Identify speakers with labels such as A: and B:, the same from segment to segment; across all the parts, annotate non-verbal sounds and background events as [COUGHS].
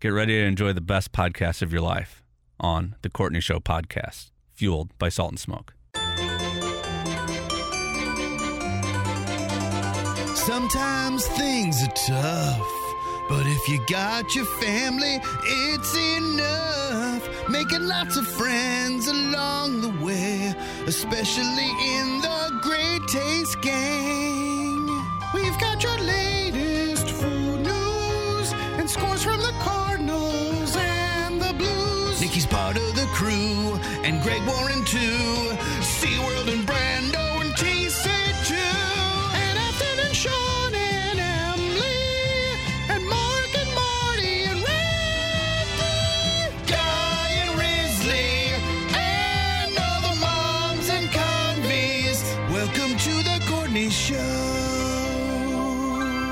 A: Get ready to enjoy the best podcast of your life on The Courtney Show Podcast, fueled by Salt and Smoke.
B: Sometimes things are tough, but if you got your family, it's enough. Making lots of friends along the way, especially in the Great Taste Gang. We've got your latest food news and scores from the Cardinals and the Blues. Nikki's part of the crew, and Greg Warren too. SeaWorld and Brando and TC too. And Ethan and Sean and Emily. And Mark and Marty and Randy. Guy and Risley. And all the moms and convies. Welcome to the Courtney Show.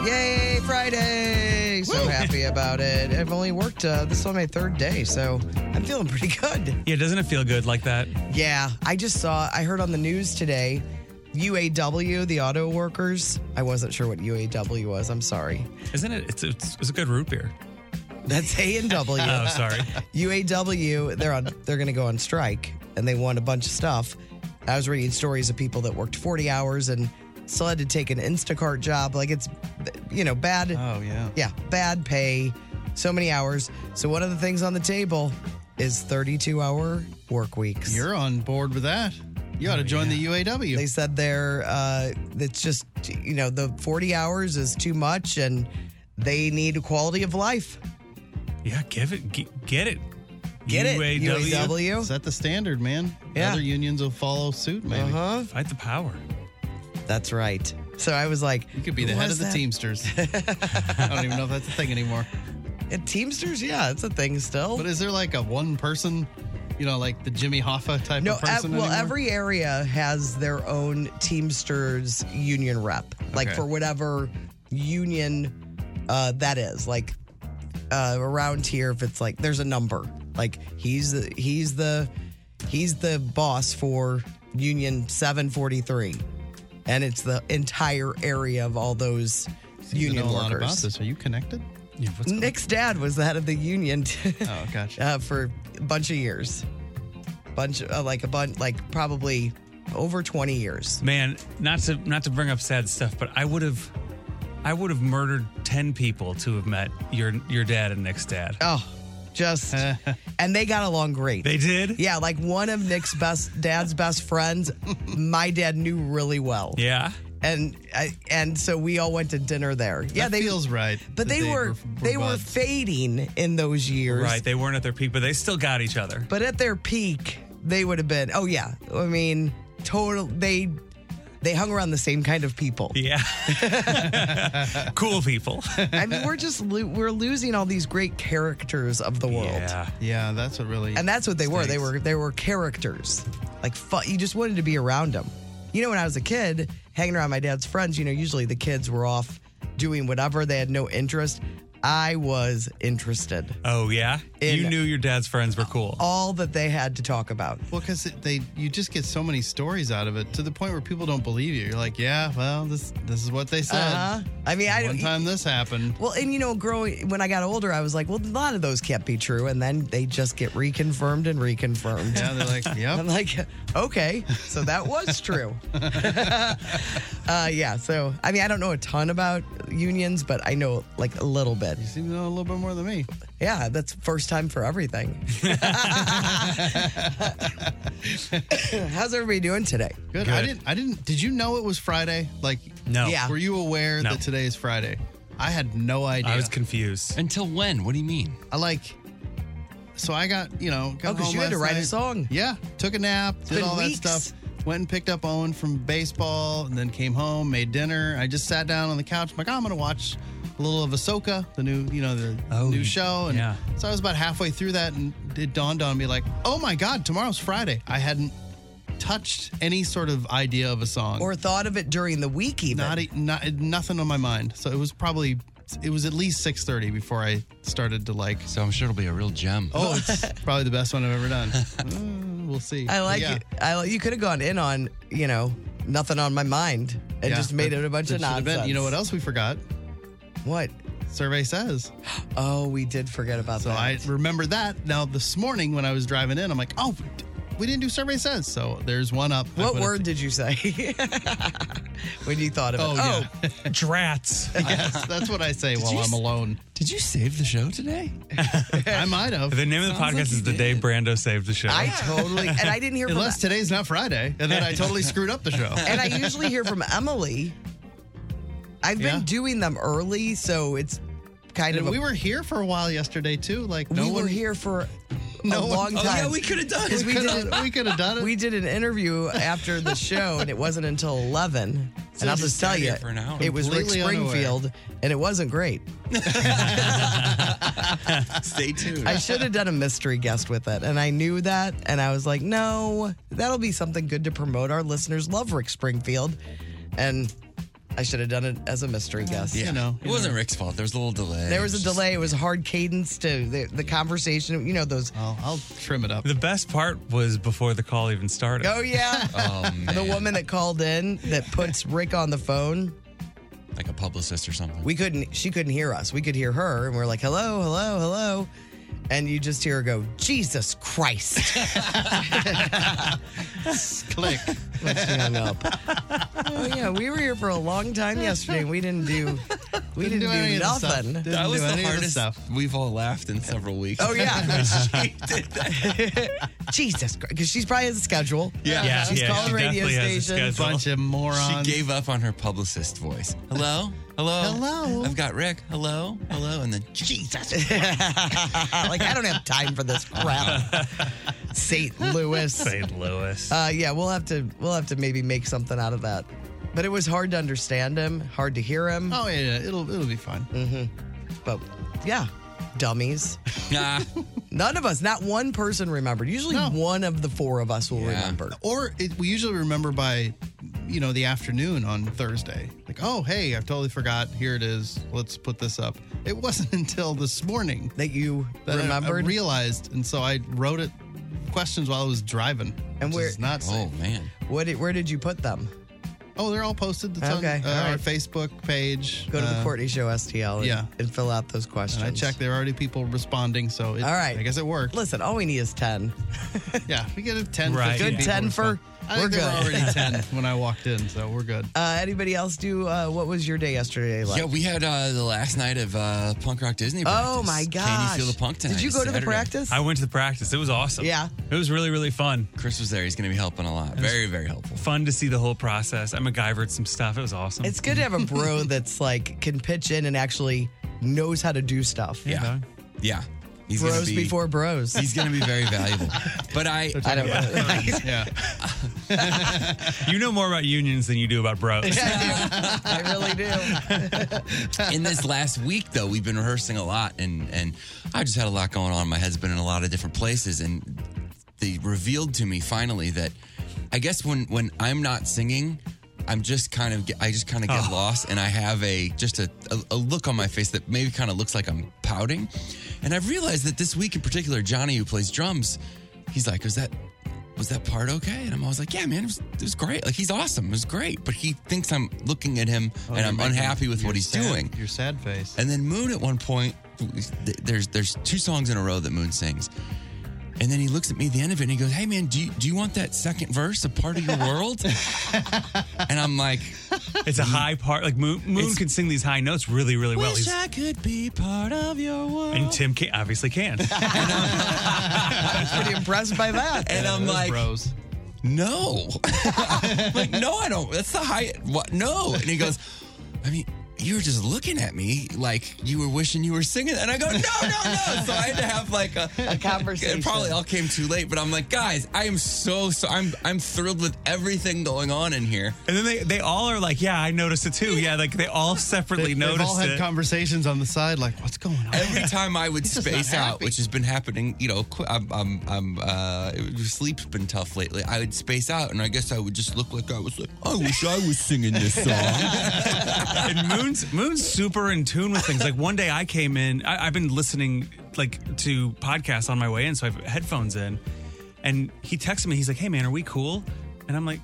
C: Yay, Friday! So happy about it. I've only worked, uh, this is on my third day, so I'm feeling pretty good.
D: Yeah, doesn't it feel good like that?
C: Yeah, I just saw, I heard on the news today, UAW, the auto workers. I wasn't sure what UAW was, I'm sorry.
D: Isn't it? It's, it's, it's a good root beer.
C: That's A and W.
D: Oh,
C: [LAUGHS]
D: sorry.
C: UAW, they're on they're gonna go on strike and they want a bunch of stuff. I was reading stories of people that worked 40 hours and still had to take an Instacart job. Like it's you know, bad
D: Oh, yeah.
C: yeah, bad pay, so many hours. So one of the things on the table is 32 hour work weeks. Oh,
B: You're on board with that. You ought to join the UAW.
C: they said they're uh, it's just you know the 40 hours is too much and they need quality of life.
D: Yeah, give it, g- get it.
C: Get it?
D: UAW.
C: UAW.
B: Set the standard, man.
C: Yeah.
B: Other unions will follow suit,
C: Uh
B: maybe.
C: huh.
D: Fight the power.
C: That's right. So I was like,
B: You could be
C: who
B: the head
C: was
B: of the
C: that? [LAUGHS]
B: Teamsters. I don't even know if that's a thing anymore.
C: Uh, Teamsters, yeah, it's a thing still.
B: But is there like a one person, you know, like the Jimmy Hoffa type
C: no,
B: of
C: uh,
B: person?
C: well,
B: anymore?
C: every area has their own Teamsters union rep, like
B: Okay.
C: for whatever union uh, that is. Like uh, around here, if it's like there's a number, like he's the he's the he's the boss for Union 743, and it's the entire area of all those
B: You
C: union
B: know a lot
C: workers.
B: about this. Are you connected?
D: Yeah, what's [LAUGHS] going-
C: Nick's dad was the head of the union. [LAUGHS]
B: Oh, gotcha.
C: uh, for a bunch of years, bunch uh, like a bunch like probably over twenty years.
D: Man, not to not to bring up sad stuff, but I would have, I would have murdered ten people to have met your your dad and Nick's dad.
C: Oh, just and they got along great.
D: They did.
C: yeah, like one of Nick's best dad's best friends, my dad knew really well.
D: Yeah.
C: and I, and so we all went to dinner there. Yeah,
B: that
C: they
B: feels right.
C: but
B: that
C: they, were, they were
B: buds.
C: fading in those years.
D: Right. They weren't at their peak, but they still got each other.
C: But at their peak, they would have been. Oh yeah, I mean, total. They they hung around the same kind of people. [LAUGHS]
D: Yeah. cool people.
C: I mean, we're just lo- we're losing all these great characters of the world,
D: Yeah.
B: yeah, that's what really.
C: and that's what they were. They
B: stinks.
C: were they were characters, like fu- you just wanted to be around them. You know, when I was a kid, hanging around my dad's friends, you know, usually the kids were off doing whatever they had no interest. I was interested.
D: Oh yeah. you
C: In- [LAUGHS]
D: knew your dad's friends were cool.
C: All that they had to talk about.
B: Well, because they you just get so many stories out of it to the point where people don't believe you. You're like, yeah, well, this this is what they said.
C: Uh-huh. I mean, I
B: One
C: don't.
B: time this happened.
C: Well, and you know, growing when I got older, I was like, well, a lot of those can't be true, and then they just get reconfirmed and reconfirmed.
B: Yeah,
C: [LAUGHS]
B: they're like,
C: I'm
B: yep.
C: like, okay, so that was [LAUGHS]
B: [LAUGHS]
C: true. uh, yeah, so I mean, I don't know a ton about unions, but I know like a little bit.
B: You seem to know a little bit more than me.
C: Yeah, that's first time for everything.
B: [LAUGHS]
C: [LAUGHS] How's everybody doing today?
B: Good. I didn't. I didn't. Did you know it was Friday? Like,
D: No.
C: Yeah.
B: Were you aware
D: No.
B: that today is Friday? I had no idea.
D: I was confused.
E: Until when? What do you mean?
B: I like. So I got you know. Got
C: Oh, 'cause
B: home
C: you had to
B: last
C: write a
B: night.
C: song.
B: Yeah, took a nap, did
C: been
B: all
C: weeks.
B: that stuff.
F: went and picked up Owen from baseball, and then came home, made dinner. I just sat down on the couch. I'm like, oh, I'm gonna watch a little of Ahsoka, the new, you know, the
D: Oh,
F: new
D: you-
F: show. And
D: yeah.
F: so I was about halfway through that, and it dawned on me like, oh my god, tomorrow's Friday. I hadn't touched any sort of idea of a song
C: or thought of it during the week even.
F: not, e- not nothing on my mind. So it was probably it was at least six thirty before I started to like.
E: So I'm sure it'll be a real gem.
F: Oh, it's [LAUGHS] probably the best one I've ever done.
E: [LAUGHS]
F: Mm, we'll see.
C: I
F: But
C: like
F: yeah.
C: it. I like, you could have gone in on you know nothing on my mind and
F: Yeah,
C: just made
F: that-
C: it a bunch
F: that
C: of
F: should have
C: nonsense.
F: been- you know what else we forgot?
C: What?
F: Survey says.
C: Oh, we did forget about
F: So
C: that.
F: I remember that. Now this morning when I was driving in, I'm like, oh, we d- we didn't do survey says. So there's one up. I
C: what
F: put it-
C: word did you say [LAUGHS] when you thought of
F: Oh,
C: it?
F: yeah.
D: Drats.
F: [LAUGHS] yes, that's what I say while
E: you
F: I'm
E: s-
F: alone.
E: Did you save the show today?
F: I might have.
D: the name of the
E: Sounds
D: podcast
E: like you
D: is The
E: did.
D: Day Brando Saved the Show.
C: I totally and I didn't hear
F: [LAUGHS]
C: from
F: Unless today's not Friday, and
E: [LAUGHS]
F: then I
C: [LAUGHS]
F: totally screwed up the show.
C: and I usually hear from Emily. I've been
F: Yeah.
C: doing them early, so it's kind
F: And
C: of a,
F: we were here for a while yesterday too. Like
C: we
F: no
C: were
F: one
C: here for
F: No
C: a
F: one-
C: long
F: Oh,
C: time.
E: yeah, we could have done
C: Because
E: it.
C: we
F: coulda-
C: did,
F: we could have done it.
C: we did an interview after the show, and it wasn't
E: [LAUGHS]
C: until 11. and I'll
E: you
C: just
E: sat
C: tell you,
E: here for an hour.
C: it was Rick
F: Completely unaware.
C: Springfield, and it wasn't great.
E: [LAUGHS] Stay tuned.
C: I should have done a mystery guest with it, and I knew that, and I was like, no, that'll be something good to promote. Our listeners love Rick Springfield, and I should have done it as a mystery guest.
E: yeah.
F: you know,
E: it wasn't Rick's fault. There was a little delay.
C: There was a
E: Just-
C: delay. It was a hard cadence to the, the conversation. You know those.
F: I'll, Oh, I'll trim it up.
D: the best part was before the call even started.
F: [LAUGHS]
D: [LAUGHS]
C: Oh yeah,
E: Oh,
C: the
E: man.
C: woman that called in that puts Rick on the phone.
E: Like a publicist or something.
C: We couldn't. She couldn't hear us. We could hear her, and we are like, "Hello, hello, hello," and you just hear her go, "Jesus Christ!"
F: Click.
C: when she hung
B: [LAUGHS]
C: up. oh yeah, we were here for a long time yesterday. and We
F: [LAUGHS]
C: didn't do. We didn't,
F: do any
C: do,
F: of the stuff.
C: nothing.
F: Didn't
E: that was
F: do
E: the
F: any of the
E: hardest.
F: stuff.
E: We've all laughed in several weeks. [LAUGHS]
C: Oh [LAUGHS] yeah,
E: she did that.
C: Jesus Christ! Because she's probably has a schedule.
E: Yeah.
D: Yeah,
C: She's
D: yeah,
C: calling
D: she
C: radio
D: definitely has a
C: stations.
D: schedule.
F: Bunch of
E: She
F: morons.
E: gave up on her publicist voice. Hello? Hello?
F: Hello?
E: I've got Rick. Hello? Hello? And then, Jesus.
C: [LAUGHS] like I don't have time for this crap.
F: [LAUGHS]
C: St. Louis.
D: St. Louis.
C: Uh, yeah, we'll have to we'll have to maybe make something out of that. But it was hard to understand him, hard to hear him. Mm-hmm.
F: Oh yeah, yeah, it'll it'll be fun.
C: But yeah,
D: [LAUGHS]
C: dummies.
E: Nah.
C: None of us, not one person remembered. Usually
F: No.
C: one of the four of us will
E: Yeah.
C: remember.
F: Or it, we usually remember by, you know, the afternoon on Thursday. Like, oh hey, I've totally forgot. Here it is. Let's put this up. It wasn't [LAUGHS] until this morning
C: That you
F: that I- I,
C: remembered.
F: realized, and so I wrote it questions while I was driving.
C: And
F: which
C: where-
F: is not
E: Oh,
F: safe.
E: man.
C: what did, where did you put them?
F: Oh, they're all posted. It's
C: Okay,
F: on uh,
C: all right.
F: our Facebook page.
C: Go to the
F: Uh,
C: Courtney Show STL and,
F: yeah.
C: and fill out those
F: And
C: questions.
F: I checked. There are already people responding. So it,
C: All right.
F: I guess it worked.
C: Listen, all we need is ten.
F: Yeah, we get a 10.
D: Right.
F: 15
D: Good
F: people
C: 10 for-
F: respond. I
C: we're
F: think there were
C: good. [LAUGHS]
F: already 10 when I walked in, so we're good.
C: Uh, anybody else do? Uh, what was your day yesterday like?
E: Yeah, we had uh, the last night of uh, Punk Rock Disney practice.
C: oh my gosh!
E: Can you feel the punk tonight?
C: Did you go to the
E: Saturday.
C: practice?
D: I went to the practice. It was awesome.
C: Yeah.
D: It was really, really fun.
E: Chris was there. He's going to be helping a lot. Very, very helpful.
D: Fun to see the whole process. I MacGyvered some stuff. It was awesome.
C: It's good to have a
D: [LAUGHS]
C: bro that's like can pitch in and actually knows how to do stuff.
D: Yeah.
E: Yeah. Yeah. He's gonna
C: Bros
E: be-
C: before bros.
E: He's going to be very valuable. But I,
C: [LAUGHS] I don't know.
F: Yeah.
E: [LAUGHS]
D: You know more about unions than you do about bros.
C: I really
F: [LAUGHS]
C: do.
E: in this last week though we've been rehearsing a lot and and i just had a lot going on my head's been in a lot of different places and they revealed to me finally that i guess when when i'm not singing i'm just kind of get, i just kind of get lost and i have a just a, a, a look on my face that maybe kind of looks like i'm pouting and i've realized that this week in particular johnny who plays drums he's like is that was that part okay? And I'm always like, yeah, man, it was, it was great. Like, he's awesome. It was great. But he thinks I'm looking at him
F: Oh,
E: and I'm unhappy with
F: Your
E: what he's
F: sad-
E: doing.
F: Your sad face.
E: And then Moon at one point, th- there's there's two songs in a row that Moon sings. And then he looks at me at the end of it and he goes, Hey man, do you, do you want that second verse, a part of
D: [LAUGHS]
E: your world? and I'm
C: [LAUGHS]
E: like,
D: It's a high part. Like Moon, Moon
E: It's-
D: can sing these high notes really, really well.
E: Wish
D: He's-
E: I could be part of your world.
D: and Tim can, obviously
C: [LAUGHS]
D: can.
C: I'm pretty impressed by that.
E: And I'm
F: Those
E: like,
F: bros.
E: [LAUGHS] No. I'm like, no, I don't. That's the high. What? No. And he goes, I mean, you were just looking at me like you were wishing you were singing. And I go, no, no, no. So I had to have like a,
C: A conversation.
E: [LAUGHS] It probably all came too late, but I'm like, guys, I am so, so, I'm, I'm thrilled with everything going on in here.
D: And then they, they all are like, yeah, I noticed it too. Yeah, like they all separately
F: They've
D: noticed
F: all had
D: it.
F: conversations on the side, like, what's going on? [LAUGHS]
E: Every time I would
F: just not
E: space out,
F: happy.
E: which has been happening, you know, qu- I'm, I'm, I'm, uh, sleep's been tough lately. I would space out, and I guess I would just look like I was like, I wish I was singing this song.
D: and Moon's Moon's super in tune with things. Like one day I came in, I, I've been listening like to podcasts on my way in, so I have headphones in, and he texted me. He's like, "Hey man, are we cool?" And I'm like.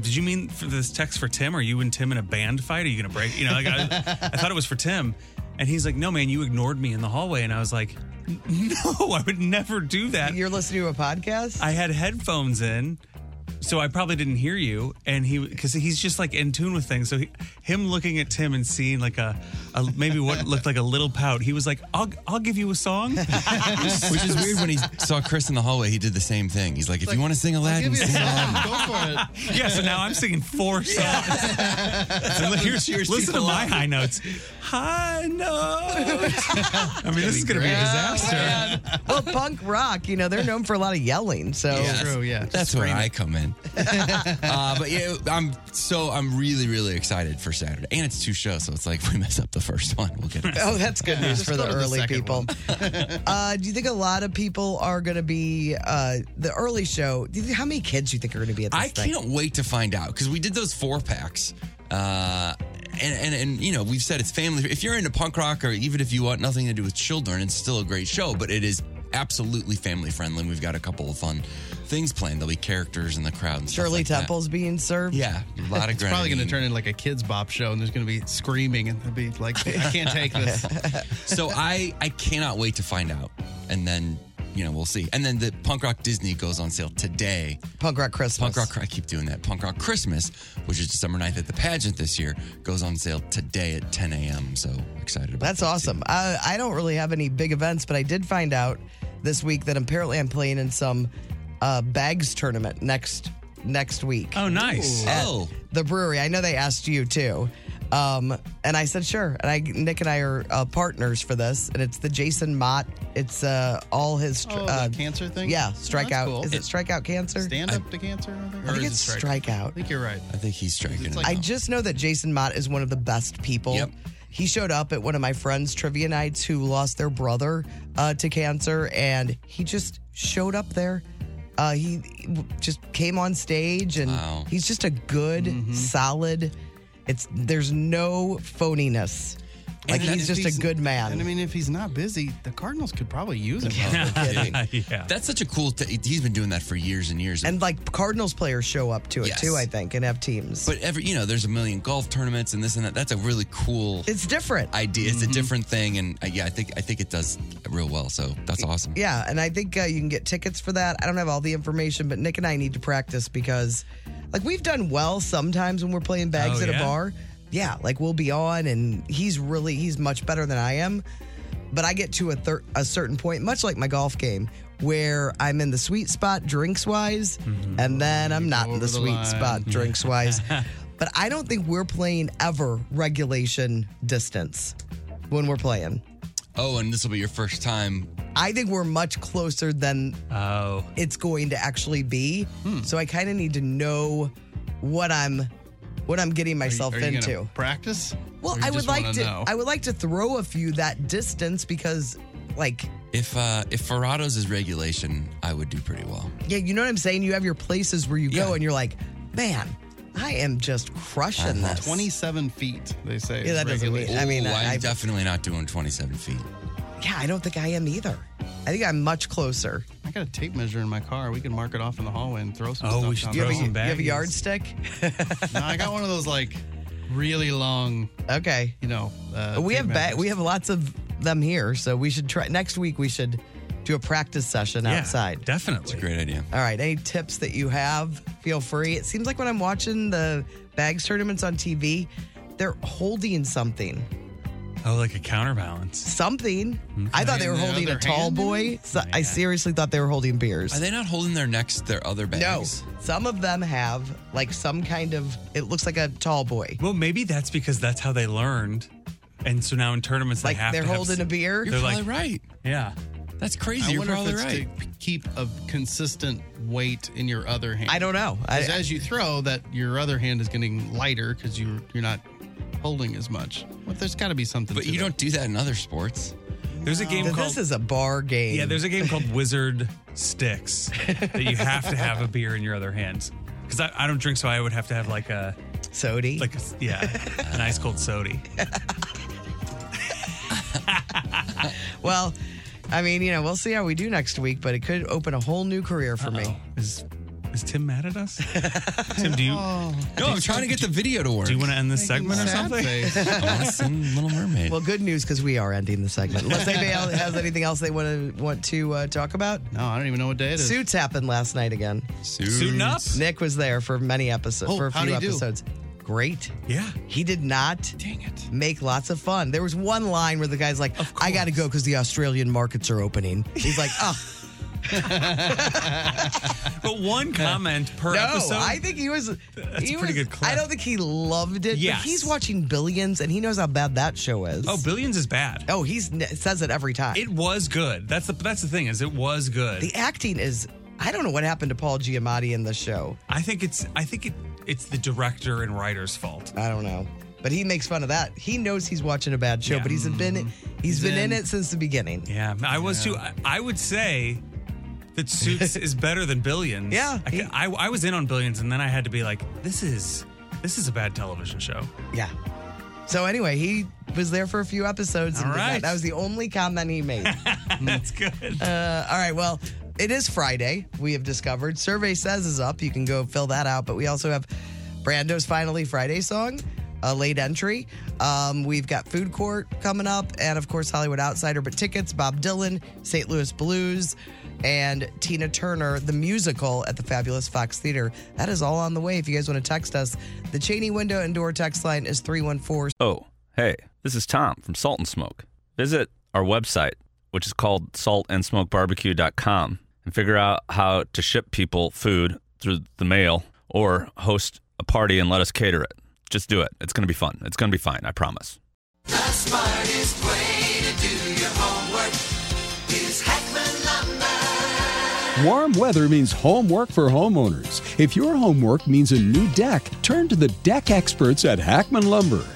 D: Did you mean for this text for Tim? Are you and Tim in a band fight? Are you gonna break? You know, like I, I thought it was for Tim, and he's like, "No, man, you ignored me in the hallway." And I was like, [LAUGHS] "No, I would never do that."
C: You're listening to a podcast?
D: I had headphones in, so I probably didn't hear you. And he, because he's just like in tune with things. So he, him looking at Tim and seeing like a, a maybe what looked like a little pout, he was like, "I'll, I'll give you a
E: [LAUGHS]
D: song."
E: Which is weird when he saw Chris in the hallway, he did the same thing. He's like, if you want to sing Aladdin,
F: Give me a
E: sing Aladdin.
F: song. Go for it.
D: [LAUGHS] yeah. So now I'm singing four songs. [LAUGHS] So li- here-
E: Cheers
D: listen to
E: people
D: my
E: up.
D: high notes. High notes. [LAUGHS] I mean, this is gonna be a
F: great.
D: disaster.
C: Oh, well, punk rock, you know, they're known for a lot of yelling. So
E: Yeah.
F: True, yeah.
E: That's where I come in. uh, but yeah, I'm so I'm really really excited for Saturday, and it's two shows, so it's like if we mess up the first one, we'll get it.
C: Oh, that's good news for
F: go
C: the
F: to the
C: early
F: second
C: people. uh, do you think a lot of people are going to be uh, the early show? Do you think, how many kids do you think are going to be at this
E: I
C: thing?
E: can't wait to find out because we did those four packs. Uh, and, and, and, you know, we've said it's family. If you're into punk rock or even if you want nothing to do with children, it's still a great show, but it is absolutely family friendly. We've got a couple of fun things playing. There'll be characters in the crowd and stuff
C: Shirley
E: like that.
C: Temple's being served.
E: Yeah, a lot of
F: It's probably going to
E: grenadine.
F: turn into like a kids' bop show, and there's going to be screaming, and it'll be like, I can't take
C: [LAUGHS]
F: this.
E: so I I cannot wait to find out, and then you know we'll see. And then the Punk Rock Disney goes on sale today.
C: Punk Rock Christmas.
E: Punk Rock I keep doing that. Punk Rock Christmas, which is December 9th at the pageant this year, goes on sale today at 10 a.m. So excited about
C: That's
E: that, too.
C: awesome. I, I don't really have any big events, but I did find out this week that apparently I'm playing in some uh, bags tournament next next week.
D: Oh, nice.
C: at
E: Oh.
C: the brewery. I know they asked you too. Um, and I said, sure. And I, Nick and I are uh, partners for this. And it's the Jason Mott. It's uh, all his.
F: Oh, the
C: uh,
F: cancer thing?
C: Yeah,
F: Oh, that's
C: strikeout.
F: cool.
C: Is it strikeout cancer?
F: Stand up to cancer, I think.
C: I
F: Or
C: think
F: is
C: it's
F: it I
C: strikeout.
F: think you're right.
E: I think he's striking it.
F: like-
C: I just know that Jason Mott is one of the best people.
E: Yep.
C: He showed up at one of my friends' trivia nights who lost their brother uh, to cancer, and he just showed up there. Uh, he just came on stage, and
E: Wow.
C: he's just a good,
F: Mm-hmm.
C: solid. It's there's no phoniness. Like
F: And
C: he's
F: if
C: just a good man.
F: And I mean, if he's not busy, the Cardinals could probably use
E: [LAUGHS]
F: him.
C: [LAUGHS]
D: yeah.
E: That's such a cool. T- he's been doing that for years and years.
C: and like Cardinals players show up to it
E: Yes.
C: too, I think, and have teams.
E: but every you know, there's a million golf tournaments and this and that. That's a really cool
C: it's different.
E: idea. It's a different thing, and uh, yeah, I think I think it does real well. So that's awesome.
C: Yeah, and I think uh, you can get tickets for that. I don't have all the information, but Nick and I need to practice because, like, we've done well sometimes when we're playing bags
D: Oh,
C: at a
D: yeah?
C: bar. Yeah, like we'll be on, and he's really he's much better than I am. But I get to a thir- a certain point, much like my golf game, where I'm in the sweet spot drinks wise, and then I'm not in
F: over
C: the
F: the
C: sweet
F: line.
C: spot drinks wise. but I don't think we're playing ever regulation distance when we're playing.
E: Oh, and this will be your first time.
C: I think we're much closer than
D: Oh,
C: it's going to actually be.
F: Hmm.
C: So I kind of need to know what I'm what I'm getting myself
F: Are you
C: into.
F: gonna practice?
C: well,
F: Or you
C: I would
F: just
C: like
F: wanna
C: to
F: know?
C: I would like to throw a few that distance because like
E: If uh if Ferrado's is regulation, I would do pretty well.
C: yeah, you know what I'm saying? You have your places where you go
E: Yeah.
C: and you're like, "Man, I am just crushing
F: Uh-huh.
C: this."
F: 27 feet, they say.
C: Yeah, that doesn't mean- I mean,
E: Ooh,
C: I-
E: Oh, I'm
C: I-
E: definitely not doing 27 feet.
C: Yeah, I don't think I am either. I think I'm much closer.
F: I got a tape measure in my car. We can mark it off in the hallway and throw some
D: Oh,
F: stuff
D: we should
F: down
D: do
C: You
F: there.
C: have, a,
D: Throw some
C: you have a
D: baggies.
F: [LAUGHS]
C: yardstick?
F: No, I got one of those like really long,
C: Okay.
F: you know. Uh,
C: we
F: tape
C: have ba-
F: measures.
C: we have lots of them here, so we should try next week we should do a practice session
D: yeah,
C: outside.
D: Definitely.
E: Great idea.
C: All right. Any tips that you have, feel free. It seems like when I'm watching the bags tournaments on TV, they're holding something.
D: Oh, like a counterbalance.
C: something.
D: Mm-hmm.
C: I thought they were
F: And the
C: holding a
F: other
C: tall
F: hand?
D: Oh,
C: boy. So I seriously thought they were holding beers.
E: Are they not holding their necks, their other
C: no,
E: bags?
C: some of them have like some kind of. It looks like a tall boy.
D: Well, maybe that's because that's how they learned, and so now in tournaments
C: Like
D: they have
C: they're
D: to have
C: holding
D: s-
C: a beer.
E: You're
D: They're
E: probably
D: like-
E: right.
D: Yeah,
E: That's crazy.
F: I
E: You're
F: wonder if
E: probably
F: it's
E: right.
F: to keep a consistent weight in your other hand.
C: I don't know. I,
F: 'Cause as you throw, that your other hand is getting lighter because you you're not holding as much. But there's got to be something.
E: But
F: to
E: you
F: that.
E: don't do that in other sports.
D: there's a game
C: this
D: called
C: is a bar game.
D: yeah, there's a game called Wizard Sticks that you have to have a beer in your other hands because I, I don't drink, so I would have to have like a
C: Sody.
D: like a, yeah an ice cold soda.
C: [LAUGHS] well, I mean, you know, we'll see how we do next week, but it could open a whole new career for me.
D: Is is Tim mad at us? Tim,
C: [LAUGHS]
D: do you
C: Oh.
E: No, I'm trying to get the video to work.
D: do you want to end this segment or
F: Sad
D: something?
F: face.
E: I want to sing Little Mermaid.
C: Well, good news because we are ending the segment. Unless anybody else has anything else they want to want to uh, talk about.
F: No, I don't even know what day it is.
C: Suits happened last night again.
D: Suiting up?
C: Nick was there for many episodes,
F: Oh,
C: for a
F: how'd
C: few
F: he do?
C: episodes. Great.
D: Yeah.
C: He did not
F: Dang it.
C: make lots of fun. There was one line where the guy's like, I got to go because the Australian markets are opening. He's like, oh,
D: But one comment per
C: no.
D: episode.
C: I think he was. That's
D: a pretty good clip.
C: I don't think he loved it,
D: Yes.
C: but he's watching Billions and he knows how bad that show is.
D: oh, billions is bad.
C: oh he's n- says it every time.
D: It was good. That's the that's the thing is it was good.
C: the acting is, I don't know what happened to Paul Giamatti in the show.
D: I think it's I think it it's the director and writer's fault.
C: I don't know. But he makes fun of that. He knows he's watching a bad show, but he's been he's been in it since the beginning.
D: Yeah, I was too. I, I would say that
C: [LAUGHS]
D: Suits is better than Billions.
C: Yeah,
D: I,
C: he-
D: ca- I, I was in on Billions, and then I had to be like, this is this is a bad television
C: [LAUGHS]
D: show.
C: Yeah. So anyway, he was there for a few episodes. And
D: All
C: did
D: right.
C: That. that was the only comment
D: [LAUGHS]
C: he made. uh,
D: That's
C: [LAUGHS]
D: good.
C: all right. Well, it is Friday. We have discovered survey says is up. You can go fill that out. But we also have Brando's finally Friday song, a late entry. Um, we've got food court coming up, and of course Hollywood Outsider. But tickets: Bob Dylan, St. Louis Blues, and Tina Turner the musical at the fabulous Fox Theater. That is all on the way. If you guys want to text us, the Cheney window and door text line is three one four
A: Oh, hey, this is Tom from Salt and Smoke. Visit our website, which is called saltandsmokebarbecue.com, and figure out how to ship people food through the mail or host a party and let us cater it. Just do it. It's going to be fun. It's going to be fine. I promise.
G: Warm weather means homework for homeowners. If your homework means a new deck, turn to the deck experts at Hackman Lumber.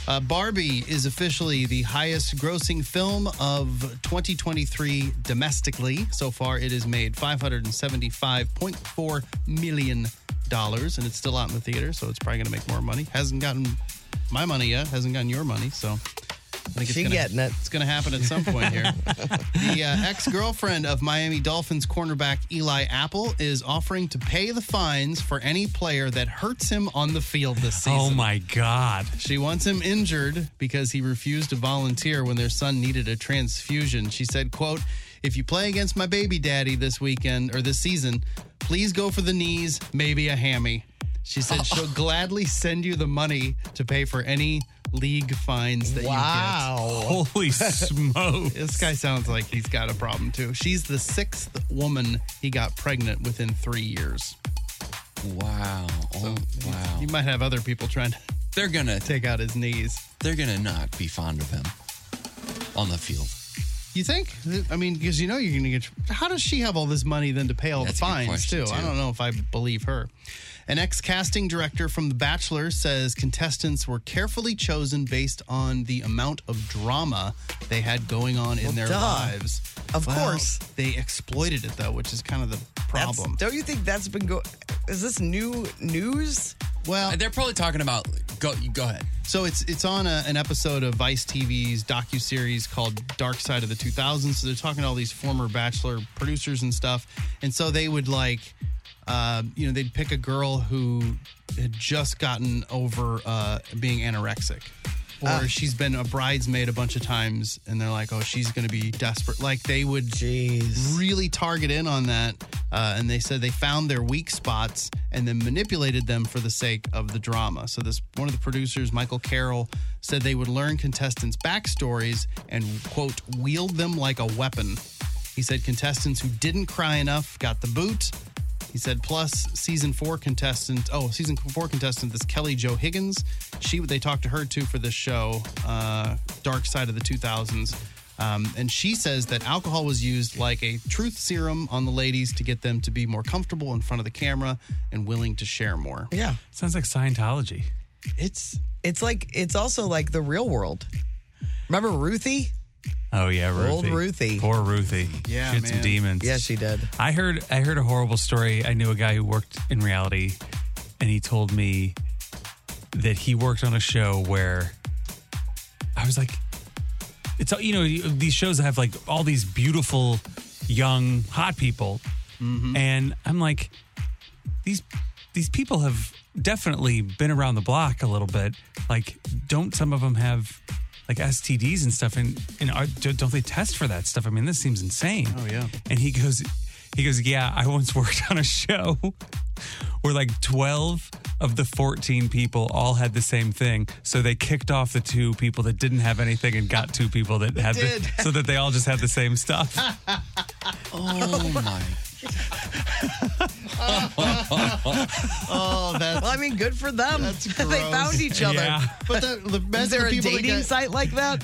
F: Uh, Barbie is officially the highest grossing film of 2023 domestically. So far, it has made 575.4 million dollars, and it's still out in the theater, so it's probably going to make more money. Hasn't gotten my money yet. Hasn't gotten your money, so. I think it's
C: She
F: gonna,
C: getting it.
F: It's going to happen at some point
D: [LAUGHS]
F: here. The uh, ex girlfriend of Miami Dolphins cornerback Eli Apple is offering to pay the fines for any player that hurts him on the field this season.
D: Oh my God.
F: She wants him injured because he refused to volunteer when their son needed a transfusion. She said, quote, if you play against my baby daddy this weekend or this season, please go for the knees, maybe a hammy. She
E: [LAUGHS]
F: said she'll gladly send you the money to pay for any league fines that you get.
C: Wow.
F: [LAUGHS]
D: Holy smoke.
F: This guy sounds like he's got a problem too. She's the sixth woman he got pregnant within three years.
E: Wow. Oh, wow.
F: You might have other people trying to
E: They're gonna
F: [LAUGHS] take out his knees.
E: they're gonna not be fond of him on the field.
F: You think? I mean, because you know you're going to get. How does she have all this money then to pay all
E: That's
F: the
E: a good
F: fines
E: question,
F: too? I
E: too.
F: don't know if I believe her. An ex casting director from The Bachelor says contestants were carefully chosen based on the amount of drama they had going on in their
C: duh.
F: lives.
C: Of course.
F: they exploited it though, which is kind of the
C: That's-
F: problem.
C: Don't you think that's been go Is this new news?
F: well,
E: They're probably talking about go you go ahead.
F: So it's it's on a, an episode of Vice TV's docu series called Dark Side of the 2000s. So they're talking to all these former Bachelor producers and stuff, and so they would like, uh, you know, they'd pick a girl who had just gotten over uh, being anorexic, or she's been a bridesmaid a bunch of times, and they're like, oh, she's going to be desperate. Like they would
C: Jeez.
F: really target in on that. Uh, and they said they found their weak spots and then manipulated them for the sake of the drama. So this one of the producers, Michael Carroll, said they would learn contestants' backstories and quote wield them like a weapon. He said contestants who didn't cry enough got the boot. He said plus season four contestant. Oh, season four contestant. This Kelly Joe Higgins. She they talked to her too for this show, uh, Dark Side of the 2000s. Um, and she says that alcohol was used like a truth serum on the ladies to get them to be more comfortable in front of the camera and willing to share more.
C: Yeah.
D: Sounds like Scientology.
C: It's it's like it's also like the real world. Remember Ruthie?
D: Oh yeah, Ruthie.
C: Old Ruthie.
D: Poor Ruthie.
F: Yeah,
D: she had some
F: man.
D: demons.
C: Yeah, she did.
D: I heard I heard a horrible story. I knew a guy who worked in reality and he told me that he worked on a show where I was like it's all you know you- these shows have like all these beautiful young hot people and I'm like these these people have definitely been around the block a little bit like don't some of them have like STDs and stuff and and are, don't don't they test for that stuff I mean this seems insane
F: Oh, yeah.
D: and he goes, he goes, yeah, I once [LAUGHS] worked on a show where like 12 of the 14 people all had the same thing. So they kicked off the two people that didn't have anything and got two people that had
C: did.
D: the, [LAUGHS] so that they
E: [LAUGHS]
D: all
C: [LAUGHS]
D: just had the same stuff.
E: Oh my
C: [LAUGHS]
F: oh, that's
C: Well, I mean, good for them.
F: That's
C: [LAUGHS] they
F: gross.
C: found each other.
D: Yeah.
F: but the, the best
C: Is there
F: the
C: a
F: people that
C: dating
F: got-
C: site like that?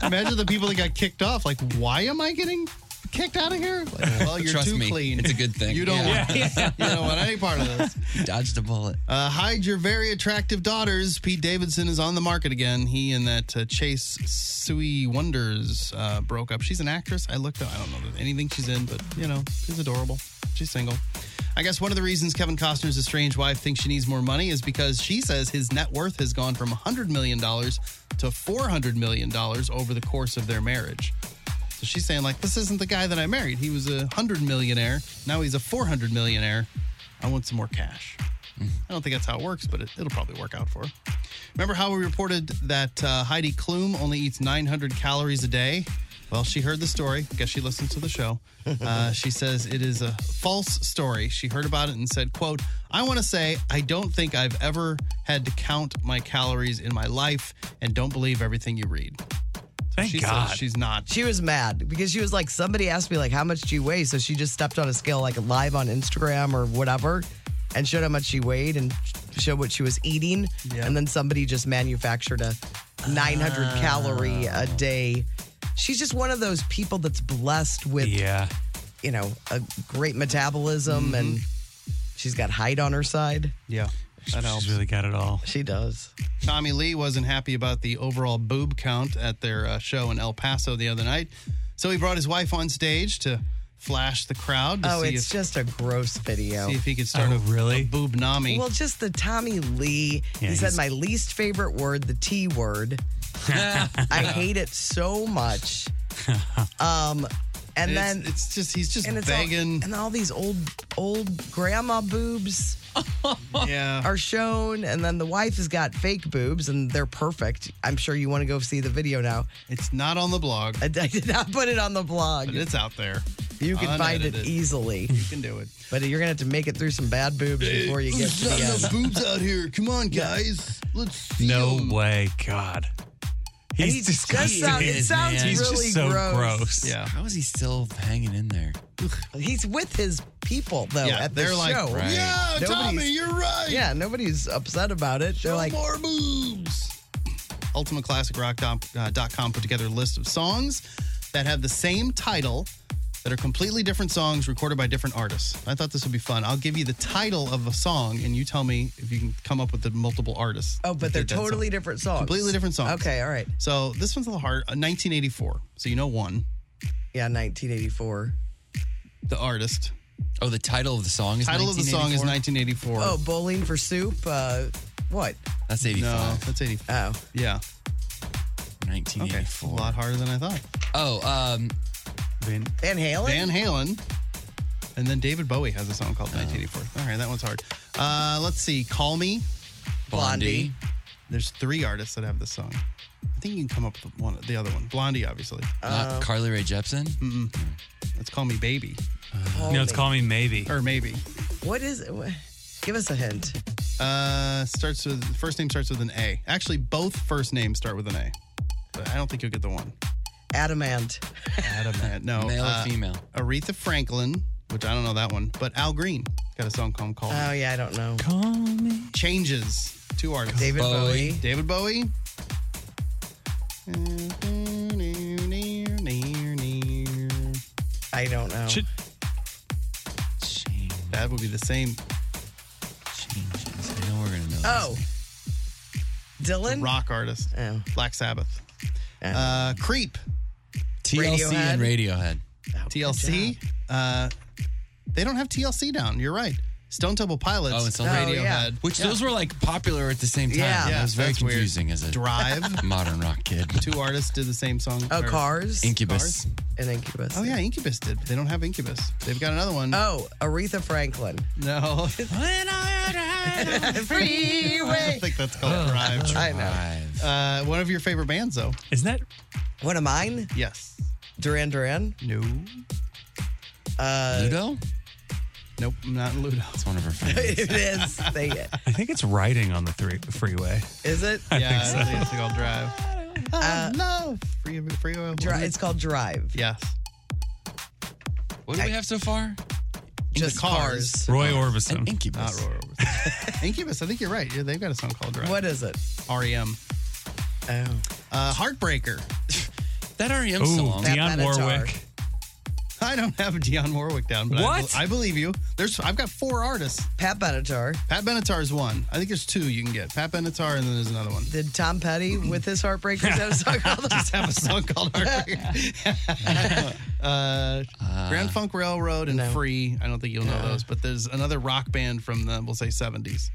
F: [LAUGHS] Imagine the people that got kicked off. Like, why am I getting kicked out of here? Like, well, you're
E: Trust
F: too
E: me,
F: clean.
E: it's a good thing.
F: You don't,
E: Yeah.
F: want,
E: [LAUGHS]
F: you don't want any part of this.
E: Dodged a bullet.
F: Uh, hide your very attractive daughters. Pete Davidson is on the market again. He and that uh, Chase Sui Wonders uh, broke up. She's an actress. I looked up. I don't know anything she's in, but you know, she's adorable. She's single. I guess one of the reasons Kevin Costner's estranged wife thinks she needs more money is because she says his net worth has gone from $100 million to $400 million over the course of their marriage. So she's saying, like, this isn't the guy that I married. He was a 100 millionaire. Now he's a 400 millionaire. I want some more cash. I don't think that's how it works, but it, it'll probably work out for her. Remember how we reported that uh, Heidi Klum only eats 900 calories a day? Well, she heard the story. guess she listened to the
D: [LAUGHS]
F: show. Uh, she says it is a false story. She heard about it and said, quote, I want to say I don't think I've ever had to count my calories in my life and don't believe everything you read.
D: Thank
F: she
D: God.
F: says she's not.
C: She was mad because she was like, somebody asked me like, how much do you weigh? So she just stepped on a scale like live on Instagram or whatever, and showed how much she weighed and showed what she was eating, and then somebody just manufactured a 900
F: Ah.
C: calorie a day. She's just one of those people that's blessed with
D: yeah.
C: you know a great metabolism,
F: Mm-hmm.
C: and she's got height on her side.
F: Yeah. That helps.
D: She's really got it all.
C: She does.
F: Tommy Lee wasn't happy about the overall boob count at their uh, show in El Paso the other night, so he brought his wife on stage to flash the crowd to
C: oh,
F: see,
C: it's
F: if,
C: just a gross video.
F: see if he could start
D: Oh,
F: a
D: really?
F: a boob nami.
C: Well, just the Tommy Lee.
D: Yeah,
C: he said
D: he's-
C: my least favorite word, the
F: [LAUGHS]
C: T word. I hate it so much. Um, and
F: and
C: then
F: it's, it's just he's just
C: and it's all-
F: begging.
C: and all these old old grandma boobs
F: [LAUGHS] yeah,
C: are shown, and then the wife has got fake boobs, and they're perfect. I'm sure you want to go see the video now.
F: it's not on the blog,
C: I, I did not put it on the blog.
F: but it's out
D: [LAUGHS]
F: there.
C: You can find it
F: unedited.
C: easily,
F: You can do it.
C: but you're gonna have to make it through some bad boobs before you get to the end.
F: boobs out here. Come on, guys. Let's see
D: No way, God. He's
C: he just
D: disgusting.
C: sound- it
D: He is,
C: sounds
D: man. He's
C: really
D: just so
C: gross.
D: gross.
F: Yeah.
E: How is he still hanging in there?
C: He's with his people though
F: Yeah,
C: at the
F: they're
C: show.
F: like,
E: Right.
F: Yeah, Tommy,
C: Nobody's-
F: you're right.
C: Yeah, nobody's upset about it. They're like,
F: more boobs. UltimateClassicRock.com uh, put together a list of songs that have the same title that are completely different songs recorded by different artists. I thought this would be fun. I'll give you the title of a song and you tell me if you can come up with the multiple artists.
C: oh, but
F: that
C: they're
F: did that song.
C: totally different songs.
F: Completely different songs.
C: Okay, all right.
F: So this one's a little hard. Uh, 1984. So you know one,
C: Yeah, 1984.
F: the artist.
E: Oh, the title of the song is
F: Title of the song is
E: 1984?
F: 1984.
C: Oh, bowling for soup. Uh, what?
E: That's
F: no,
E: 85.
F: that's 84.
C: Oh,
F: yeah. Okay. It's a
E: 1984.
F: lot harder than I thought.
E: Oh, um,
D: Vin-
C: Van Halen.
F: Van Halen. And then David Bowie has a song called
E: Oh.
F: 1984. All right, that one's hard. Uh, let's see. Call Me.
E: Blondie.
F: There's three artists that have this song. I think you can come up with one, the other one. Blondie, obviously.
C: uh,
E: Not
C: Um,
E: Carly Rae Jepsen.
F: Let's Call Me Baby.
C: Call
D: No, it's
C: Me.
D: call me maybe.
F: Or maybe.
C: What is? It? Wha- Give us a hint.
F: Uh, starts with, first name starts with an A. Actually, both first names start with an A. But I don't think you'll get the one.
C: Oh, Adamant.
F: Adamant. No.
E: Male
F: uh,
E: or female?
F: Aretha Franklin, which I don't know that one. But Al Green got a song called Call Me.
C: Oh yeah, I don't know.
D: Call me.
F: Changes. Two artists.
C: David Bowie.
F: David Bowie.
C: I don't know.
D: Ch-
E: Change,
F: That would be the same
E: changes. I know we're going to know.
C: oh, Dylan.
F: rock artist,
C: Oh.
F: Black Sabbath.
C: Oh.
F: Uh, Creep,
E: this. TLC and Radiohead.
C: Oh, good
F: TLC.
C: job.
F: Uh, they don't have TLC down. You're right. Stone Temple Pilots.
E: Oh, it's on
C: Oh,
E: Radiohead.
C: yeah.
F: Radiohead.
E: Which those were like popular at the same time.
C: Yeah.
E: That
F: Yeah,
E: was very
F: that's weird.
E: confusing as a
F: Drive.
E: [LAUGHS] modern rock kid.
F: Two artists did the same song.
C: Oh,
F: or-
C: Cars.
E: Incubus.
C: and Incubus. [LAUGHS]
F: Oh yeah, Incubus did. But they don't have Incubus. They've got another one.
C: Oh, Aretha Franklin. [LAUGHS]
F: No, [LAUGHS] I
C: [LAUGHS]
E: [LAUGHS]
C: Freeway.
F: don't [LAUGHS] think that's called Drive.
C: I know.
E: Five.
F: Uh, one of your favorite bands, though.
D: Isn't that?
C: One of mine.
F: Yes.
C: Duran Duran.
F: No.
C: Uh,
E: Ludo?
F: Nope. Not Ludo.
E: It's one of her favorites.
C: it is. They,
D: I think it's riding on the three, freeway.
C: is it?
F: Yeah, I think it's called Drive.
C: Uh,
F: no, free, free oil.
C: Dri- it's called Drive.
F: Yes.
E: What do we have so far?
C: just
F: cars.
C: cars.
D: Roy Orbison.
F: Not Roy Orbison. Incubus. I think you're right. Yeah, they've got a song called Drive.
C: What is it?
F: REM.
C: Oh.
F: E Uh, Heartbreaker.
E: That REM
D: Ooh,
E: song.
D: Dionne
C: E That Benatar.
D: Warwick.
F: I don't have Dionne Warwick down, but I
D: What?
F: bel- I, believe you. There's I've got four artists.
C: Pat Benatar.
F: Pat Benatar's one. I think there's two you can get. Pat Benatar and then there's another one.
C: Did Tom Petty with his heartbreakers have a song called
F: Just have a song [LAUGHS] called Heartbreaker. [LAUGHS] uh, Grand Funk Railroad and Free. I don't think you'll know those, but there's another rock band from the we'll say 70s.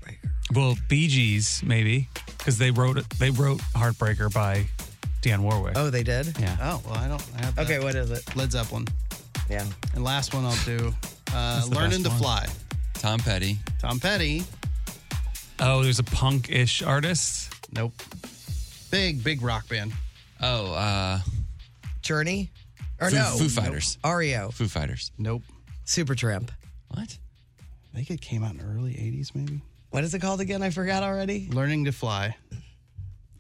D: Well, Bee Gees maybe because they wrote it. They wrote Heartbreaker by Dionne Warwick.
C: Oh, they did?
D: Yeah.
F: Oh well, I don't have. That.
C: Okay, what is it?
F: Led Zeppelin.
C: Yeah.
F: And last one I'll do. Uh,
D: the
F: Learning
D: best
F: to
D: one.
F: Fly.
E: Tom Petty.
F: Tom Petty.
D: Oh, there's a punk-ish artist.
F: Nope. Big big rock band.
E: Oh, uh,
C: Journey? Or
E: Foo,
C: no? E
E: Foo Fighters.
C: Ario.
E: Foo Fighters.
F: Nope.
C: Supertramp.
E: What?
F: I think it came out in the early 80s maybe.
C: What is it called again? I forgot already.
F: Learning to Fly.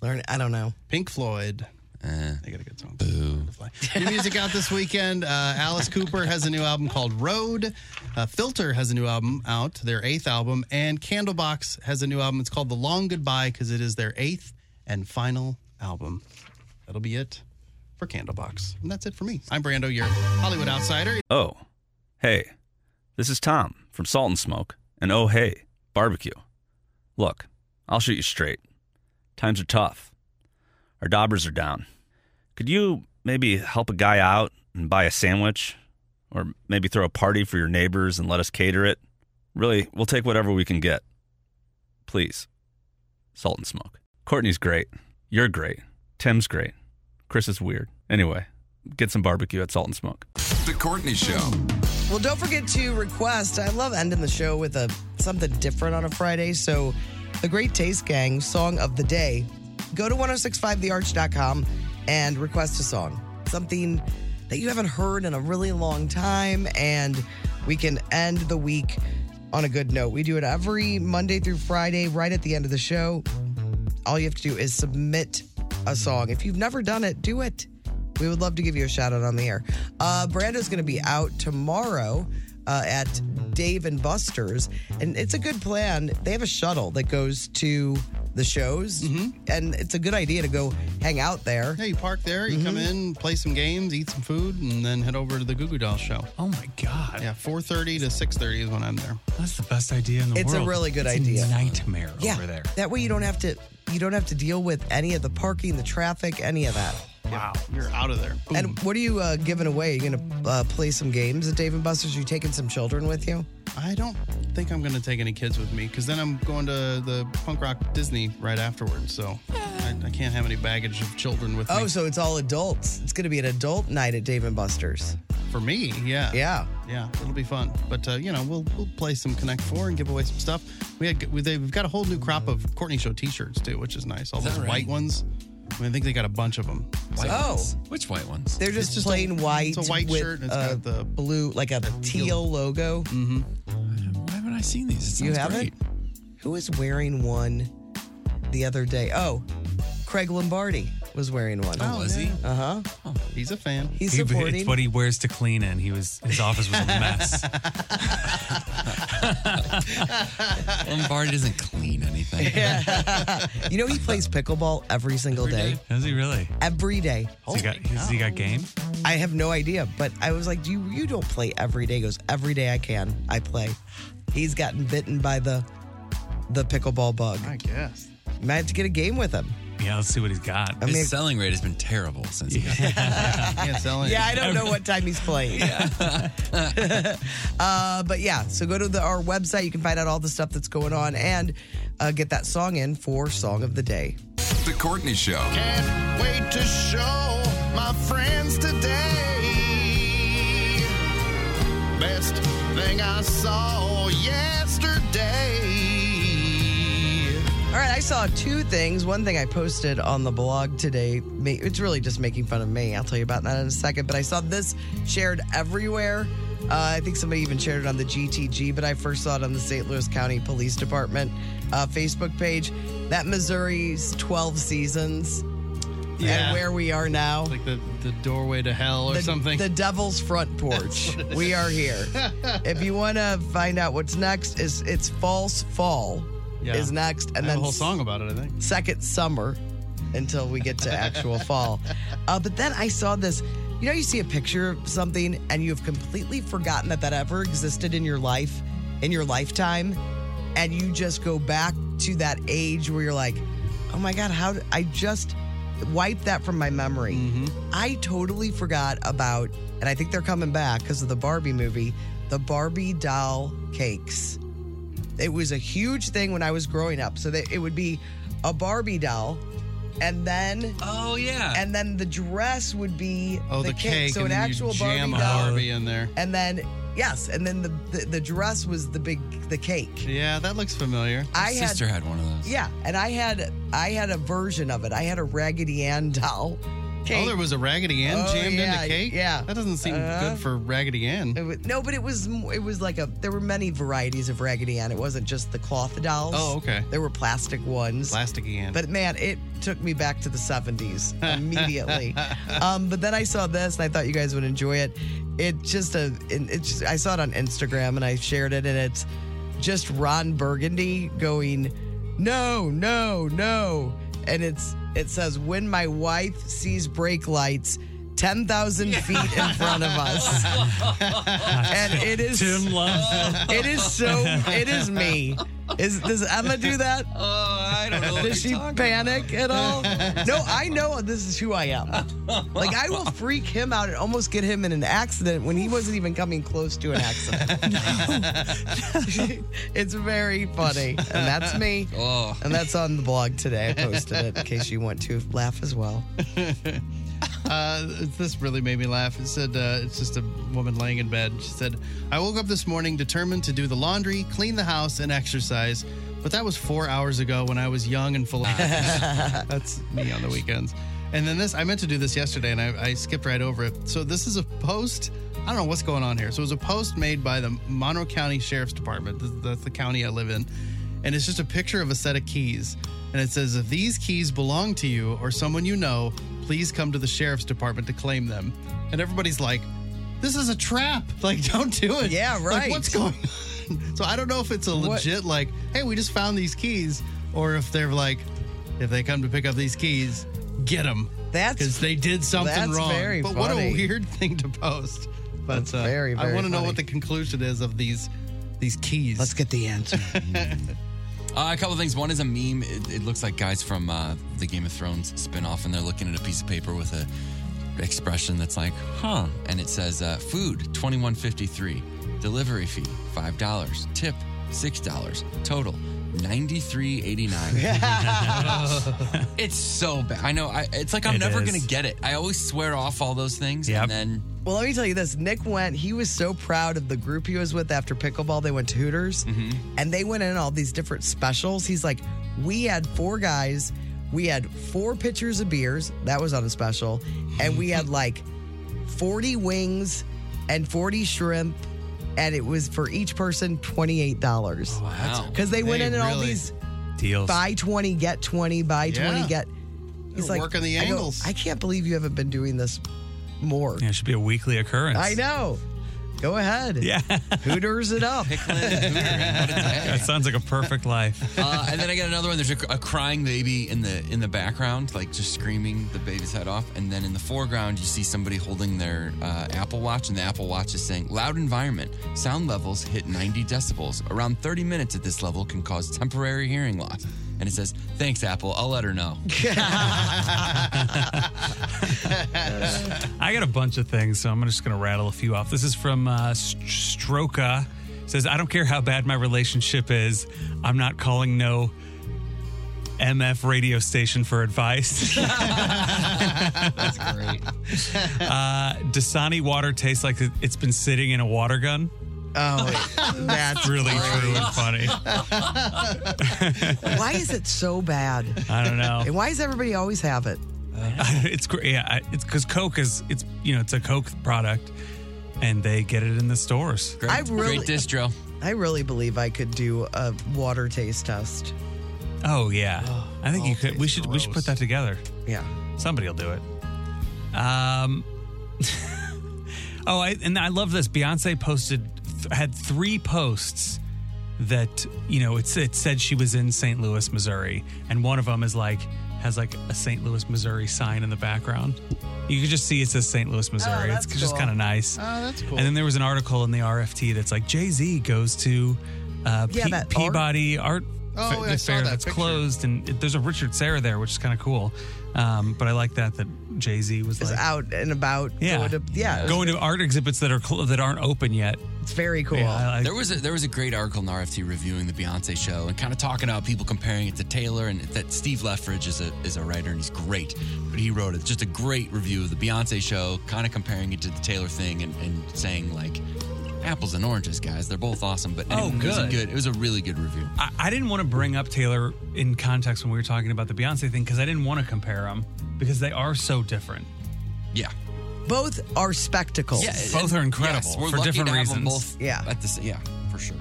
C: Learn. I don't know. Eh.
F: Pink Floyd.
E: Uh,
F: They got a good song. New music out this weekend. Uh, Alice Cooper has a new album called Road. Uh, Filter has a new album out, their eighth album. And Candlebox has a new album. It's called The Long Goodbye because it is their eighth and final album. That'll be it for Candlebox. And that's it for me. I'm Brando, your Hollywood outsider.
A: Oh, hey, this is Tom from Salt and Smoke, and oh, hey, barbecue. Look, I'll shoot you straight. Times are tough. Our daubers are down. Could you maybe help a guy out and buy a sandwich? Or maybe throw a party for your neighbors and let us cater it? Really, we'll take whatever we can get. Please. Salt and Smoke. Courtney's great. You're great. Tim's great. Chris is weird. Anyway, get some barbecue at Salt and Smoke.
H: The Courtney Show.
C: Well, don't forget to request. I love ending the show with a something different on a Friday. So, the Great Taste Gang song of the day. Go to 1065thearch.com and request a song. Something that you haven't heard in a really long time and we can end the week on a good note. We do it every Monday through Friday right at the end of the show. All you have to do is submit a song. If you've never done it, do it. We would love to give you a shout out on the air. Uh, Brando's going to be out tomorrow uh, at Dave and Buster's, and it's a good plan. They have a shuttle that goes to the shows, and it's a good idea to go hang out there.
F: Mm-hmm.
C: Mm-hmm.
F: Yeah, you park there, you come in, play some games, eat some food, and then head over to the Goo Goo Dolls show.
D: Oh my god,
F: Yeah, 4.30 to 6.30 is when I'm there.
D: that's the best idea in the
C: It's a
D: world.
C: really good
D: It's
C: idea.
D: nightmare
C: yeah,
D: over there.
C: that way you don't have to you don't have to deal with any of the parking, the traffic, any of that.
F: Wow. You're out of there. Boom.
C: And what are you uh, giving away? Are you going to uh, play some games at Dave and Buster's? Are you taking some children with you?
F: I don't think I'm going to take any kids with me because then I'm going to the punk rock Disney right afterwards. So I, I can't have any baggage of children with
C: Eh. Oh,
F: me.
C: so it's all adults. It's going to be an adult night at Dave and Buster's.
F: For me, yeah.
C: Yeah.
F: Yeah, it'll be fun. But, uh, you know, we'll we'll play some Connect Four and give away some stuff. We had, we, they've got a whole new crop of Courtney Show t shirts, too, which is nice. All those white ones. I, mean, I think they got a bunch of them.
E: White
C: Oh.
E: ones. Which white ones?
C: They're just,
F: just
C: plain
F: a-
C: white.
F: it's a white
C: with
F: shirt and it's
C: a
F: got the- Mm-hmm.
C: blue, like a teal logo.
E: Why haven't I seen these? It sounds
C: You have
E: great.
C: it? Who was wearing one the other day? Oh, Craig Lombardi was wearing one.
E: Oh, was he?
C: Uh huh.
F: Oh, He's a fan.
C: He's
D: He-
C: supporting.
D: it's what he [LAUGHS]
C: [LAUGHS]
D: wears to clean in. He was his office was a mess.
E: [LAUGHS] Lombardi doesn't clean anything.
C: [LAUGHS] you know, he plays pickleball every single day.
D: Does he really?
C: Every day.
D: Has he got, has he got game?
C: I have no idea, but I was like, "You you don't play every day." He goes every day I can. I play. He's gotten bitten by the the pickleball bug.
F: I guess.
C: Might have to get a game with him.
D: Yeah, let's see what he's got.
C: I
E: His
C: mean,
E: selling rate has been terrible since
C: [LAUGHS]
E: he got
F: Can't sell anything.
C: yeah, I don't know what time
F: [LAUGHS]
C: he's playing. [LAUGHS] uh, but yeah, so go to the, our website. You can find out all the stuff that's going on and uh, get that song in for song of the day.
H: The Courtney Show.
B: Can't wait to show my friends today. Best thing I saw yesterday.
C: All right, I saw two things. One thing I posted on the blog today, ma- it's really just making fun of me. I'll tell you about that in a second. But I saw this shared everywhere. Uh, I think somebody even shared it on the GTG, but I first saw it on the St. Louis County Police Department uh, Facebook page. That Missouri's 12 seasons
F: Yeah.
C: and where we are now.
F: like the, the doorway to hell or
C: the,
F: something.
C: the
F: [LAUGHS]
C: devil's front porch. we are here. if you want to find out what's next, is it's False Fall
F: Yeah.
C: is next,
F: I have
C: and then
F: a whole song about it, I think.
C: second summer until we get
F: [LAUGHS]
C: to actual fall. Uh, but then I saw this. You know, you see a picture of something and you have completely forgotten that that ever existed in your life, in your lifetime, and you just go back to that age where you're like, "Oh my god, how did I just wiped that from my memory?" I totally forgot about, and I think they're coming back because of the Barbie movie, the Barbie doll cakes. It was a huge thing when I was growing up. So that it would be a Barbie doll, and then
D: Oh yeah.
C: and then the dress would be
F: Oh, the, cake.
C: So
F: and
C: an
F: then you
C: actual
F: jam
C: Barbie
F: a
C: doll,
F: Barbie in there.
C: and then yes, and then the, the the dress was the big the cake.
F: Yeah, that looks familiar.
C: I
E: My
C: had
E: sister had one of those.
C: yeah, and I had I had a version of it. I had a Raggedy Ann doll.
F: Oh, there was a Raggedy Ann
C: Oh,
F: jammed
C: yeah,
F: into cake?
C: yeah.
F: That doesn't seem
C: Uh-huh.
F: good for Raggedy Ann.
C: It was- no, but it was m- it was like a there were many varieties of Raggedy Ann. It wasn't just the cloth dolls.
F: Oh, okay.
C: There were plastic ones.
F: Plasticky Ann.
C: But man, it took me back to
F: [LAUGHS]
C: the 70s immediately. um, but then I saw this and I thought you guys would enjoy it. It just a it- it's I saw it on Instagram and I shared it and it's just Ron Burgundy going no, no, no. And it's it says when my wife sees brake lights 10,000 feet in front of us. and it is
D: Tim Love.
C: it is so it is me. Is does Emma do that?
E: Oh, I don't know. what
C: Does she
E: you're talking
C: panic
E: [LAUGHS]
C: at all? No, I know this is who I am. Like I will freak him out and almost get him in an accident when he wasn't even coming close to an
E: [LAUGHS]
C: accident. it's very funny, and that's [LAUGHS] me.
E: about. Oh,
C: And that's on the blog today. I posted it in case you want to laugh
E: [LAUGHS]
C: as well.
F: Uh, this really made me laugh. It said, uh, it's just a woman laying in bed. She said, I woke up this morning determined to do the laundry, clean the house, and exercise. But that was four hours ago when I was young and full of That's me on the weekends. And then this, I meant to do this yesterday and I, I skipped right over it. So this is a post. I don't know what's going on here. So it was a post made by the Monroe County Sheriff's Department. Th- That's the county I live in. And it's just a picture of a set of keys. And it says, if these keys belong to you or someone you know, please come to the Sheriff's Department to claim them. And everybody's like, this is a trap. [LAUGHS] Like, don't do it.
C: Yeah,
F: Like,
C: right.
F: what's going on? [LAUGHS] So I don't know if it's a legit, like, hey, we just found these keys, or if they're like, if they come to pick up these keys, get them
C: That's
F: because they did something
C: that's
F: wrong.
C: very
F: but what a
C: funny.
F: weird [LAUGHS] thing to post. But uh,
C: That's very,
F: I
C: very
F: want to know
C: funny.
F: what the conclusion is of these these keys.
C: let's get the answer.
E: Uh, a couple of things. One is a meme. It, it looks like guys from uh, the Game of Thrones spinoff, and they're looking at a piece of paper with a expression that's like, "Huh," and it says, uh, "Food twenty one fifty three, delivery fee five dollars, tip six dollars, total ninety three eighty nine.
C: [LAUGHS]
E: [LAUGHS] It's so bad. I know. I, it's like I'm
D: It
E: never
D: is.
E: gonna get it. I always swear off all those things,
D: Yep.
E: and then
C: Well, let me tell you this. Nick went, he was so proud of the group he was with after pickleball. They went to Hooters
F: Mm-hmm.
C: and they went in all these different specials. He's like, we had four guys, we had four pitchers of beers. That was on a special. And
F: [LAUGHS]
C: we had like 40 wings and 40 shrimp. And it was for each person $28.
E: wow.
C: Because they went
F: Oh, They
C: in and all
F: really-
C: these
D: Deals.
C: buy 20, get 20, buy 20,
F: Yeah.
C: get.
F: They're working the
C: I go,
F: angles.
C: I can't believe you haven't been doing this more.
D: Yeah, it should be a weekly occurrence. [LAUGHS]
C: I know. Go ahead.
D: Yeah,
C: Hooters it up.
D: that sounds like a perfect
C: [LAUGHS]
E: [LAUGHS]
D: life.
E: uh, and then I got another one. There's a, a crying baby in the in the background, like just screaming the baby's head off. And then in the foreground, you see somebody holding their uh, Apple Watch, and the Apple Watch is saying, "Loud environment. Sound levels hit 90 decibels. Around 30 minutes at this level can cause temporary hearing loss." And it says, "Thanks, Apple. I'll let her know."
D: I got a bunch of things, so I'm just going to rattle a few off. This is from uh, St- Stroka. It says, I don't care how bad my relationship is, I'm not calling no MF radio station for [LAUGHS] advice.
F: That's great.
D: uh, Dasani water tastes like it- it's been sitting in a water gun. [LAUGHS]
C: Oh, [LAUGHS] that's
D: Really true and funny.
C: Why is it so bad?
D: I don't know.
C: And why does everybody always have it?
D: [LAUGHS] it's great. Yeah, I- it's because Coke is it's you know it's a Coke product, and they get it in the stores.
E: Great,
C: I really-
E: great distro.
C: I really believe I could do a water taste test.
D: Oh yeah, I think you could. We
F: tastes
D: should we should
F: gross.
D: put that together.
C: Yeah.
D: Somebody will do it. Um, [LAUGHS] oh, I, and I love this. Beyonce posted th- had three posts that you know it's it said she was in St. Louis, Missouri, and one of them is like has like a St. Louis, Missouri sign in the background. You can just see it says St. Louis, Missouri. it's
C: that's
D: just
C: cool.
D: kind of nice.
F: Oh, that's cool.
D: And then there was an article in the RFT that's like Jay Z goes to uh,
C: Yeah,
D: Pe-
C: that art-
D: Peabody Art,
F: Oh,
D: Fa-
F: yeah, I
D: the
F: saw
D: Fair
F: that
D: that's
F: picture.
D: closed, and it, there's a Richard Serra there, which is kind of cool. Um, but I like that that Jay Z was
C: Is
D: like
C: out and about.
D: yeah
C: Going to, yeah.
D: going to art exhibits that are cl- that aren't open yet.
C: it's very cool.
D: Yeah, I- I-
E: There was a, there was a great article in the RFT reviewing the Beyonce show and kind of talking about people comparing it to Taylor and that Steve Leffridge is a is a writer and he's great, but he wrote it just a great review of the Beyonce show, kind of comparing it to the Taylor thing and, and saying like apples and oranges, guys. They're both awesome, but
D: Oh,
E: it was a
D: good.
E: good. It was a really good review.
D: I, I didn't want to bring up Taylor in context when we were talking about the Beyonce thing because I didn't want to compare them because they are so different.
E: Yeah,
C: Both are spectacles.
D: Both are incredible
E: Yes, we're
D: for
E: lucky
D: different
E: to have
D: reasons.
E: Them both
C: Yeah.
E: at the s- yeah for sure.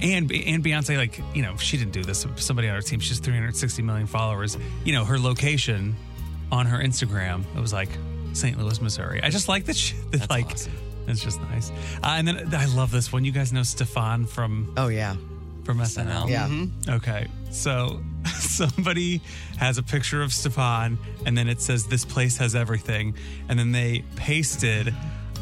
D: and and Beyonce, like you know, she didn't do this. Somebody on her team, she's 360 million followers. You know, her location on her Instagram, it was like St. Louis, Missouri. I just like that. She, [LAUGHS] that
E: That's
D: like,
E: awesome.
D: it's just nice. Uh, and then I love this one. You guys know Stefan from
C: Oh, yeah.
D: from SNL.
C: Yeah.
E: Mm-hmm.
D: Okay, so [LAUGHS] somebody has a picture of Stefan, and then it says this place has everything, and then they pasted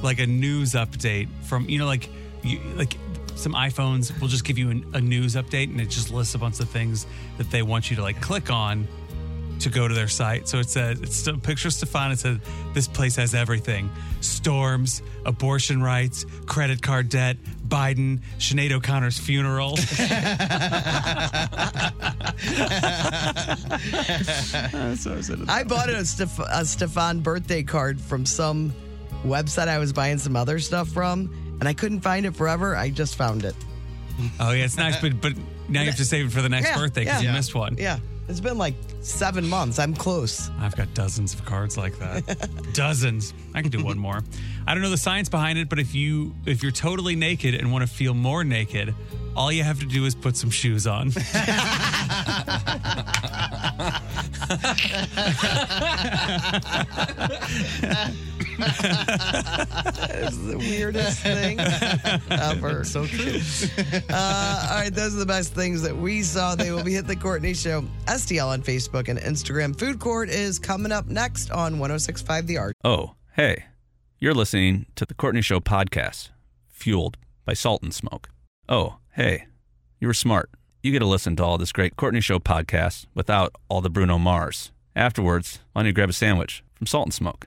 D: like a news update from you know like you, like some iPhones will just give you an, a news update, and it just lists a bunch of things that they want you to like click on to go to their site. So it says it's a picture of Stefan. It says this place has everything: storms, abortion rights, credit card debt, Biden, Sinead O'Connor's funeral.
C: I bought a, Steph- a Stefan birthday card from some website I was buying some other stuff from, and I couldn't find it forever. I just found it.
D: Oh yeah, it's nice, but but now you have to save it for the next
C: Yeah,
D: birthday because
C: yeah.
D: you
C: Yeah.
D: missed one.
C: Yeah. It's been like seven months. I'm close.
D: I've got dozens of cards like that. [LAUGHS] dozens. I can do one more. I don't know the science behind it, but if you if you're totally naked and want to feel more naked, all you have to do is put some shoes on.
C: [LAUGHS]
D: [LAUGHS]
C: It's the weirdest thing ever. So true. Uh, all right, those are the best things that we saw. They will be hit the Courtney Show, STL on Facebook and Instagram. Food Court is coming up next on 1065 The Art.
A: Oh, hey, you're listening to the Courtney Show podcast, fueled by Salt and Smoke. Oh, hey, you were smart. You get to listen to all this great Courtney Show podcast without all the Bruno Mars. Afterwards, why don't you grab a sandwich from Salt and Smoke?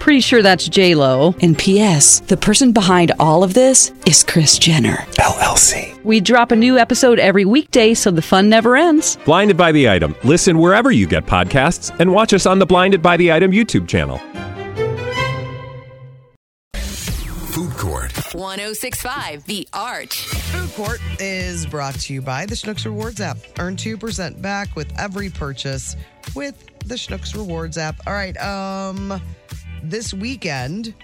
I: Pretty sure that's J Lo. And P.S. The person behind all of this is Chris Jenner LLC. We drop a new episode every weekday, so the fun never ends.
J: Blinded by the item. Listen wherever you get podcasts, and watch us on the Blinded by the Item YouTube channel.
H: Food Court.
K: 1065 The Arch.
C: Food Court is brought to you by the Schnucks Rewards app. Earn 2% back with every purchase with the Schnucks Rewards app. All right, um, this weekend,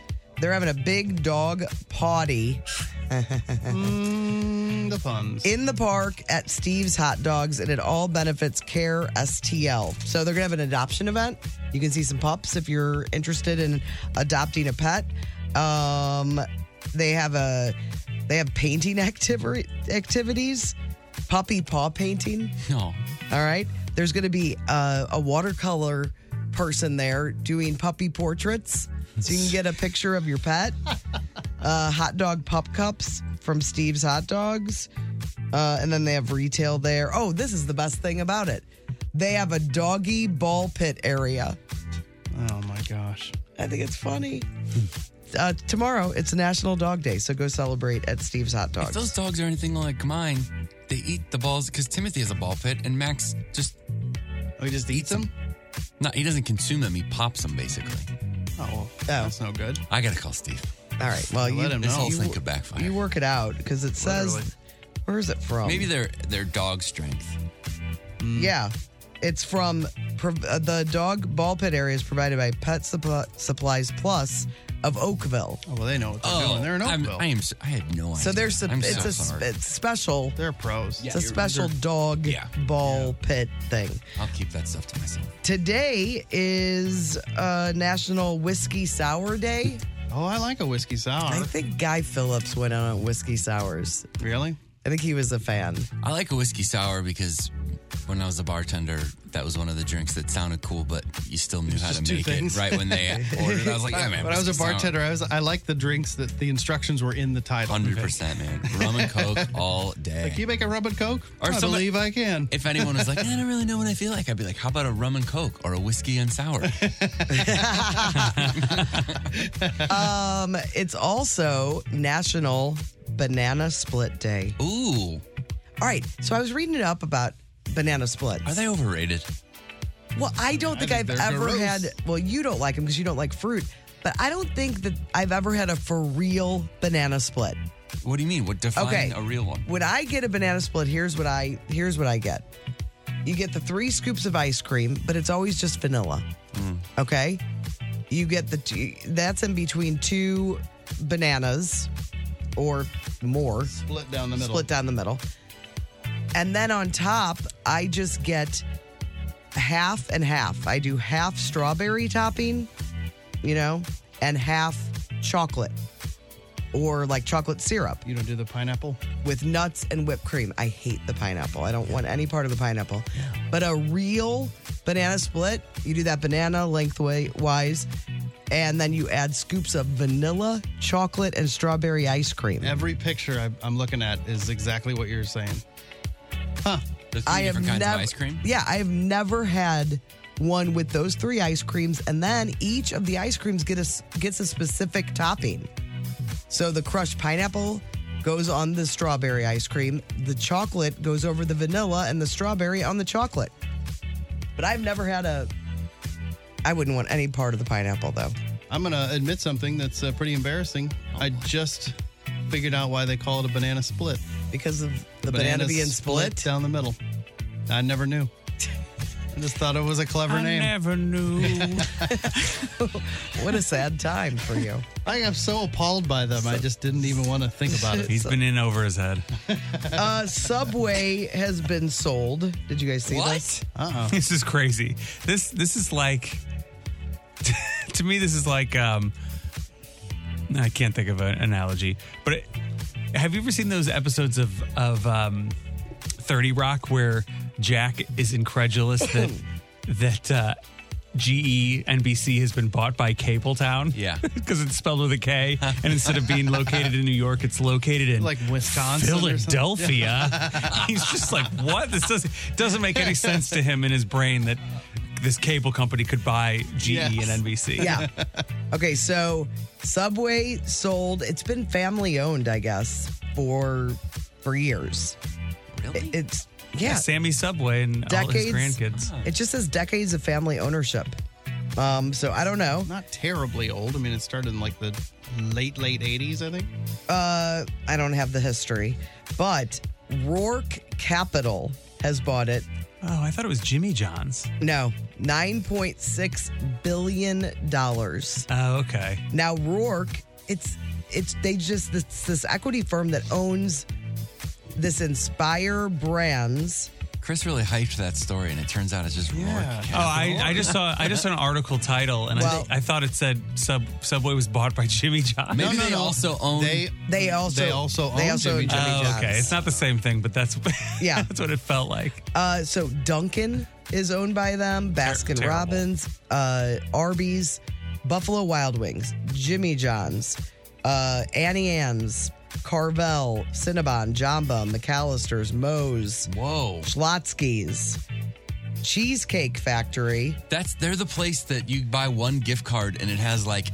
C: they're having a big dog potty
F: Mm, the puns.
C: in the park at Steve's Hot Dogs, and it all benefits Care STL. So they're gonna have an adoption event. You can see some pups if you're interested in adopting a pet. Um, they have a they have painting activity activities, puppy paw painting.
E: No,
C: All right, there's gonna be a, a watercolor person there doing puppy portraits, so you can get a picture of
F: [LAUGHS]
C: your pet. Uh, hot dog pup cups from Steve's Hot Dogs. Uh, and then they have retail there. Oh, this is the best thing about it. They have a doggy ball pit area.
D: oh my gosh.
C: I think it's funny. Uh, tomorrow, it's National Dog Day, so go celebrate at Steve's Hot
E: if those
C: Dogs.
E: dogs are anything like mine, they eat the balls because Timothy has a ball pit and Max just
F: Oh, he just eats them?
E: not he doesn't consume them. He pops them basically.
F: Oh, well, that's no good.
E: I gotta call Steve.
C: All right. Well, you,
F: Let him
E: This
F: know.
E: whole thing could backfire.
C: you work it out because it says,
F: Literally.
C: where is it from?
F: mm.
E: Maybe their their dog strength.
C: Yeah. It's from prov- uh, the dog ball pit area is provided by Pet Supp- Supplies Plus of Oakville.
F: Oh, well, they know what they're doing. They're in
E: I'm-
F: Oakville.
E: I am. s- I had no idea.
C: So there's a,
E: I'm
C: it's
E: so
C: a
E: sorry.
C: it's special.
F: They're pros.
C: it's a special dog ball pit thing.
E: I'll keep that stuff to myself.
C: Today is uh, National Whiskey Sour Day.
F: Oh, I like a whiskey sour.
C: I think Guy Phillips went out on whiskey sours.
F: Really?
C: I think he was a fan.
E: I like a whiskey sour because when I was a bartender, that was one of the drinks that sounded cool, but you still knew how to
F: Just two
E: make
F: things.
E: it right
F: [LAUGHS]
E: when they
C: [LAUGHS]
E: ordered. I was like, yeah, man.
F: When I was a bartender, I was I like the drinks that the instructions were in the title.
E: hundred percent, man. Rum and coke all day.
F: Like, can you make a rum and coke? I
E: somebody-
F: believe I can.
E: If anyone was
F: [LAUGHS]
E: like, I don't really know what I feel like, I'd be like, how about a rum and coke or a whiskey and sour?
F: [LAUGHS]
E: [LAUGHS]
C: Um, it's also National Banana Split Day.
E: Ooh.
C: All right. So I was reading it up about banana splits.
E: Are they overrated?
C: Well, I don't think I've
E: they're
C: ever
E: gross.
C: had. Well, you don't like them because you don't like fruit, but I don't think that I've ever had a for real banana split.
E: What do you mean? What define
C: Okay.
E: a real one?
C: When I get a banana split, here's what I here's what I get. You get the three scoops of ice cream, but it's always just vanilla.
F: Mm.
C: Okay, you get the t- that's in between two bananas or more
F: split down the middle.
C: Split down the middle, and then on top, I just get half and half. I do half strawberry topping, you know, and half chocolate or like chocolate syrup.
F: You don't do the pineapple?
C: With nuts and whipped cream. I hate the pineapple. I don't want any part of the pineapple. But a real banana split, you do that banana lengthwise, and then you add scoops of vanilla, chocolate, and strawberry ice cream.
F: Every picture I, I'm looking at is exactly what you're saying. Huh?
E: There's
C: I have never, Yeah, I have never had one with those three ice creams, and then each of the ice creams get a s gets a specific topping. So the crushed pineapple goes on the strawberry ice cream, the chocolate goes over the vanilla, and the strawberry on the chocolate. But I've never had a. I wouldn't want any part of the pineapple though.
F: I'm gonna admit something that's uh, pretty embarrassing. I just figured out why they call it a banana split
C: because of the banana being split?
F: down the middle. I never
C: [LAUGHS]
F: knew. I just thought it was a clever
C: I
F: name.
D: never knew.
C: What a sad time for you.
F: I am so appalled by them. I just didn't even want to think about
C: [LAUGHS]
F: it.
D: He's been in over his head.
C: Uh, Subway has been sold. Did you guys see this?
D: [LAUGHS]
C: [LAUGHS]
D: This is crazy. This this is like [LAUGHS] to me this is like um I can't think of an analogy. But it, have you ever seen those episodes of of um 30 Rock where Jack is incredulous
F: [LAUGHS]
D: that that uh E GE NBC has been bought by Cable Town. [LAUGHS]
E: Yeah.
D: Because it's spelled with a K. And instead of being located in New York, it's located in
F: Like Wisconsin or something? [LAUGHS]
D: Philadelphia.
F: Yeah.
D: He's just like, what? This doesn't doesn't make any sense to him in his brain that this cable company could buy GE and NBC. [LAUGHS]
C: [LAUGHS] Yeah. Okay, so Subway sold. It's been family owned, I guess, for for years. Really? it's yeah.
D: Sammy Subway and all his grandkids.
C: It just says decades of family ownership. Um, so I don't know.
F: Not terribly old. I mean, it started in like the late late '80s, I think.
C: Uh, I don't have the history, but Rourke Capital has bought it.
D: Oh, I thought it was Jimmy John's.
C: No, nine point six billion dollars.
D: Oh, okay.
C: Now Rourke, it's it's they just it's this equity firm that owns this Inspire Brands.
E: Chris really hyped that story, and it turns out it's just Rourke.
D: Oh, I, I just saw I just saw an article title, and
E: Well-
D: I, I thought it said Sub, Subway was bought by Jimmy John's.
E: Maybe they also own.
C: They also they also own Jimmy
D: Oh,
C: John's.
D: okay, it's not the same thing, but that's [LAUGHS]
C: Yeah.
D: that's what it felt like.
C: Uh, so Duncan is owned by them, Baskin
D: terrible.
C: Robbins, uh, Arby's, Buffalo Wild Wings, Jimmy John's, uh, Annie Ann's, Carvel, Cinnabon, Jamba, McAllister's, Moe's,
E: Whoa,
C: Schlotsky's, Cheesecake Factory.
E: That's they're the place that you buy one gift card and it has like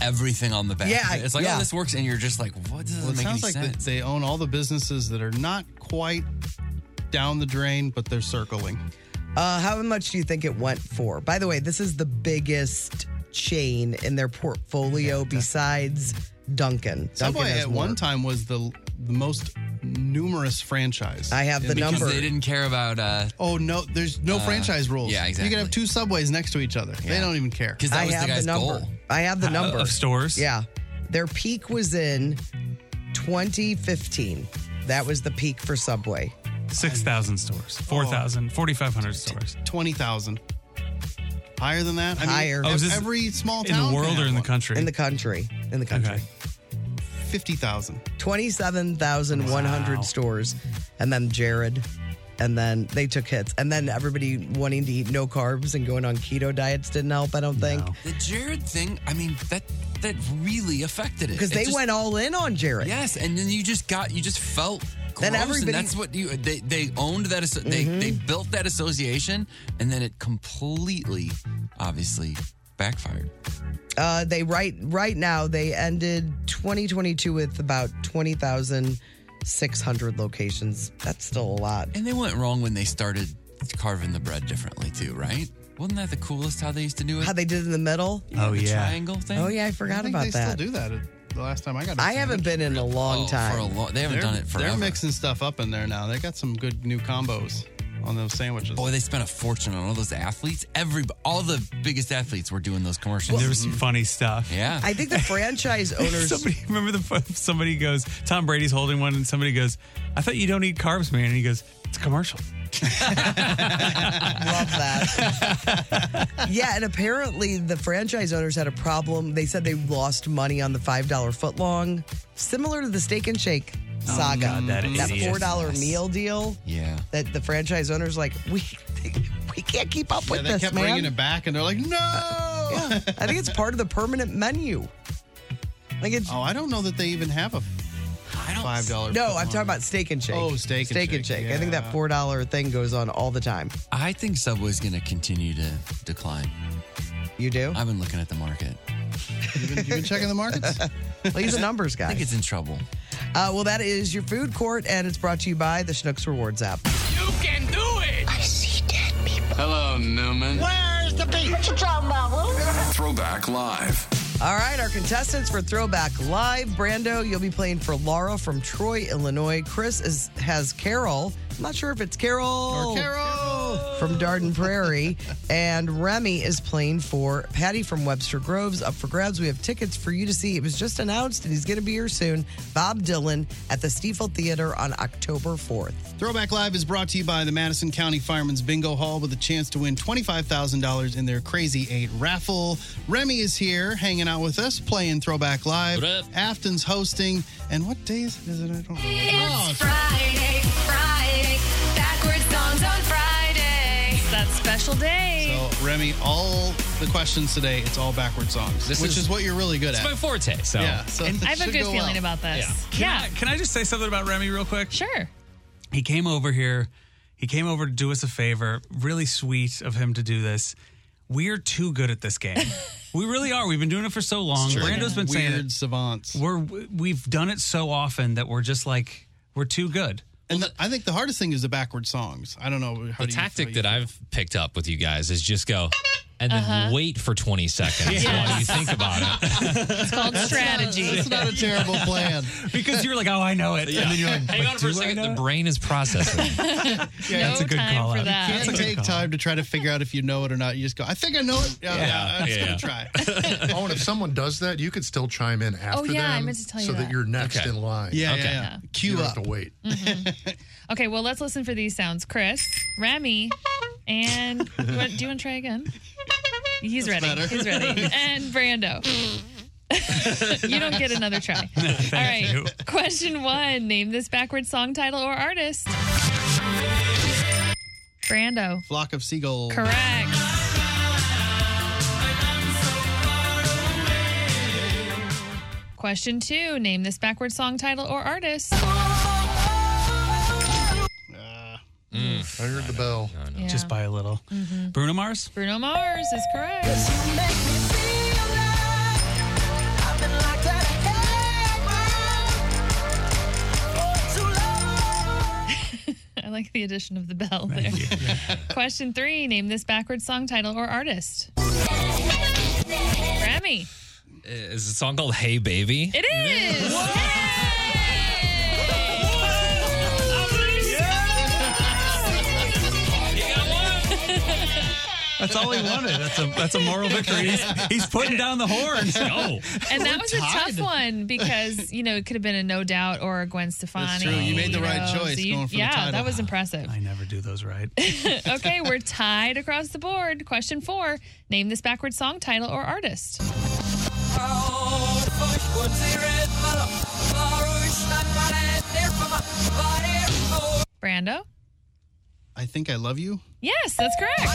E: everything on the back.
F: Yeah,
E: it's like
F: yeah.
E: oh this works, and you're just like what does
F: Well, it
E: make
F: sounds like
E: any sense?
F: that they own all the businesses that are not quite down the drain, but they're circling.
C: Uh, how much do you think it went for? By the way, this is the biggest chain in their portfolio besides Duncan.
F: Subway
C: has
F: at
C: more.
F: one time was the, the most numerous franchise.
C: I have the
E: because
C: number.
E: they didn't care about. Uh,
F: Oh no, there's no
E: Uh,
F: franchise rules.
E: yeah,
F: You can have two subways next to each other. They
E: Yeah.
F: don't even care.
E: 'Cause that
C: I
E: was the
C: have
E: guy's
C: number.
E: goal.
C: I
E: [LAUGHS]
C: have the
F: Uh,
C: number
F: of stores?
C: Yeah, their peak was in 2015. That was the peak for Subway.
D: 6,000 stores, 4,000, 4,500 stores.
F: 20,000. Higher than that? I mean,
C: Higher.
E: Oh,
F: ev- every small town. can have one.
C: In the country. In the country.
F: 50,000.
C: 27,100 stores. And then Jared. And then they took hits. And then everybody wanting to eat no carbs and going on keto diets didn't help, I don't think.
E: the Jared thing. I mean that that really affected it
C: Because
E: It
C: they
E: just-
C: went all in on Jared.
E: Yes, and then you just got you just felt. Gross,
C: Then everybody- Mm-hmm.
E: and that's what you they they owned that asso- they they built that association and then it completely obviously backfired.
C: Uh, they right right now they ended 2022 with about 20,600 locations. That's still a lot.
E: And they went wrong when they started carving the bread differently too, right? Wasn't that the coolest how they used to do it?
C: How they did it in the middle?
E: the triangle thing.
C: Oh yeah, I forgot
F: I think
C: about
F: they
C: that.
F: still do that. It- The last time I got a
C: I haven't been in a
E: Oh,
C: long time.
F: They're- They're mixing stuff up in there now. They got some good new combos on those sandwiches.
E: Boy, they spent a fortune on all those athletes. Every all the biggest athletes were doing those commercials.
D: And there was some funny stuff.
E: Yeah.
C: I think
E: [LAUGHS]
C: the franchise owners.
D: somebody [LAUGHS] remember the fu- somebody goes Tom Brady's holding one and somebody goes I thought you don't eat carbs man and he goes it's a commercial
C: Love that. yeah, and apparently the franchise owners had a problem. They said they lost money on the five dollar footlong, similar to the Steak and Shake saga.
E: Oh, God, that idiot.
C: four dollar meal deal
E: Yeah.
C: that the franchise owners like [LAUGHS] we we can't keep up
F: Yeah,
C: with
F: they
C: this,
F: kept
C: man.
F: bringing it back, and they're like, no.
C: Yeah, oh, I think it's part of the permanent menu. Like it's.
F: Oh, I don't know that they even have a five dollar.
C: No, I'm talking about steak and shake.
F: Oh, steak and
C: steak and
F: shake,
C: shake. I think that
F: yeah.
C: four dollar thing goes on all the time.
E: I think Subway's going to continue to decline.
C: You do?
E: I've been looking at the market.
F: You've been, you've been checking the markets.
C: [LAUGHS] Well, he's a numbers guy.
E: I think it's in trouble.
C: Uh, well, that is your food court, and it's brought to you by the Schnucks Rewards app.
L: You can do it! I see dead people.
H: Hello, Newman.
L: Where's the beach? What you talking about,
H: Throwback Live.
C: All right, our contestants for Throwback Live. Brando, you'll be playing for Laura from Troy, Illinois. Chris is, has Carol. I'm not sure if it's Carol
F: Or Carol.
C: from Darden Prairie. and Remy is playing for Patty from Webster Groves. Up for grabs. We have tickets for you to see. It was just announced, and he's going to be here soon. Bob Dylan at the Stiefel Theater on October 4th.
F: Throwback Live is brought to you by the Madison County Firemen's Bingo Hall with a chance to win $25,000 in their Crazy 8 raffle. Remy is here hanging out with us playing Throwback Live. Afton's hosting. And what day is, is it? I don't know.
M: Oh.
K: It's Friday, Friday. Backwards songs on Friday. That special day.
F: So, Remy, all the questions today, it's all backward songs,
D: This
F: which
D: is-
F: is, what you're really good
D: it's
F: at.
D: my forte, so-
F: Yeah, so
D: And
F: it
D: I have a
F: should
D: good
F: go
D: feeling
F: well.
D: about
K: this.
D: Can, I, can I just say something about Remy real quick? Sure. He came over here. He came over to do us a favor. Really sweet of him to do this. We're too good at
N: [LAUGHS]
D: this game. we really are. We've been doing it for so long.
F: It's true.
D: Brando's been
F: Weird
D: saying it.
F: savants.
D: We're we've done it so often that we're just like we're [LAUGHS] too good.
F: And the- I think the hardest thing is the backward songs. I don't know. How
N: the
F: do you-
N: tactic that I've picked up with you guys is just go and then
F: Uh-huh.
N: wait for 20 seconds while you think about it.
L: It's called strategy.
F: That's not a terrible plan.
D: because you're like, oh, I know it,
N: Yeah.
D: and then you're like,
N: hang on for a second. The brain is processing.
F: Yeah,
L: no time for that.
F: You can't take time to try to figure out if you know it or not. You just go, I think I know it. Yeah,
O: Yeah.
F: yeah, I'm just
O: Yeah.
F: gonna [LAUGHS] try.
O: oh, and if someone does
F: [LAUGHS]
O: that, you could still chime in after
L: Oh, yeah, I
O: them
L: meant to tell you
O: so that,
L: that.
O: you're next
F: Okay.
O: in line.
F: Yeah, Okay. yeah, yeah.
O: Queue up. Have to wait.
L: Okay, well, let's listen for these sounds. Chris, Remy,
F: [LAUGHS]
L: and you want- do you want to try again? He's
K: That's
L: ready.
K: better.
L: He's
F: [LAUGHS]
D: [LAUGHS]
L: ready. And Brando. you don't get another try. All right. Question one Name this backwards song title or artist. Brando.
F: Flock of seagulls.
L: Correct. Question two Name this backwards song title or artist.
O: I heard the bell.
L: know.
D: Just by a little. Bruno Mars.
L: Mm-hmm. Bruno Mars is correct. [LAUGHS] I like the addition of the bell there. [LAUGHS] Question three Name this backwards song title or artist. Grammy.
N: Is a song called Hey Baby?
L: It is. Yay!
D: That's all he wanted. That's a that's a moral victory. He's, he's putting down the horn.
L: Oh. And that was a tough one because, you know, it could have been a no doubt or a Gwen Stefani.
F: That's true. You made the right
L: know,
F: choice
L: so you-
F: going for the
L: yeah,
F: title.
L: that was impressive.
D: I never do those right.
L: [LAUGHS] okay, we're tied across the board. Question four Name this backward song title or artist. Brando?
F: I think I love you.
L: Yes, that's correct.
F: Is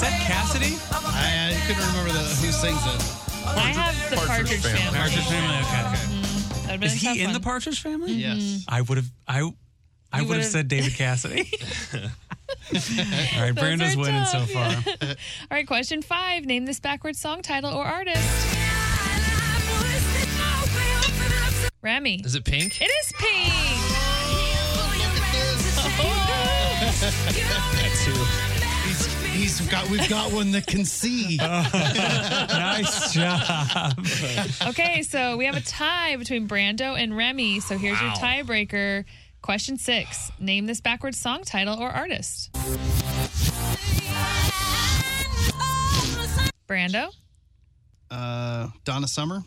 F: that Cassidy? I, I couldn't remember the, who sings it.
L: I have the Partridge, [LAUGHS] family.
D: Partridge family. Okay.
L: That would've been
D: Is
L: a tough
D: he in
L: one. Mm-hmm.
D: the Partridge family?
F: Yes.
D: I would have. I I
L: You
D: would have
L: would've-
D: said David
L: [LAUGHS]
D: Cassidy. All right,
L: Those
D: Brando's
L: are
D: winning so
L: tough,
D: far.
L: yeah. [LAUGHS] All right, question five. Name this backward song title or artist. Remy.
N: Is it pink?
L: It is pink.
F: He's got. We've got one that can [LAUGHS] see. Uh-huh.
D: nice job.
L: Okay, so we have a tie between Brando and Remy. So here's your
F: Wow.
L: tiebreaker. Question six. Name this backward song title or artist. Brando.
F: Uh, Donna Summer.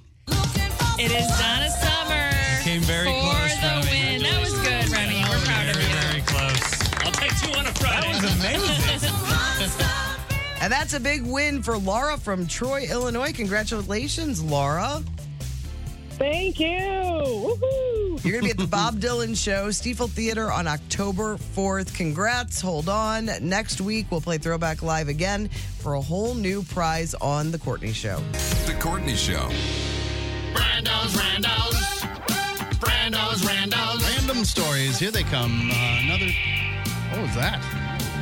L: It is Donna Summer.
F: came very
L: for
F: close,
L: the
F: Remy.
L: win. That was good, Remy. We're proud of you.
D: Very close.
N: I'll take two on a Friday.
C: And that's a big win for Laura from Troy, Illinois. Congratulations, Laura. Thank you. Woohoo. You're going to be at [LAUGHS] the Bob Dylan show, Stiefel Theater on October 4th. Congrats. Hold on. Next week, we'll play Throwback Live again for a whole new prize on The Courtney Show.
H: The Courtney Show.
F: Brando's Randos. Brando's Randos. Random stories. Here they come. Uh, another. What was that?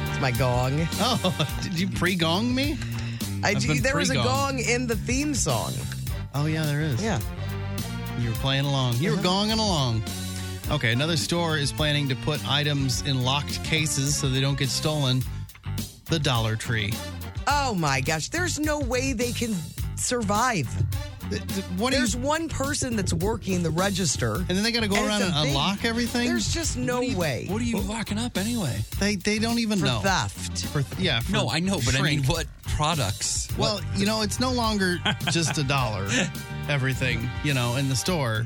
C: It's my gong.
F: Oh, [LAUGHS] did you pre gong me?
C: I,
F: I've
C: do-
F: been
C: there was a
F: pre-gong.
C: gong in the theme song.
F: Oh, yeah, there is.
C: Yeah.
F: You were playing along. You were
C: Uh-huh.
F: gonging along. Okay, another store is planning to put items in locked cases so they don't get stolen. The Dollar Tree.
C: Oh my gosh, there's no way they can survive. there's one person that's working the register, and
F: then they got to go around and unlock everything?
C: There's just no way.
E: What are you locking up anyway?
F: They they don't even
C: For
F: know.
C: theft.
F: For th- yeah. for
E: no, I know, but I mean,
F: shrink.
E: what products?
F: Well, you know, it's no longer just a dollar, everything, you know, in the store.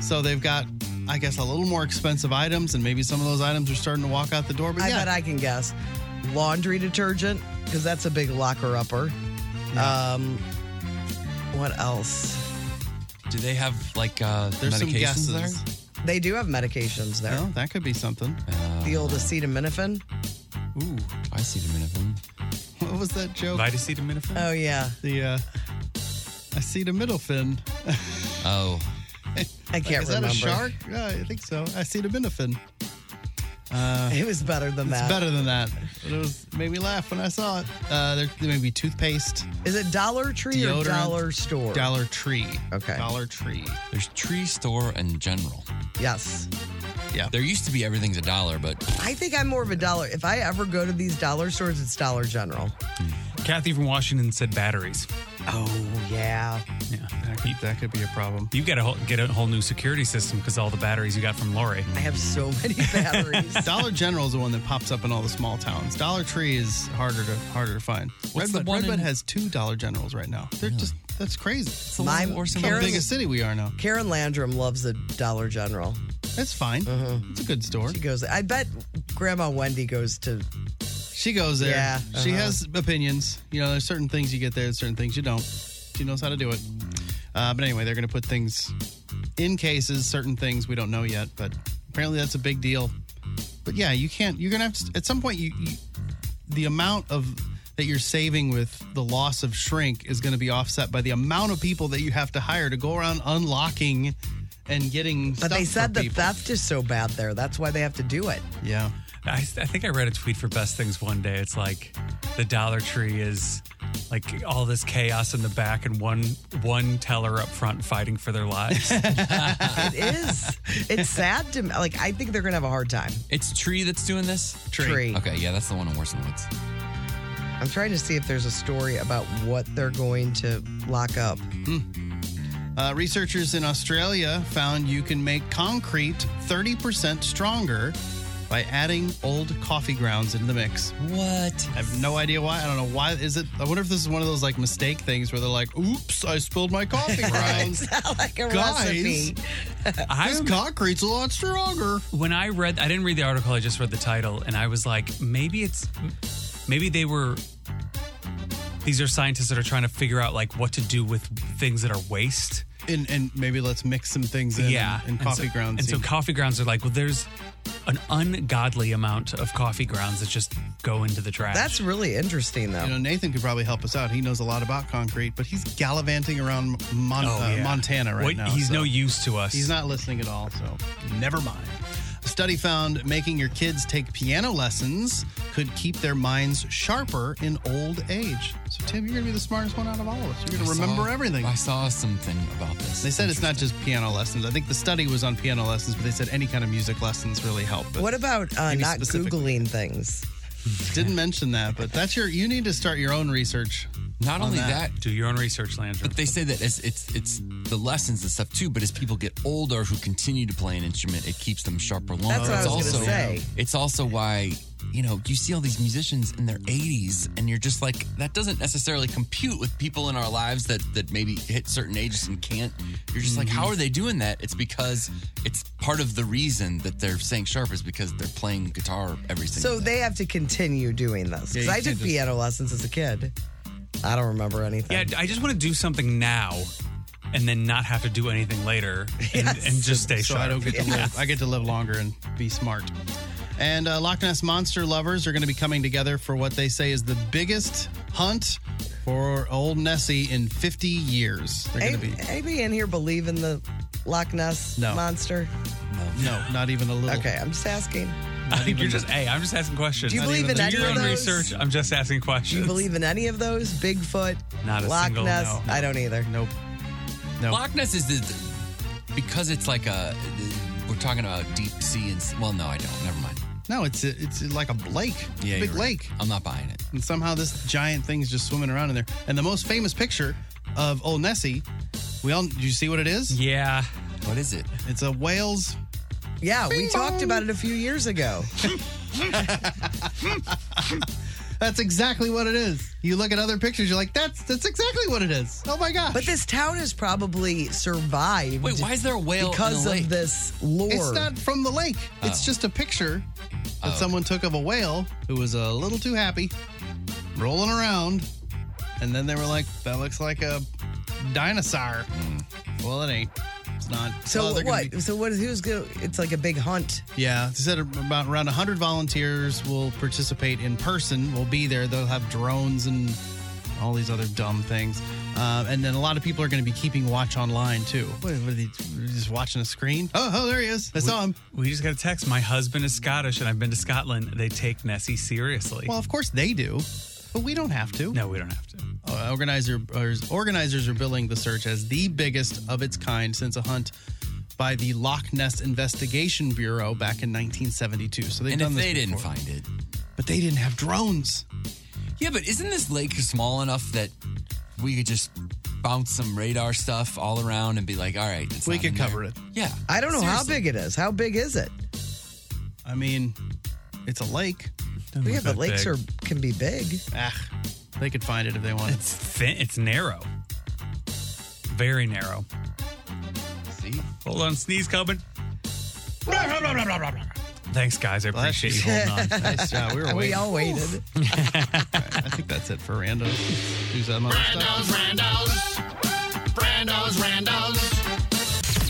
F: So they've got, I guess, a little more expensive items, and maybe some of those items are starting to walk out the door. But
C: I
F: yeah,
C: bet I can guess. Laundry detergent, because that's a big locker upper. Um, what else?
E: Do they have like uh,
F: There's some
E: medications there?
F: guesses.
C: They do have medications there.
F: Well, that could be something.
C: The old acetaminophen.
E: Ooh, I see the minute
F: What was that joke?
D: Vitacetaminofen.
C: Oh yeah,
F: The uh, I see the middle fin.
E: Oh,
C: [LAUGHS] I can't
F: Is
C: remember.
F: that a shark? Yeah, I think so. I see the middle fin. Uh,
C: It was better than
F: it's
C: that.
F: better than that. But it was made me laugh when I saw it. Uh, there, there may be toothpaste,
C: Is it Dollar Tree or
F: Deodorant.
C: Dollar Store?
F: Dollar Tree.
C: Okay.
F: Dollar Tree.
E: There's tree store in general.
C: Yes.
F: Yeah.
E: There used to be everything's a dollar, but
C: I think I'm more of a dollar. If I ever go to these dollar stores, it's Dollar General.
D: Kathy from Washington said batteries.
C: Oh yeah.
D: Yeah,
F: that could, that could be a problem.
D: You've got to whole, get a whole new security system because all the batteries you got from Lori.
C: I have so many batteries.
F: [LAUGHS] Dollar General is the one that pops up in all the small towns. Dollar Tree is harder to harder to find.
E: What's the
F: Redbud,
E: one
F: Redbud
E: in-
F: has two Dollar Generals right now. They're just that's crazy. It's
C: My-
F: the
C: Karen-
F: biggest city we are now.
C: Karen Landrum loves the Dollar General. Mm-hmm.
F: That's fine. It's a good store.
C: She goes. I bet Grandma Wendy goes to.
F: She goes there.
C: Yeah,
F: She
C: uh-huh.
F: has opinions. You know, there's certain things you get there, there's certain things you don't. She knows how to do it. Uh, but anyway, they're going to put things in cases, certain things we don't know yet, but apparently that's a big deal. But yeah, you can't, you're going to have to, at some point, you, you the amount of that you're saving with the loss of shrink is going to be offset by the amount of people that you have to hire to go around unlocking and getting
C: But
F: stuff
C: they said
F: for
C: the
F: people.
C: theft is so bad there. That's why they have to
F: [LAUGHS]
C: do it.
F: yeah
D: I, I think I read a tweet for Best Things one day. It's like the Dollar Tree is like all this chaos in the back and one one teller up front fighting for their lives.
C: It is. It's sad to me. Like I think they're gonna have a hard time.
E: it's tree that's doing this.
C: Tree. Tree.
E: Okay, yeah, that's the one in Warson Woods.
C: I'm trying to see if there's a story about what they're going to lock up.
F: Hmm. Uh, researchers in Australia found you can make concrete 30% stronger by adding old coffee grounds into the mix.
E: What?
F: I have no idea why. I don't know why. Is it? I wonder if this is one of those like mistake things where they're like, "Oops, [LAUGHS] I spilled my
D: [LAUGHS]
F: coffee grounds."
C: Not like a
F: Guys,
C: recipe.
D: I'm,
F: this concrete's a lot stronger.
D: When I read, I didn't read the article. I just read the title, and I was like, maybe it's, maybe they were. These are scientists that are trying to figure out like what to do with things that are waste.
F: And and maybe let's mix some things in.
D: yeah,
F: and, coffee
D: so,
F: grounds.
D: And so
F: in.
D: coffee grounds are like, well, there's an ungodly amount of coffee grounds that just go into the trash.
F: That's
C: really interesting, though.
F: You know, Nathan could probably help us out. He knows a lot about concrete, but he's gallivanting around Mon-
D: Oh,
F: uh,
D: yeah.
F: Montana right
D: Wait,
F: now.
D: he's
F: so
D: no use to us.
F: He's not listening at all, so never mind. A study found making your kids take piano lessons could keep their minds sharper in old age. So, Tim, you're going to be the smartest one out of all of us. You're going
E: I
F: to
E: saw-
F: remember everything.
E: I saw something about this.
F: They said it's not just piano lessons. I think the study was on piano lessons, but they said any kind of music lessons really help. But
C: What about uh,
F: maybe
C: not
F: specifically.
C: Googling things?
F: Didn't mention that, but that's your. You need to start your own research.
E: Not
F: on
E: only that,
D: do your own research, Landry.
E: But they say that it's, it's it's the lessons and stuff too. But as people get older, who continue to play an instrument, it keeps them sharper longer.
C: That's what I
E: it's
C: was gonna
E: also,
C: say.
E: It's also why you know you see all these musicians in their 80s, and you're just like that doesn't necessarily compute with people in our lives that that maybe hit certain ages and can't. You're just like,
F: Mhm.
E: how are they doing that? It's because it's part of the reason that they're staying sharp is because they're playing guitar every single.
C: So they have to continue doing this.
E: Yeah,
C: Because
E: you
C: I took
E: can't just-
C: piano lessons as a kid. I don't remember anything.
D: Yeah, I just want to do something now and then not have to do anything later
F: [LAUGHS]
D: and,
F: Yes.
D: and just stay
F: so
D: sharp.
F: I don't get to
D: Yeah.
F: live. I get to live longer and be smart. And uh, Loch Ness monster lovers are going to be coming together for what they say is the biggest hunt for old Nessie in 50 years. They're going to be
C: Anybody in here believe in the Loch Ness
F: No.
C: monster?
F: no, not even a little.
C: Okay, I'm just asking.
D: You're just hey, I'm just asking questions.
C: Do you
D: Not
C: believe
D: even-
C: in
D: do
C: any
D: your
C: of
D: own
C: those?
D: research? I'm just asking
C: Do
D: questions.
C: you believe in any of those? Bigfoot,
D: Not a
C: Loch
D: single
C: Ness.
D: no.
C: I don't either.
F: Nope.
E: Loch Ness is the, because it's like a we're talking about deep sea and well no I don't never mind
F: No, it's a, it's like a lake. It's
E: Yeah,
F: a big
E: you're right. Um,
F: lake.
E: I'm not buying it.
F: And somehow this giant thing's just swimming around in there. And the most famous picture of old Nessie, we all do you see what it is?
D: Yeah.
E: What is it?
F: It's a whale's
C: Yeah, we talked about it a few years ago.
F: [LAUGHS]
C: [LAUGHS]
F: That's exactly what it is. You look at other pictures, you're like, that's that's exactly what it is. Oh my gosh.
C: But this town has probably survived.
F: Wait, why is there a whale in
C: Because
F: the
C: of
F: lake? Uh.
C: this lore.
F: It's not from the lake.
E: Oh.
F: It's just a picture that
C: Oh.
F: someone took of a whale who was a little too happy, rolling around, and then they were like, "That looks like a dinosaur." Well, it ain't. It's not.
C: So
F: Well, they're gonna
C: what? so what is who's going? to It's like a big hunt.
F: Yeah, they said about around 100 volunteers will participate in person. Will be there. They'll have drones and all these other dumb things. Uh, and then a lot of people are going to be keeping watch online too. What, what are they just watching a screen? Oh, oh, there he is. I saw him.
D: We just got a text. My husband is Scottish and I've been to Scotland. They take Nessie seriously.
F: Well, of course they do, but we don't have to.
D: No, we don't have to.
F: Uh, organizer, or- organizers are billing the search as the biggest of its kind since a hunt by the Loch Ness Investigation Bureau back in 1972. So they've
E: and
F: done
E: if
F: this
E: they didn't
F: before.
E: find it
F: but they didn't have drones
E: yeah but isn't this lake small enough that we could just bounce some radar stuff all around and be like all right it's
F: We
E: not
F: could
E: in there.
F: cover it.
E: yeah
C: I don't know how
E: Seriously.
C: big it is. How big is it?
F: I mean, it's a lake.
C: We
F: look
C: have but
F: that
C: lakes
F: big.
C: are can be big.
F: Ah, they could find it if they wanted.
D: It's thin, it's narrow. Very narrow.
E: See?
D: Hold on, sneeze coming. Thanks, [LAUGHS] guys. I
F: Bless
D: appreciate you
F: you.
D: holding
F: [LAUGHS]
D: on.
F: Nice job. We were
C: We
F: waiting.
C: all waited.
F: I think that's it for Rando. Do some other stuff.
H: Brando's, Brando's.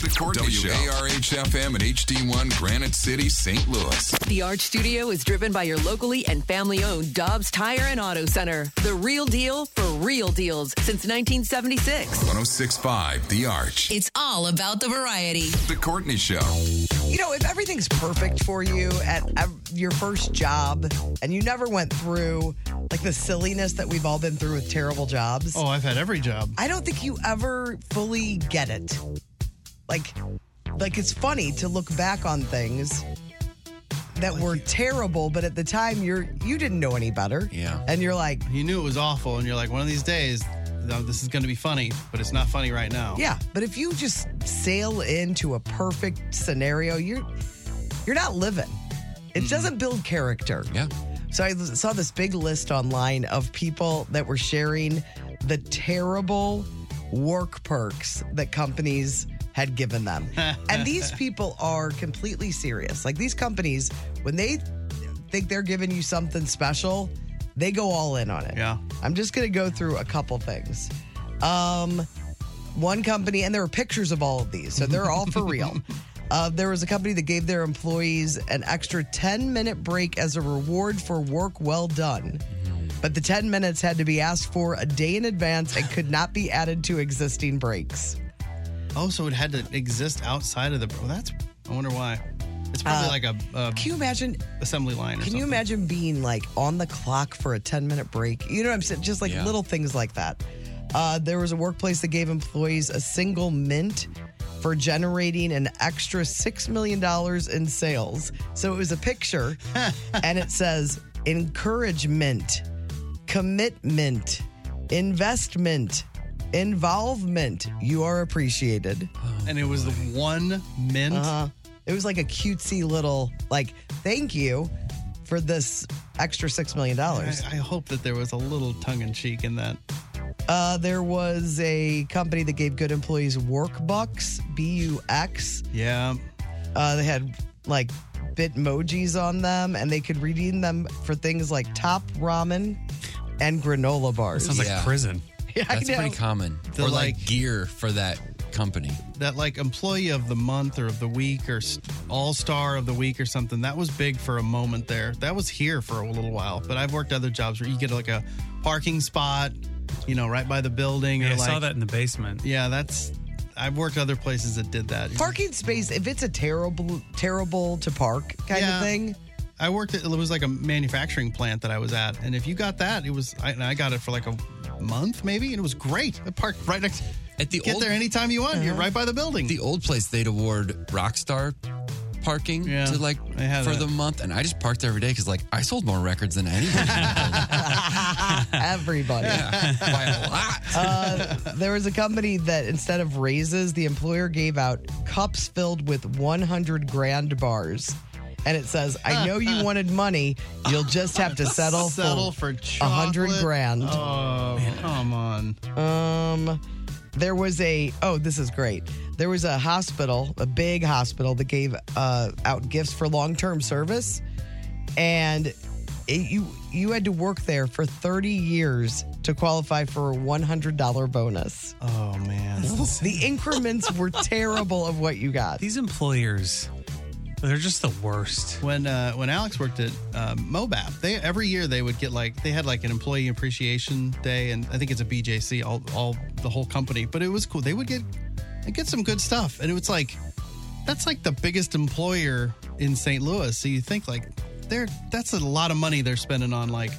H: The Courtney Show. WARHFM and HD1 Granite City, St. Louis.
P: The Arch Studio is driven by your locally and family owned Dobbs Tire and Auto Center. The real deal for real deals since 1976.
H: 1065 The Arch.
P: It's all about the variety.
H: The Courtney Show.
C: You know, if everything's perfect for you at ev- your first job and you never went through like the silliness that we've all been through with terrible jobs,
F: Oh, I've had every job.
C: I don't think you ever fully get it. Like, like it's funny to look back on things that were terrible, but at the time you're you didn't know any better.
E: Yeah.
C: And you're like,
F: You knew it was awful, and you're like, one of these days, no, this is going to be funny, but it's not funny right now.
C: yeah. But if you just sail into a perfect scenario, you're you're not living. It doesn't build character. Yeah. So I saw this big list online of people that were sharing the terrible work perks that companies had given them. and these people are completely serious. Like these companies, when they think they're giving you something special, they go all in on it. Yeah. I'm just going to go through a couple things. Um, one company, and there are pictures of all of these, so they're all for real. Uh, there was a company that gave their employees an extra 10 minute break as a reward for work well done. But the 10 minutes had to be asked for a day in advance and could not be added to existing breaks.
F: Oh, so it had to exist outside of the. Well, that's. I wonder why. It's probably
C: Uh,
F: like a, a.
C: Can you imagine?
F: Assembly line. Or
C: Can you
F: something.
C: imagine being like on the clock for a 10 minute break? You know what I'm saying? Just like
F: Yeah.
C: little things like that. Uh, there was a workplace that gave employees a single mint for generating an extra $6 million in sales. So it was
F: [LAUGHS]
C: a picture and it says encouragement, commitment, investment, involvement. You are appreciated.
F: and it was the one mint?
C: Uh-huh. It was like a cutesy little, like, thank you for this extra $6 million.
F: I, I hope that there was a little tongue in cheek in that.
C: Uh, there was a company that gave good employees work bucks, B U X.
F: Yeah.
C: Uh, they had like bit emojis on them, and they could redeem them for things like top ramen and granola bars.
E: Yeah.
F: [LAUGHS]
C: Yeah, I
E: That's
C: know.
E: pretty common.
F: The,
E: or like,
F: like-
E: gear for that company.
F: That like employee of the month or of the week or all star of the week or something. That was big for a moment there. That was here for a little while. But I've worked other jobs where you get like a parking spot, you know, right by the building.
D: Yeah,
F: or
D: I
F: like,
D: saw that in the basement.
F: Yeah, that's. I've worked other places that did that.
C: Parking space, if it's a terrible, terrible to park kind of thing.
F: I worked at it was like a manufacturing plant that I was at, and if you got that, it was I, and I got it for like a month maybe, and it was great. I parked right next.
E: At the
F: get
E: old- Uh-huh.
F: there anytime you want. You're right by the building.
E: The old place, they'd award rock star parking to like
F: they had
E: for
F: that.
E: the month. And I just parked there every day because like I sold more records than anyone.
C: Everybody.
F: [LAUGHS]
C: uh, [LAUGHS] there was a company that instead of raises, the employer gave out cups filled with 100 grand bars. And it says, I know you wanted money. You'll just
F: [LAUGHS]
C: have to settle,
F: Settle for
C: a 100
F: chocolate?
C: grand.
F: Oh, come on.
C: Um, there was a, oh, this is great. There was a hospital, a big hospital that gave uh, out gifts for long term service. And it, you you had to work there for 30 years to qualify for a $100 bonus.
F: Oh man.
C: The increments were terrible of what you got.
D: These employers, they're just the worst.
F: When uh, when Alex worked at uh, Mobap, they every year they would get like they had like an employee appreciation day, and I think it's a BJC, all all the whole company. But it was cool. They would get they get some good stuff, and it was like that's like the biggest employer in St. Louis. So you think like they're that's a lot of money they're spending on like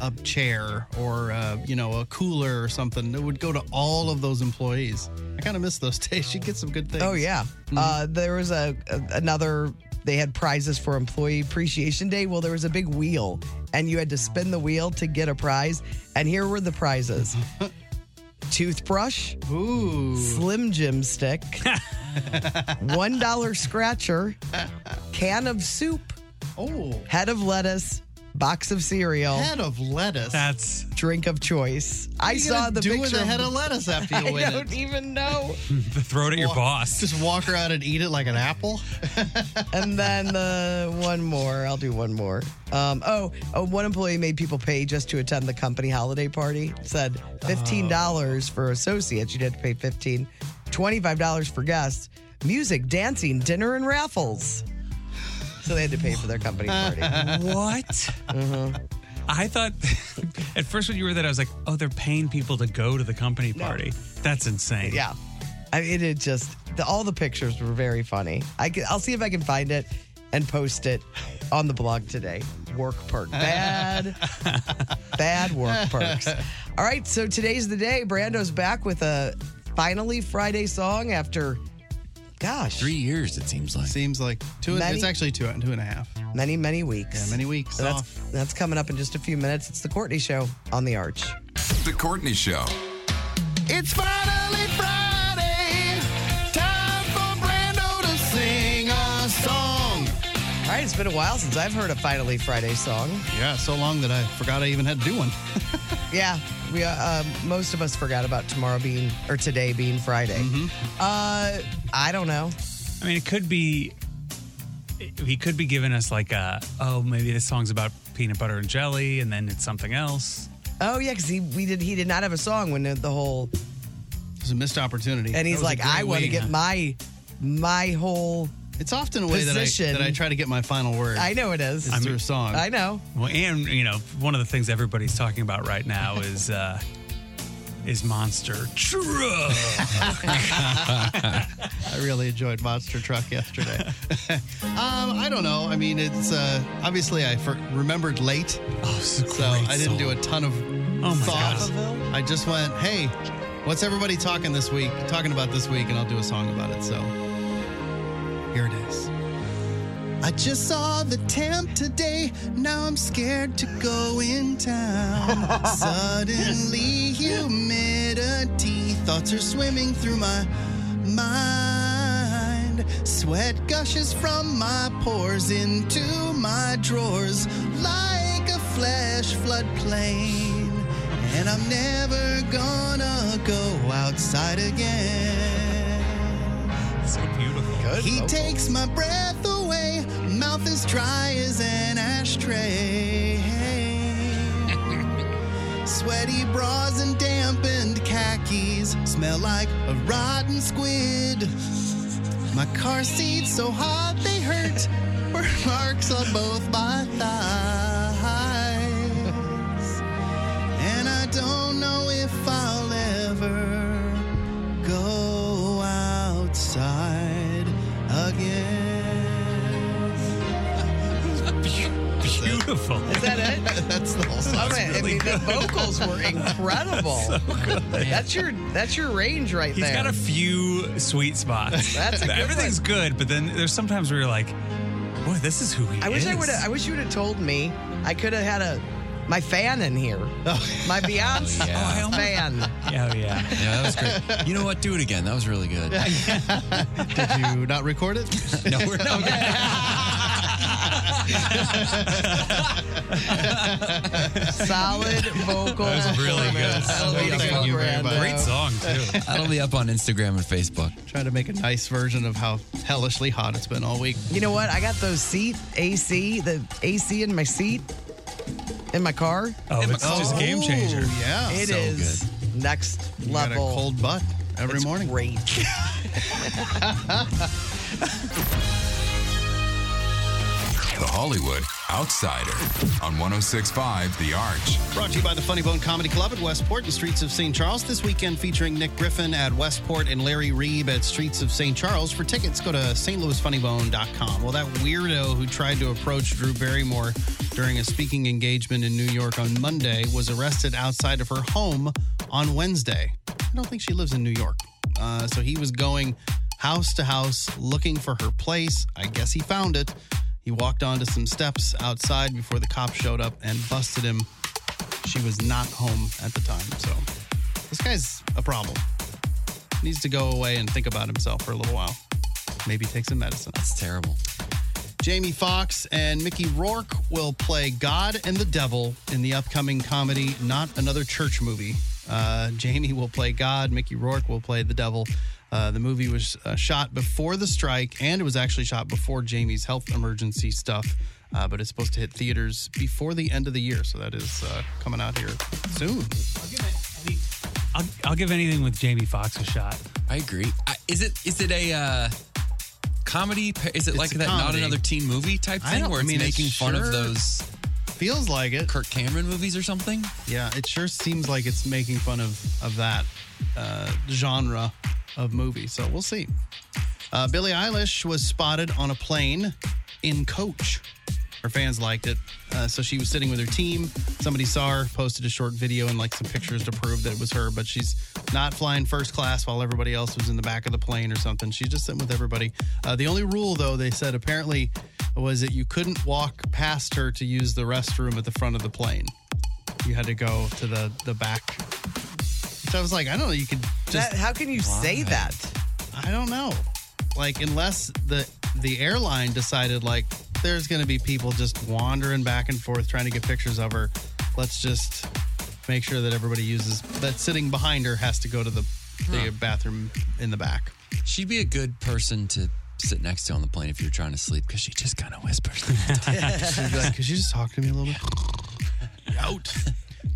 F: a chair or uh, you know a cooler or something. It would go to all of those employees. I kind of miss those [LAUGHS] days. You get some good things. Mm-hmm.
C: Oh yeah. Uh, there was a, a- another. They had prizes for Employee Appreciation Day. Well, there was a big wheel, and you had to spin the wheel to get a prize. And here were
F: [LAUGHS]
C: the prizes: toothbrush,
F: ooh,
C: Slim
F: [LAUGHS]
C: Jim stick, one dollar scratcher, can of soup,
F: oh,
C: head of lettuce, box of cereal,
F: Head of lettuce.
D: That's
C: drink of choice. I
F: you
C: saw
F: gonna
C: the
F: do
C: picture
F: with a head of lettuce after you
C: [LAUGHS] I
F: win it?
C: don't even know.
D: Throw it at your
F: Walk-
D: boss.
F: [LAUGHS] Just walk her out and eat it like an apple.
C: [LAUGHS] and then uh, one more. I'll do one more. Um, oh, oh, one employee made people pay just to attend the company holiday party. Said fifteen dollars for associates. You'd have to pay fifteen. Twenty-five dollars for guests. Music, dancing, dinner, and raffles. So they had to pay for their company party.
D: [LAUGHS]
C: Mm-hmm.
D: What? I thought [LAUGHS] at first when you were that I was like, oh, they're paying people to go to the company party. That's insane.
C: Yeah. I mean, it just the, all the pictures were very funny. I can, I'll see if I can find it and post it on the blog today. Work
F: [LAUGHS]
C: perk, bad, bad work perks. All right, so today's the day. Brando's back with a finally Friday song after, gosh,
E: Three years, it seems like.
F: Seems like two.
C: Many-
F: it's actually two two and a half.
C: many many weeks.
F: Yeah, many weeks
C: So that's that's coming up in just a few minutes. It's the Courtney Show on the Arch.
H: The Courtney Show.
B: It's finally Friday. Time for Brando to sing a song.
C: All right, it's It's been a while since I've heard a Finally
F: [LAUGHS]
C: Friday song.
F: Yeah, so long that I forgot I even had to do one.
C: Yeah, we uh, um, most of us forgot about tomorrow being or today being Friday.
F: Mm-hmm.
C: Uh, I don't know.
D: I mean, it could be. He could be giving us like a oh maybe this song's about peanut butter and jelly, and then it's something else.
C: Oh yeah, because he we did he did not have a song when the whole
F: It's a missed opportunity.
C: and
F: That
C: he's
F: was a
C: like
F: great
C: I want to
F: way-
C: get my my whole.
F: It's often way that I,
C: position.
F: that I try to get my final word.
C: I know it is.
F: It's
D: I mean-
F: through a song.
C: I know.
D: Well, and you know, one of the things everybody's talking about right
C: [LAUGHS]
D: now is uh, is Monster Truck.
F: I really enjoyed Monster Truck yesterday. [LAUGHS] um, I don't know. I mean, it's uh, obviously I for- remembered late, so I didn't do Oh, a ton of my
D: oh
F: thought. I just went, hey, what's everybody talking this week? Talking about this week, and I'll do a song about it. So here it [LAUGHS] is.
B: I just saw the temp today. Now I'm scared to go in town.
F: Suddenly,
B: humidity thoughts are swimming through my mind. Sweat gushes from my pores into my drawers like a flash flood plain. And I'm never gonna go outside again.
D: So beautiful.
B: He
O: Oh.
B: takes my breath away, mouth as dry as an ashtray. Sweaty bras and dampened khakis smell like a rotten squid. My car seats so hot they hurt, burn marks on both my thighs. And I don't know if I'll ever go outside again.
D: Beautiful.
C: Is that it?
B: That's the whole song.
C: I mean, I mean, the vocals
F: [LAUGHS]
C: were incredible. That's your that's your range right
D: He's
C: there.
D: got a few sweet spots.
C: [LAUGHS] That's a good
D: Everything's good, but then there's sometimes where you're like, boy, this is who he
C: I wish
D: is.
C: I would. I wish you would have told me. I could have had a my fan in here. My
E: [LAUGHS]
C: Beyonce
E: Yeah. Oh,
C: fan.
D: Yeah, yeah.
E: Yeah, that was great. You know what? Do it again. That was really good.
F: [LAUGHS]
E: Did
F: you not record it?
E: no,
F: [LAUGHS]
E: we're not.
O: [LAUGHS]
C: Solid vocal.
E: That was really good.
F: Thank you very much.
E: uh, [LAUGHS] That'll be up on Instagram and Facebook.
F: Trying to make a nice version of how hellishly hot it's been all week.
C: You know what? I got those seat AC, the AC in my seat in my car.
D: Oh,
F: it's just game changer. yeah.
C: it is
F: So
C: next
F: You got a
C: level.
F: cold butt every
C: It's
F: morning. [LAUGHS]
E: [LAUGHS]
C: Great.
H: The Hollywood Outsider on 1065 The Arch.
F: Brought to you by the Funny Bone Comedy Club at Westport and Streets of St. Charles. This weekend featuring Nick Griffin at Westport and Larry Reeb at Streets of St. Charles. For tickets, go to stlouisfunnybone.com. Well, that weirdo who tried to approach Drew Barrymore during a speaking engagement in New York on Monday was arrested outside of her home on Wednesday. I don't think she lives in New York. Uh, so he was going house to house looking for her place. I guess he found it. He walked onto some steps outside before the cops showed up and busted him she was not home at the time. So this guy's a problem. Needs to go away and think about himself for a little while. Maybe take some medicine. That's
E: terrible.
F: Jamie Foxx and Mickey Rourke will play God and the Devil in the upcoming comedy Not Another Church Movie. Uh, Jamie will play God, Mickey Rourke will play the Devil. Uh, the movie was uh, shot before the strike and it was actually shot before Jamie's health emergency stuff, uh, but it's supposed to hit theaters before the end of the year. So that is uh, coming out here soon.
D: I'll, I'll give anything with Jamie Foxx a shot.
E: I agree. I, is it is it a uh, comedy? pa- Is it
D: It's
E: like
D: a
E: that not
D: comedy.
E: another teen movie type
F: I
E: thing
F: don't-
E: where
F: I
E: it's
F: mean, it
E: making fun
F: sure-
E: of those?
F: Feels like it.
E: Kirk Cameron movies or something.
F: Yeah, it sure seems like it's making fun of of that uh, genre of movie. So we'll see. Uh, Billie Eilish was spotted on a plane in coach. Her fans liked it, uh, so she was sitting with her team. Somebody saw her, posted a short video and like some pictures to prove that it was her. But she's not flying first class while everybody else was in the back of the plane or something. She's just sitting with everybody. Uh, the only rule, though, they said apparently was that you couldn't walk past her to use the restroom at the front of the plane you had to go to the the back. So I was like, I don't know. You could just
C: That- how can you say that?
F: I don't know. Like unless the the airline decided like there's going to be people just wandering back and forth trying to get pictures of her. Let's just make sure that everybody uses that sitting behind her has to go to the, the bathroom in the back.
E: She'd be a good person to sit next to on the plane if you're trying to sleep because she just kind
F: [LAUGHS]
E: of whispers. [LAUGHS]
F: She'd be like, could you just talk to me a little bit? Out.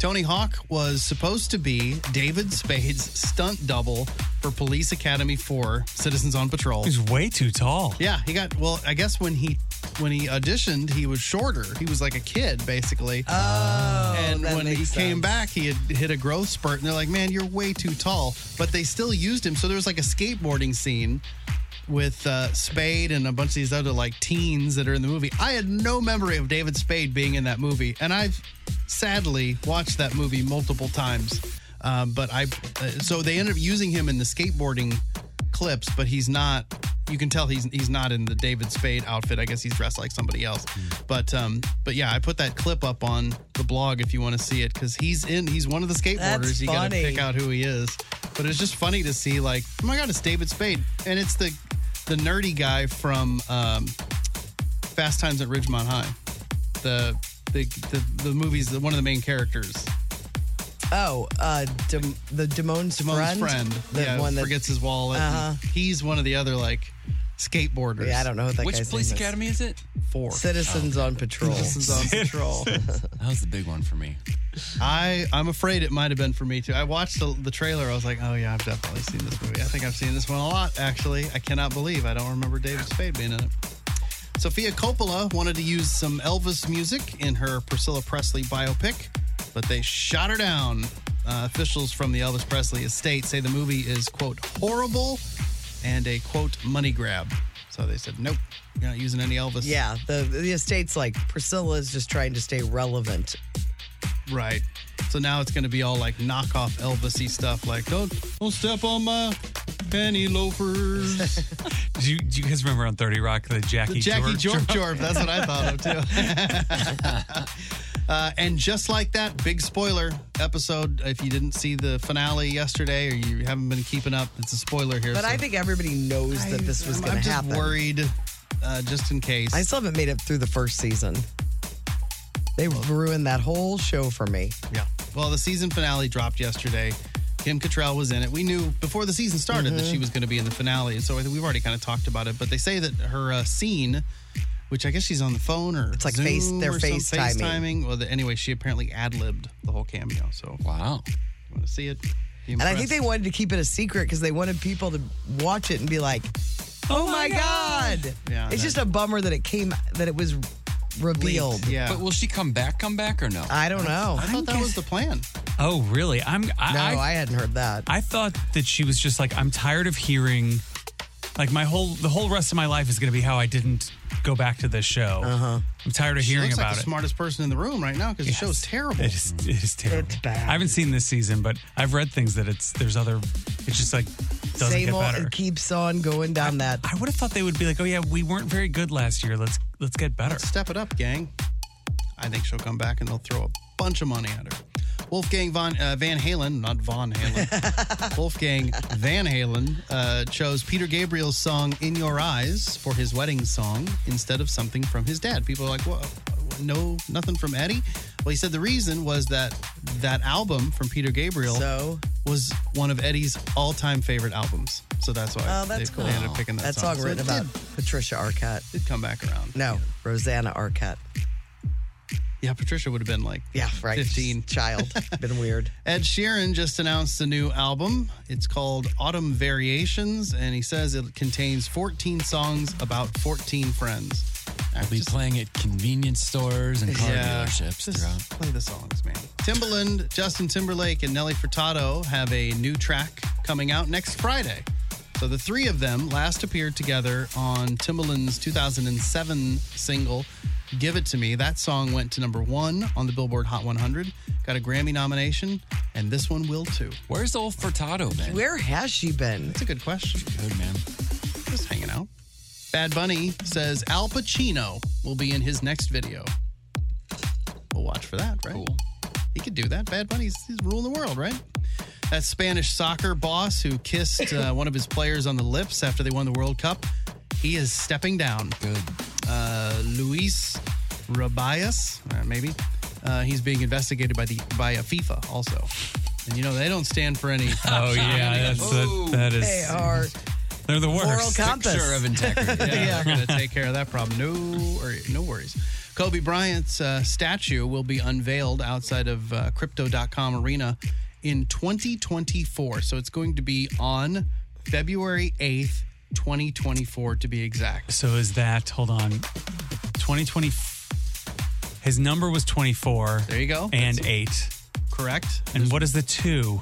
F: Tony Hawk was supposed to be David Spade's stunt double for Police Academy 4 Citizens on Patrol.
D: He's way too tall.
F: Yeah, he got well, I guess when he when he auditioned, he was shorter. He was like a kid basically. Oh. And when he came back, he had hit a growth spurt and they're like, "Man, you're way too tall." But they still used him. So there was like a skateboarding scene with uh, Spade and a bunch of these other like teens that are in the movie. I had no memory of David Spade being in that movie, and I've sadly watched that movie multiple times. Um, but I, uh, so they ended up using him in the skateboarding clips, but he's not. You can tell he's he's not in the David Spade outfit. I guess he's dressed like somebody else. But um, but yeah, I put that clip up on the blog if you want to see it because he's in. He's one of the skateboarders.
C: That's
F: you gotta
C: funny.
F: pick out who he is. But it's just funny to see like, oh my god, it's David Spade, and it's the the nerdy guy from um, Fast Times at Ridgemont High. The the the, the movie's the, one of the main characters.
C: Oh, uh, Dem- the Damone's,
F: Damone's friend,
C: the
F: yeah,
C: one that
F: forgets his wallet.
C: Uh-huh.
F: He's one of the other like skateboarders.
C: Yeah, I don't know what that Which guy's police name is.
E: academy is it?
F: Four
C: Citizens
F: [LAUGHS]
C: on Patrol.
F: Citizens on Patrol.
E: [LAUGHS] that was the big one for me.
F: I I'm afraid it might have been for me too. I watched the, the trailer. I was like, oh yeah, I've definitely seen this movie. I think I've seen this one a lot. Actually, I cannot believe I don't remember David Spade being in it. Sophia Coppola wanted to use some Elvis music in her Priscilla Presley biopic, but they shot her down. Uh, officials from the Elvis Presley estate say the movie is quote horrible and a quote money grab. So they said, nope, you're not using any Elvis.
C: Yeah, the the estate's like Priscilla is just trying to stay relevant.
F: Right. So now it's going to be all like knockoff Elvisy stuff, like don't don't step on my penny [LAUGHS] loafers.
D: Do you, do you guys remember on 30 Rock the Jackie
F: The Jackie Jorp
D: Jorp?
F: Jorp. That's what I thought of [LAUGHS] too. uh, and just like that, big spoiler episode. If you didn't see the finale yesterday, or you haven't been keeping up, it's a spoiler here.
C: But I
F: so
C: think everybody knows that this was
F: I'm-
C: going
F: I'm
C: to
F: just
C: happen.
F: worried, uh, just in case.
C: I still haven't made it through the first season. They ruined that whole show for me.
F: Yeah. Well, the season finale dropped yesterday. Kim Cattrall was in it. We knew before the season started that
C: Mhm.
F: she was going to be in the finale, and so I think we've already kind of talked about it. But they say that her uh, scene, which I guess she's on the phone or it's
C: like face- they're FaceTiming.
F: Well, the, anyway, she apparently ad libbed the whole cameo. So
E: wow,
F: you want to see it? Be
C: And I think
F: impressed.
C: they wanted to keep it a secret because they wanted people to watch it and be like, "Oh, my god!"
E: Yeah,
C: it's
E: that-
C: just a bummer that it came that it was revealed.
E: But will she come back? Come back or no?
C: I don't know.
F: I thought that was the plan.
D: [LAUGHS] Oh, really? I'm. I,
C: No,
D: I,
C: I hadn't heard that.
D: I thought that she was just like, I'm tired of hearing, like my whole the whole rest of my life is going to be how I didn't go back to this show. Uh-huh. I'm tired of
F: She
D: hearing
F: looks
D: about
F: like the
D: it.
F: smartest person in the room right now because the show's terrible.
D: It is, it is terrible. It's bad. I haven't seen this season, but I've read things that it's there's other. It's just like doesn't
C: Same
D: get
C: old.
D: better.
C: It keeps on going down that.
D: I would have thought they would be like, oh yeah, we weren't very good last year. Let's let's get better.
F: Step it up, gang. I think she'll come back and they'll throw a bunch of money at her. Wolfgang von uh, Van Halen, not Von
C: [LAUGHS]
F: Halen. Wolfgang Van Halen uh, chose Peter Gabriel's song "In Your Eyes" for his wedding song instead of something from his dad. People are like, "Whoa, no, nothing from Eddie." Well, he said the reason was that that album from Peter Gabriel
C: So?
F: was one of Eddie's all-time favorite albums. So that's why
C: Oh, that's
F: they,
C: cool.
F: they ended up picking that,
C: That song
F: So
C: written
F: it
C: about
F: did-
C: Patricia Arquette.
F: did come back around.
C: No, Rosanna Arquette.
F: Yeah, Patricia would have been like
C: yeah, right,
F: 15
C: [LAUGHS] child. been weird.
F: [LAUGHS] Ed Sheeran just announced a new album. It's called Autumn Variations, and he says it contains 14 songs about 14 friends. I'll
E: be playing at convenience stores and car
F: Yeah.
E: dealerships
F: Just
E: throughout.
F: Play the songs, man. Timbaland, Justin Timberlake, and Nelly Furtado have a new track coming out next Friday. So the three of them last appeared together on Timbaland's 2007 single, Give It To Me. That song went to number one on the Billboard Hot 100, got a Grammy nomination, and this one will too.
E: Where's old Furtado been?
C: Where has she been? That's
F: a good question.
E: Good, man.
F: Just hanging out. Bad Bunny says Al Pacino will be in his next video. We'll watch for that, right? Cool. He could do that. Bad Bunny's he's ruling the world, right? That Spanish soccer boss who kissed uh, one of his players on the lips after they won the World Cup, he is stepping down.
E: Good.
F: uh, Luis Rabias, uh, maybe. Uh, he's being investigated by the by a FIFA also. And you know they don't stand for any.
D: [LAUGHS] Oh, yeah, that's- that- that is- They are They're the worst.
F: Moral compass.
D: Picture
F: [LAUGHS]
D: of integrity.
F: yeah,
D: Yeah.
F: we're gonna take care of that problem. No, or, no worries. Kobe Bryant's uh, statue will be unveiled outside of uh, Crypto.com Arena in 2024. So it's going to be on February 8th, 2024, to be exact.
D: So is that, hold on, 2020. His number was 24.
F: There you go.
D: And
F: That's-
D: eight.
F: Correct.
D: And what is the two?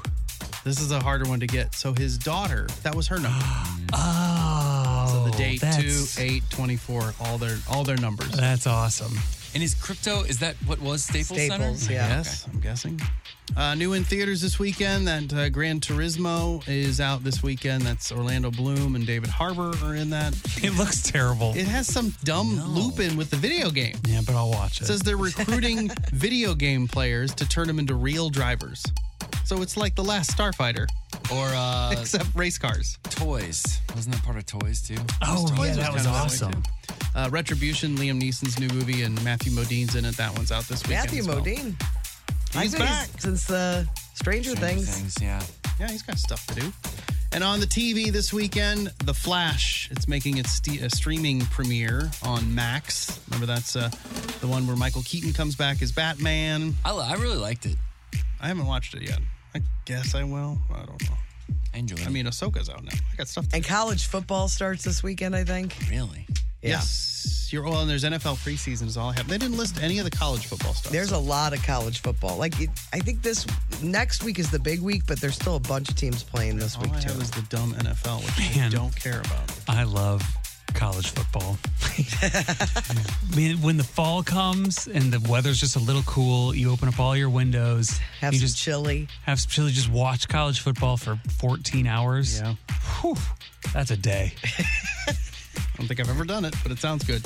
F: This is a harder one to get. So his daughter, that was her number.
D: [GASPS] oh.
F: So the date two,
D: that's-
F: eight, 24, all their all their numbers.
D: That's awesome.
E: And is crypto, is that what was Staples,
F: Staples,
E: Center?
F: yeah. Yes, I'm guessing. Uh, new in theaters this weekend. That uh, Gran Turismo is out this weekend. That's Orlando Bloom and David Harbour are in
E: [LAUGHS]
F: that.
D: It looks terrible.
F: It has some dumb loop in with the video game.
D: Yeah, but I'll watch
F: It
D: it.
F: says
E: [LAUGHS]
F: they're recruiting video game players to turn them into real drivers. So it's like the last Starfighter,
E: or
F: [LAUGHS]
E: uh,
F: except race cars.
E: Toys. Wasn't that part of Toys too?
F: Oh,
E: Toys
F: yeah, that was
E: kinda
F: awesome.
E: way, too.
F: Uh, Retribution, Liam Neeson's new movie, and Matthew Modine's in it. That one's out this weekend.
C: Matthew
F: as well.
C: Modine.
F: He's
C: I think
F: back.
C: since the Stranger, Things.
E: Yeah.
F: Yeah, he's got stuff to do. And on the TV this weekend, The Flash. It's making its st- a streaming premiere on Max. Remember, that's uh, the one where Michael Keaton comes back as Batman.
E: I, I really liked it.
F: I haven't watched it yet. I guess I will. I don't know.
E: I enjoy it.
F: I mean, Ahsoka's out now. I got stuff to
C: And college football starts this weekend, I think.
E: Really?
C: Yeah.
F: Yes. You're, well, and there's NFL preseason is all I have. They didn't list any of the college football stuff.
C: There's a lot of college football. Like, it, I think this next week is the big week, but there's still a bunch of teams playing this
F: all
C: week,
F: I
C: too.
F: have is the dumb NFL, which I
D: [LAUGHS] Man.
F: don't care about.
D: I love
F: [LAUGHS]
D: college football. Man, when the fall comes and the weather's just a little cool, you open up all your windows,
C: Have
D: you
C: some
D: just
C: chili,
D: have some chili, just watch college football for 14 hours. Yeah, that's a day.
F: I don't think I've ever done it, but it sounds good.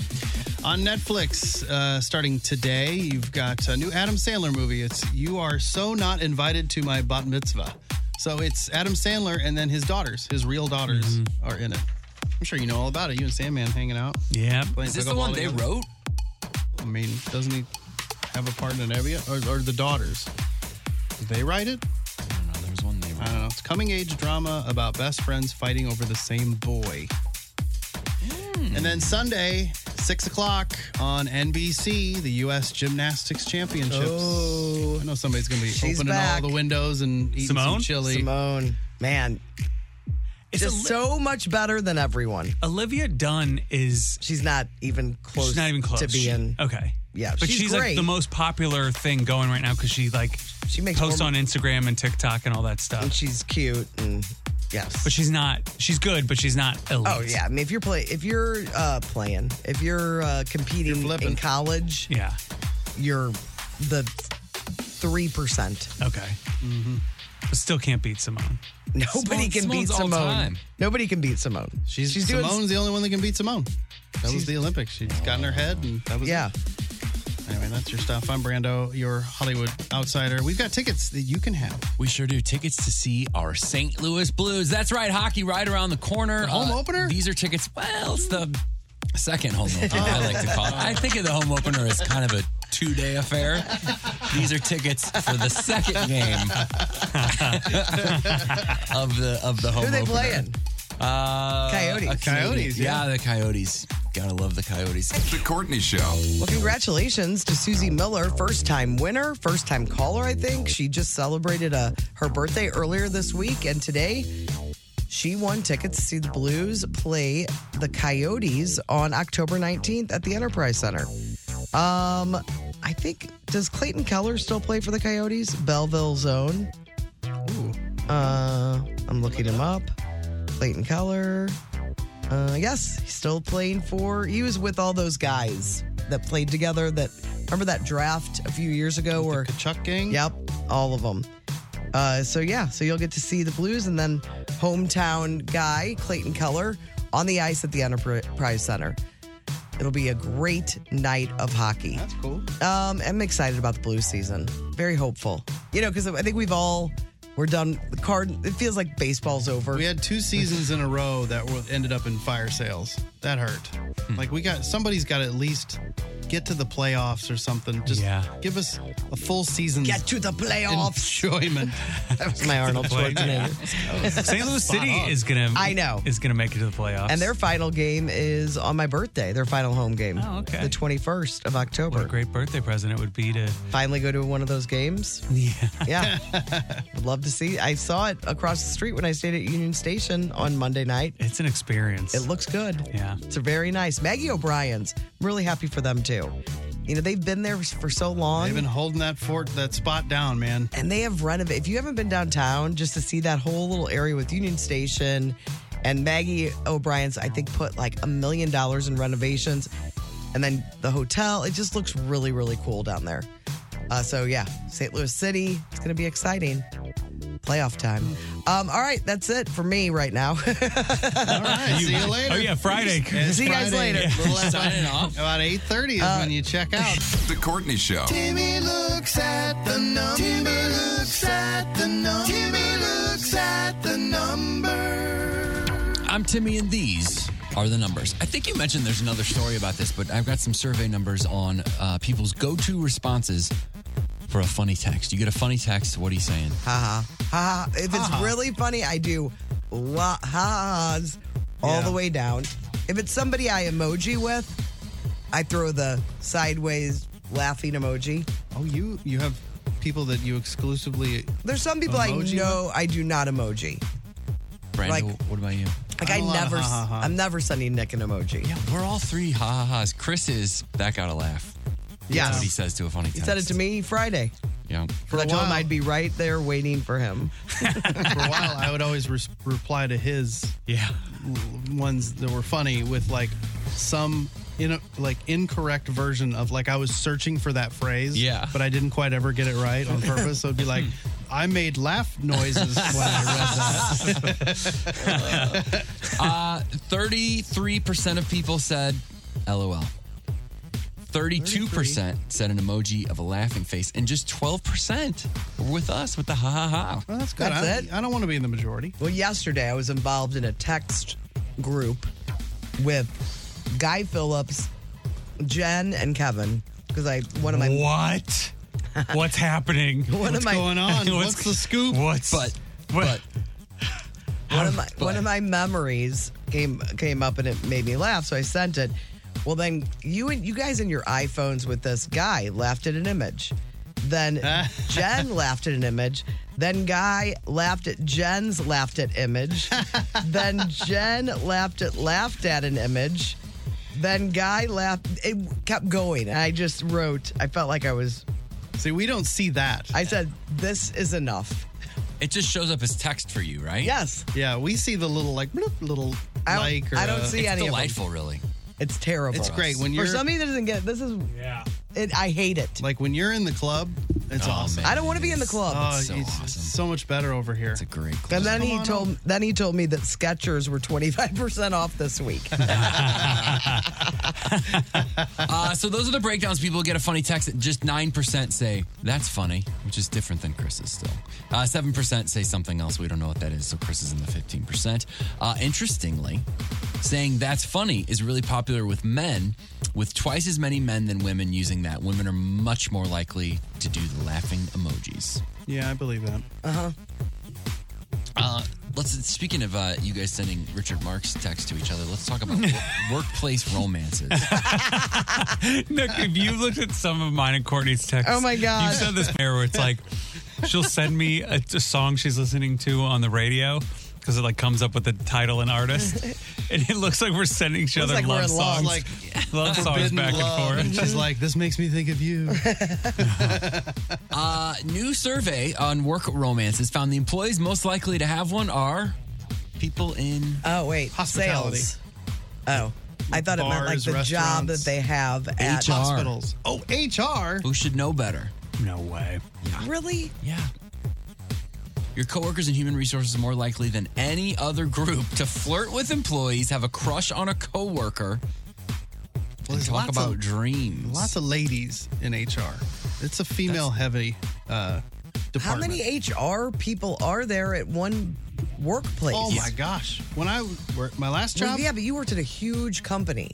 F: On Netflix, uh, starting today, you've got a new Adam Sandler movie. It's You Are So Not Invited to My Bat Mitzvah. So it's Adam Sandler and then his daughters, his real daughters, are in it. I'm sure you know all about it. You and Sandman hanging out.
D: Yeah.
F: playing
E: Is this the
F: pickleball
E: one they
F: together.
E: wrote?
F: I mean, doesn't he have a part in it? every- Or, or the daughters? Did they write it?
E: one they
F: I don't know. It's coming age drama about best friends fighting over the same boy.
C: Hmm.
F: And then Sunday, six o'clock on NBC, the U.S. Gymnastics Championships.
E: Oh.
C: Oh.
F: I know somebody's going to be
C: She's
F: opening
C: back.
F: all the windows and eating some
D: Simone?
F: chili.
C: Simone. Man.
D: It's
C: just
D: a
C: so much better than everyone.
D: Olivia Dunn is
C: she's not even close.
D: She's not even close
C: to being.
D: Okay.
C: Yeah,
D: but
C: she's
D: she's,
C: great.
D: like the most popular thing going right now because she like
C: she makes
D: posts
C: more-
D: on Instagram and TikTok and all that stuff. And
C: she's cute and yes,
D: but she's not. She's good, but she's not elite.
C: Oh yeah, I mean if you're play if you're uh, playing if you're uh, competing in college,
D: yeah,
C: you're the three percent.
D: Okay, Mm-hmm. But still can't beat Simone.
C: nobody can beat Simone. Nobody can beat Simone.
F: She's,
C: She's doing-
F: Simone's the only one that can beat Simone. That was the Olympics. She got in her head, and that was
C: yeah.
F: Anyway, that's your stuff. I'm Brando, your Hollywood outsider. We've got tickets that you can have.
E: We sure do. Tickets to see our St. Louis Blues. That's right, hockey right around the corner. home opener? These are tickets. Well, it's the second home
C: [LAUGHS]
E: opener, I like to call it. I think of the home opener as kind of a two day affair. These are tickets for the second
C: [LAUGHS]
E: game of the of the home
C: Who they
E: opener.
C: playing?
E: Uh,
C: Coyotes.
E: a Canadian-
C: Coyotes, yeah.
E: Yeah. the Coyotes. Gotta love the Coyotes. The
H: Courtney Show.
C: Well, congratulations to Susie Miller, first time winner, first time caller. I think she just celebrated uh, her birthday earlier this week, and today she won tickets to see the Blues play the Coyotes on October 19th at the Enterprise Center. Um, I think does Clayton Keller still play for the Coyotes? Belleville Zone. Uh, I'm looking him up. Clayton Keller. Uh, yes, he's still playing for. He was with all those guys that played together. That remember that draft a few years ago where
F: Kachuk gang.
C: Yep, all of them. Uh, so yeah, so you'll get to see the Blues and then hometown guy Clayton Keller on the ice at the Enterprise Center. It'll be a great night of hockey. That's
F: cool.
C: Um, I'm excited about the Blues season. Very hopeful. You know, because I think we've all We're done. The card. It feels like baseball's over.
F: We had two seasons in a row that were, ended up in fire sales. That hurt. Like we got somebody's got to at least get to the playoffs or something. Just give us a full season. Get
C: to the playoffs. [LAUGHS]
F: Enjoyment. that
C: was [LAUGHS] my Arnold Schwarzenegger.
D: St. Louis
C: Spot
D: City
C: on.
D: is gonna.
C: I know.
D: Is gonna make it to the playoffs.
C: And their final game is on my birthday. Their final home game.
D: Oh, okay.
C: The 21st of October.
D: what a great birthday present it would be to.
C: Finally go to one of those games.
D: [LAUGHS] Yeah.
C: Yeah. Would [LAUGHS] love to see. I saw it across the street when I stayed at Union Station on Monday night.
D: It's an experience.
C: It looks good.
D: Yeah.
C: It's a very nice. Maggie O'Brien's. I'm really happy for them too. You know, they've been there for so long. They've
F: been holding that fort that spot down, man.
C: And they have renovated. If you haven't been downtown, just to see that whole little area with Union Station and Maggie O'Brien's, I think put like a million dollars in renovations. And then the hotel, it just looks really, really cool down there. Uh, so yeah, St. Louis City, it's going to be exciting. Playoff time. Um, all right, that's it for me right now. [LAUGHS]
F: see you later.
D: Oh, yeah, Friday.
C: See you guys later.
F: Signing off. About 8.30 is
B: Uh,
F: when you check out.
H: The Courtney Show.
B: Timmy looks at the number. Timmy looks at the number. Timmy looks at the number.
E: I'm Timmy, and
B: [LAUGHS]
E: these are the numbers. I think you mentioned there's another story about this, but I've got some survey numbers on uh, people's go to responses for a funny text. You get a funny text, what are you saying?
C: Ha ha. Ha ha. If it's
E: Ha ha.
C: really funny, I do la ha ha's all the way down. If it's somebody I emoji with, I throw the sideways laughing emoji.
F: Oh, you you have people that you exclusively
C: There's some people
F: Emoji
C: I know I do not emoji.
E: Brandon,
C: Like-
E: what about you?
C: Like I never, I'm never sending Nick an emoji. Yeah,
E: we're all three ha ha ha's. Chris is, that got a laugh.
C: Yeah.
E: That's what he says to a funny
C: He
E: text.
C: said it to me Friday.
E: yeah.
C: For I told him I'd be right there waiting for him.
F: for a while, I would always res- reply to his
D: yeah
F: ones that were funny with like some you know like incorrect version of like I was searching for that phrase,
E: Yeah.
F: but I didn't quite ever get it right on purpose. So it'd be like I made laugh noises when I read that. [LAUGHS]
E: Uh, 33% of people said LOL. 32% said an emoji of a laughing face, and just 12% were with us with the ha ha ha.
F: Well, that's
C: good. That's I- it?
F: I don't want to be in the majority.
C: Well, yesterday I was involved in a text group with Guy Phillips, Jen, and Kevin because I one of my [LAUGHS]
D: What? What's happening?
C: One of my- What's the
F: scoop?
D: What's but what?
C: [LAUGHS]
F: [LAUGHS]
C: one of my one of my memories came came up and it made me laugh, so I sent it. Well, then you and you guys in your iPhones with this guy laughed at an image.
F: [LAUGHS]
C: Then Jen laughed at an image. Then guy laughed at Jen's laughed
F: [LAUGHS]
C: at image. then Jen laughed at laughed at an image. Then guy laughed. It kept going. I just wrote. I felt like I was.
F: See, we don't see that.
C: I said this is enough.
E: It just shows up as text for you, right?
C: Yes.
F: Yeah, we see the little like bloop, little
C: I don't-
F: like. Or,
C: I don't see
E: it's
C: any of them.
E: delightful, really.
C: It's terrible.
F: It's great when
C: For
F: you're
C: somebody that doesn't get this is yeah. It, I hate it.
F: like when you're in the club. It's
C: Oh,
F: awesome.
C: man. I don't wanna be in the club.
F: Oh,
C: It's
F: it's
C: so
F: so, much better over here. It's a
E: great
C: And then
F: Come
C: he
F: on
C: told then he told me that Skechers were twenty five percent off this week.
E: uh, so those are the breakdowns. People get a funny text. Just nine percent say that's funny, which is different than Chris's. Still, Uh, seven percent say something else. We don't know what that is. So Chris is in the fifteen percent. Uh, interestingly, saying that's funny is really popular with men, with twice as many men than women using that. Women are much more likely to do the laughing emojis.
F: [LAUGHS] Yeah, I believe that.
C: Uh huh.
E: Uh, let's speaking of uh, you guys sending Richard Marks texts to each other. Let's talk about wo- [LAUGHS] workplace romances.
D: Nick, if you looked at [LAUGHS] some of mine and Courtney's texts,
C: Oh, my God.
D: you said this pair where it's like she'll send me a, a song she's listening to on the radio because it like comes up with the title
F: [LAUGHS]
D: and artist, and it looks like we're sending each
F: Looks
D: other
F: like we're
D: love
F: in love,
D: songs,
F: like,
D: love songs
F: forbidden
D: back
F: love. [LAUGHS]
D: and forth.
F: She's like, this makes me think of you.
E: Uh, new survey on work romances found the employees most likely to have one are people in
C: oh wait
E: hospitality.
C: sales. Oh, I thought it meant
E: Bars,
C: like the job that they have at
E: HR.
F: Oh, HR.
E: Who should know better?
D: No way.
C: Really?
E: Yeah. Your coworkers and human resources are more likely than any other group to flirt with employees, have a crush on a coworker, and
F: there's
E: talk
F: lots
E: about
F: of-
E: dreams.
F: Lots of ladies in HR. It's a female heavy uh,
C: How many HR people are there at one workplace?
F: Oh my gosh! When I worked my last
C: Well,
F: job,
C: yeah, but you worked at a huge company.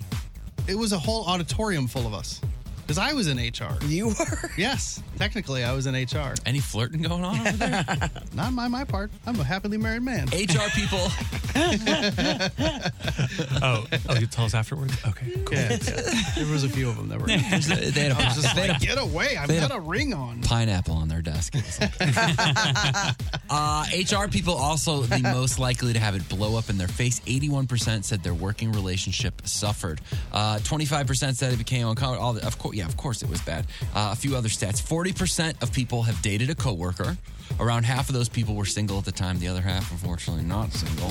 F: It was a whole auditorium full of us because I was in HR.
C: You were?
F: Yes, technically I was in HR.
E: Any flirting going on over there?
F: [LAUGHS] Not by my part. I'm a happily married man.
E: HR
F: [LAUGHS]
E: people.
D: oh, oh, you tell us afterwards.
E: [LAUGHS]
D: Okay, cool.
F: Yeah, There was a few of them that were.
D: They had a-
F: I was just
D: they had
F: like,
D: a-
F: get away! I've
E: they had
F: got
E: a-
F: a ring on.
E: pineapple on their desk. uh, HR people also the most likely to have it blow up in their face. 81% said their working relationship suffered. Uh, 25% said it became uncomfortable. All the, of course, yeah, of course it was bad. Uh, a few other stats. 40% of people have dated a coworker. Around half of those people were single at the time. The other half, unfortunately, not single.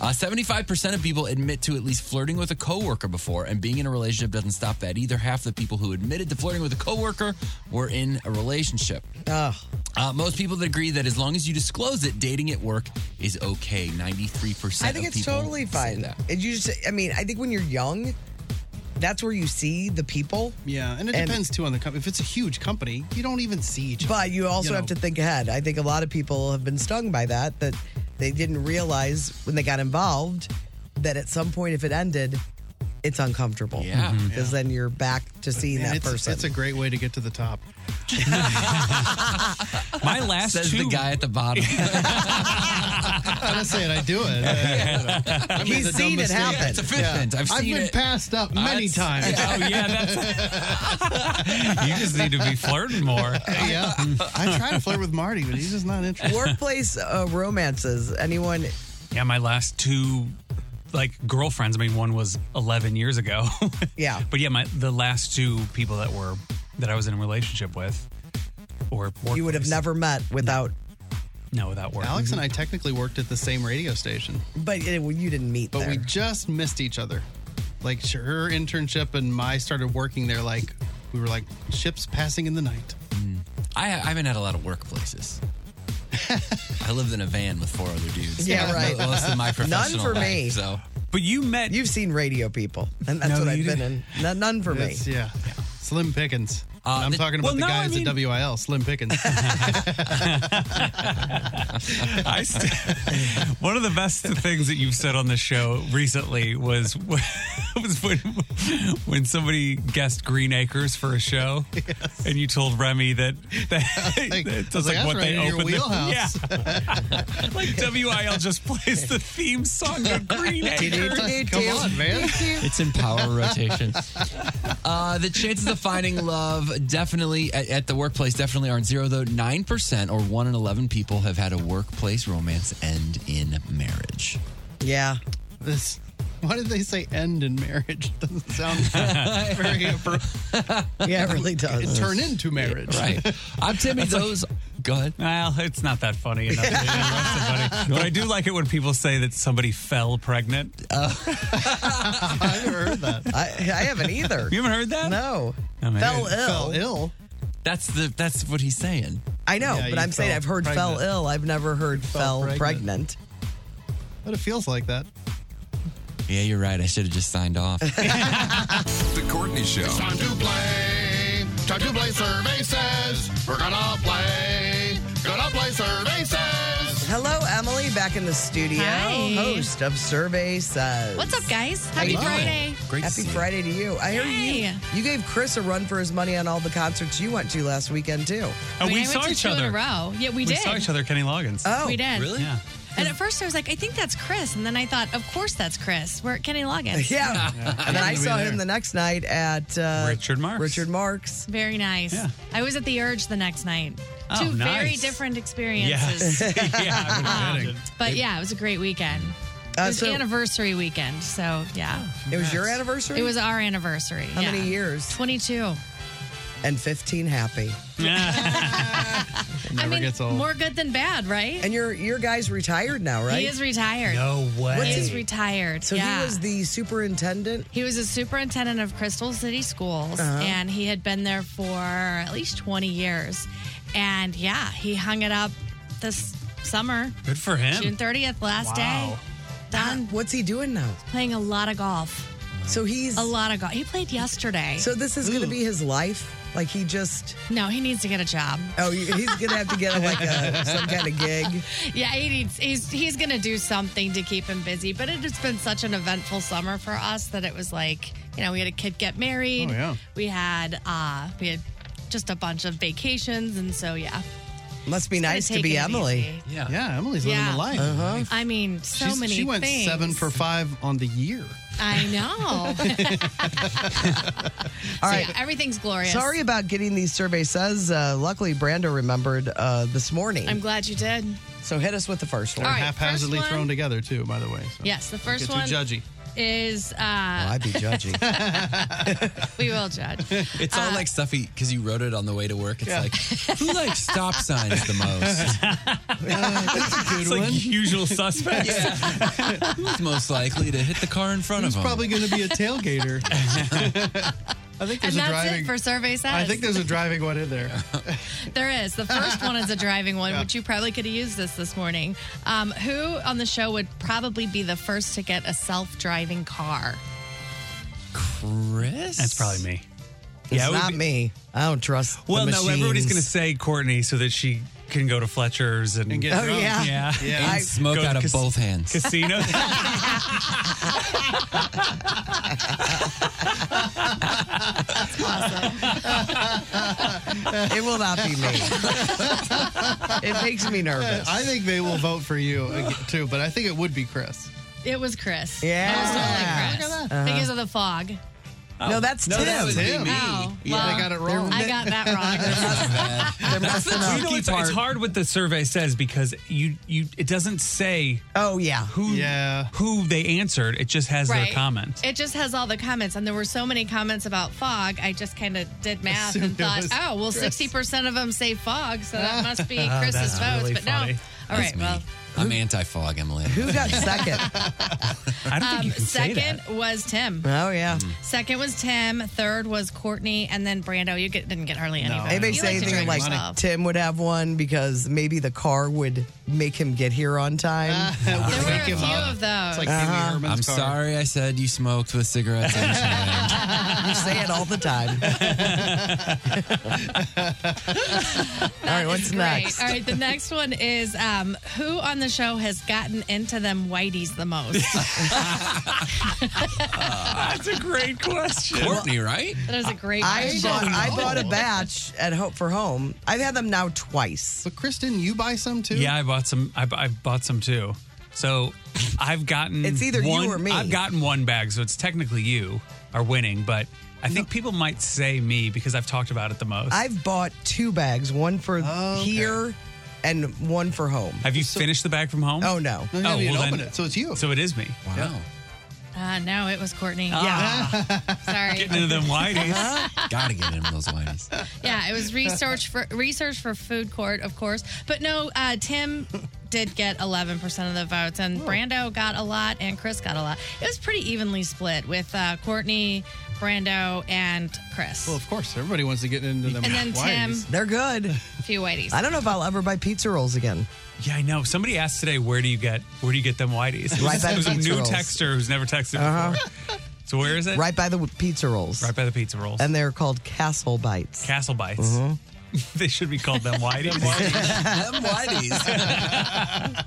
E: Uh, 75% of people admit to at least flirting with a coworker before, and being in a relationship doesn't stop that either. Half the people who admitted to flirting with a coworker were in a relationship. Uh, most people that agree that as long as you disclose it, dating at work is okay. 93%
C: I think
E: of
C: it's
E: people
C: totally
E: say
C: fine.
E: that.
C: And you just, I mean, I think when you're young, that's where you see the people.
F: Yeah, and it depends too on the company. If it's a huge company, you don't even see each other.
C: But you also have to think ahead. I think a lot of people have been stung by that, that they didn't realize when they got involved that at some point, if it ended, it's uncomfortable.
E: Mm-hmm.
F: Yeah. Mhm.
C: Because then you're back to seeing
F: Man,
C: that
F: it's,
C: person.
F: It's a great way to get to the top.
D: [LAUGHS] My last
E: Says
D: two.
E: the guy at the
D: [LAUGHS]
E: bottom.
F: I'm not saying I do it. I made
E: [LAUGHS] He's
F: the dumb
E: seen it
F: mistake.
E: happen. It's a fifth hint. I've seen
F: been
E: it.
F: passed up
E: Uh,
F: many
E: it's-
F: times.
E: yeah, oh,
F: [LAUGHS]
E: yeah,
D: you just need to be flirting more.
F: [LAUGHS] yeah. I try to flirt with Marty, but he's just not interested.
C: Workplace uh, romances. Anyone?
D: Yeah, my last two like girlfriends. I mean, one was 11 years ago. [LAUGHS]
C: yeah.
D: But yeah, my the last two people that were that I was in a relationship with or
C: You would have never met without,
D: no without work.
F: Alex and I technically worked at the same radio station,
C: but it, well, you didn't meet.
F: but we just missed each other. Like sh- her internship and my started working there. Like we were like ships passing in the night.
E: I, I haven't had a lot of
F: [LAUGHS]
E: workplaces. I lived in a van with four other dudes.
C: Yeah, right.
E: Most
F: [LAUGHS]
E: of my
C: None
E: professional
C: for
E: life,
C: me.
E: So
D: But you met.
C: You've seen radio people, and that's
F: No,
C: what
F: you
C: I've been in.
F: didn't.
C: None, none for me.
F: It's- Yeah. Slim Pickens.
C: Uh,
F: I'm
C: the-
F: talking about
C: well,
F: the
C: no, I
F: guys
C: mean-
F: at WIL, Slim Pickens.
D: [LAUGHS] I st- [LAUGHS] one of the best things that you've said on the show recently was [LAUGHS] was when when somebody guessed Green Acres for a show, and you told Remy that that that's like,
F: that's right
D: what they
F: in your
E: [LAUGHS]
D: opened.
F: wheelhouse.
D: The, yeah, [LAUGHS] like WIL just plays the theme song of Green Acres.
E: Come on, man.
D: It's in
C: [LAUGHS]
D: power rotation.
E: Uh, the chances of finding love definitely at, at the workplace definitely aren't zero though. Nine percent or one in eleven people have had a workplace romance end in marriage.
C: Yeah.
F: This. Why did they say end in marriage? [LAUGHS] Doesn't sound
C: [LAUGHS]
F: very appro-
C: Yeah, it really does.
F: It turned into marriage.
E: right. I'm Timmy.
D: It's like-
E: Those. go ahead.
D: Well, it's not that funny. Enough to interrupt somebody. But I do like it when people say that somebody fell pregnant.
E: Uh,
F: I've never heard that.
C: I, I haven't either.
D: You haven't heard that?
C: No.
D: Oh, man.
C: fell ill.
F: Fell ill.
E: That's the. That's what he's saying.
C: I know,
E: Yeah,
C: but
E: you
C: I'm saying
E: fell
C: I've heard fell
E: pregnant.
C: ill. I've never heard fell,
E: pregnant.
C: pregnant.
F: But it feels like that.
E: Yeah, you're right. I should have just signed
C: [LAUGHS]
E: off.
Q: The Courtney Show.
O: Time to play. Time to play survey says. We're gonna play. Gonna play survey says.
C: Hello, Emily, back in the studio,
M: Hi.
C: host of Survey Says.
M: What's up, guys?
C: How
M: Happy
C: you doing?
M: Friday.
C: Happy Friday to you. I hear you.
M: Yay.
C: You gave Chris a run for his money on all the concerts you went to last weekend too.
D: Oh,
M: I mean,
D: we
M: I
D: saw
M: went to
D: each
M: two
D: other.
M: in a row. Yeah, we,
D: We
M: did.
D: saw each other at Kenny Loggins.
C: Oh,
M: we did.
D: Yeah.
M: And at first, I was like, I think that's Chris, and then I thought, of course, that's Chris. We're at
D: [LAUGHS]
M: Kenny Loggins.
C: Yeah. and then I saw him the next night at uh,
D: Richard Marks.
C: Richard Marks.
M: Very nice. I was at the Urge the next night.
C: Oh,
M: Two very
C: nice.
M: different experiences.
C: [LAUGHS]
M: [LAUGHS] Um, but yeah, it was a great weekend.
C: Uh,
M: it was
C: so-
M: anniversary weekend, so yeah.
C: It was your anniversary?
M: It was our anniversary.
C: How many years?
M: Twenty-two.
C: and 15 happy.
M: [LAUGHS] I mean, more good than bad, right?
C: And your your guy's retired now, right?
M: He is retired.
C: No way.
M: He is retired.
C: So
M: yeah.
C: he was the superintendent.
M: He was a superintendent of Crystal City Schools,
C: Uh-huh.
M: and he had been there for at least 20 years. And yeah, he hung it up this summer.
D: Good for him.
M: June 30th,
D: [LAUGHS] Wow.
M: last day. Done.
C: What's he doing now?
M: Playing a lot of golf.
C: So he's
M: a lot of golf. He played yesterday.
C: So this is going to be his life. Like he just
M: no, he needs to get a job.
C: Oh, he's going to have to get
M: [LAUGHS]
C: like [LAUGHS] a, some kind of gig.
M: Yeah, he needs, he's he's gonna do something to keep him busy. But it has been such an eventful summer for us that it was like you know we had a kid get married.
F: Oh, yeah.
M: We had uh we had just a bunch of vacations, and so yeah.
C: Must be
M: He's gonna
C: nice to
M: take
C: be
M: it
C: Emily.
M: easy.
F: Yeah. Yeah, Emily's living the life.
C: Uh-huh.
M: I mean, so
F: She's-
M: many.
F: She went
M: things.
F: seven for five on the year.
M: I
F: [LAUGHS]
M: [LAUGHS] know.
C: All
M: so
C: right.
M: yeah, everything's glorious.
C: Sorry about getting these survey says. Uh, luckily, Brando remembered uh, this morning.
M: I'm glad you did.
C: so hit us with the first one.
M: All right, haphazardly first one. thrown
C: together, too, by the way.
M: Yes, the first
F: get
M: one
F: too judgy.
M: is. Uh,
C: I'd be judgy.
M: [LAUGHS] we will judge.
E: It's
C: Uh,
E: all like stuff he because you wrote it on the way to work. It's
M: Yeah.
E: like
C: [LAUGHS]
E: who likes stop signs the
D: [LAUGHS]
E: most?
D: it's like usual suspects.
E: Who's most likely to hit the car in front
F: Who's
E: of him?
F: probably going to be a tailgater?
E: [LAUGHS]
F: I think
M: And
F: there's
M: that's
F: a driving.
M: it for survey says.
F: I think there's a driving one in there.
M: There is. The first one is a driving
F: [LAUGHS]
M: one,
F: Yeah.
M: which you probably could have used this this morning. Um, who on the show would probably be the first to get a self-driving car?
E: Chris?
D: That's probably me.
C: It's not me. I don't trust.
D: Well,
C: the
D: no, everybody's going to
C: machines.
D: say Courtney so that she can go to Fletcher's and,
C: get Oh, drunk. yeah.
D: yeah,
C: Yeah. And smoke
D: Go to
E: out of both hands.
D: Casino.
C: [LAUGHS] [LAUGHS] it will not be [LAUGHS] me. it
F: [LAUGHS]
C: makes me nervous.
F: I think they will vote for you again, too, but I think it would be Chris.
M: It was Chris.
F: Yeah.
M: It was totally Chris.
F: Look at that.
M: Because of the fog.
C: No, that's
F: No,
C: Tim.
F: that was Tim. me.
M: Oh,
F: Yeah.
M: well,
F: They got it wrong.
M: I got that
O: [LAUGHS]
M: wrong.
D: That's the you know, it's, it's [LAUGHS] hard what the survey says because you you it doesn't say.
C: Oh yeah.
D: Who yeah. who they answered? It just has their comment.
M: It just has all the comments, and there were so many comments about fog. I just kind of did math
D: Assumed
M: and
D: it
M: thought,
D: was
M: oh, well,
D: Chris.
M: sixty percent of them say fog, so [LAUGHS] that
E: [LAUGHS]
M: must be
D: Oh,
E: Ah,
M: Chris's
E: that's
M: votes.
E: really
M: but
E: funny.
M: no, all right,
E: That's me.
M: well,
E: I'm anti-fog, Emily.
C: Who
M: [LAUGHS]
C: got second?
E: I
M: um, second was Tim.
C: Oh yeah.
D: Hmm.
M: Second was Tim. Third was Courtney, and then Brando. You get, didn't get hardly any. votes.
C: Anybody
M: You
C: say
M: to
C: anything
M: drive
C: like
M: yourself.
C: Tim would have one because maybe the car would make him get here on time?
M: [LAUGHS] there were a few of those.
D: Uh-huh.
E: I'm sorry I said you smoked with
D: [LAUGHS]
E: cigarettes. in your hand.
C: you say it all the
F: [LAUGHS]
C: time. all right,
M: [LAUGHS]
C: what's
M: Great.
C: next?
M: All right, the next one is um, who on the show has gotten into them whiteys the most?
D: [LAUGHS] That's a great question.
E: Courtney, right?
M: That is a great
C: I
M: question. Oh.
C: bought, I bought a batch at home for home. I've had them now twice.
F: But Kristen, you buy some too.
D: Yeah, I bought some. I, bu- I bought some too. So [COUGHS] I've gotten.
C: It's either you
D: one,
C: or me.
D: I've gotten one bag, so it's technically you are winning. But I think people might say me because I've talked about it the most.
C: I've bought two bags, one for here and one for home.
D: Have you finished the bag from home?
C: Oh no.
D: Oh, well then, So it's you. So it is me. Wow.
M: Uh, no, it was Courtney.
D: Ah.
M: [LAUGHS] Sorry.
D: Getting into them
M: Uh-huh.
E: whiteys. [LAUGHS] Gotta get into those whiteys.
M: Yeah, it was research for research for food court, of course. But no, uh, Tim did get 11% of the votes, and Brando got a lot, and Chris got a lot. It was pretty evenly split with uh, Courtney, Brando, and Chris.
F: Well, of course, everybody wants to get into them.
M: And then Tim.
F: Hawaiis.
C: They're good.
M: A few whiteys.
C: I don't know if I'll ever buy pizza rolls again.
D: Yeah, I know. Somebody asked today, where do you get where do you get them
C: [LAUGHS]
D: whiteys? It
C: Right
D: was,
C: by
D: it was a
C: pizza
D: new
C: rolls.
D: texter who's never texted
C: Uh-huh.
D: before. So where is it?
C: Right by the w- pizza rolls.
D: Right by the pizza rolls.
C: And they're called Castle Bites. Mm-hmm.
D: Castle Bites. [LAUGHS] [LAUGHS] they should be called them
C: [LAUGHS]
D: whiteys.
E: them whiteys.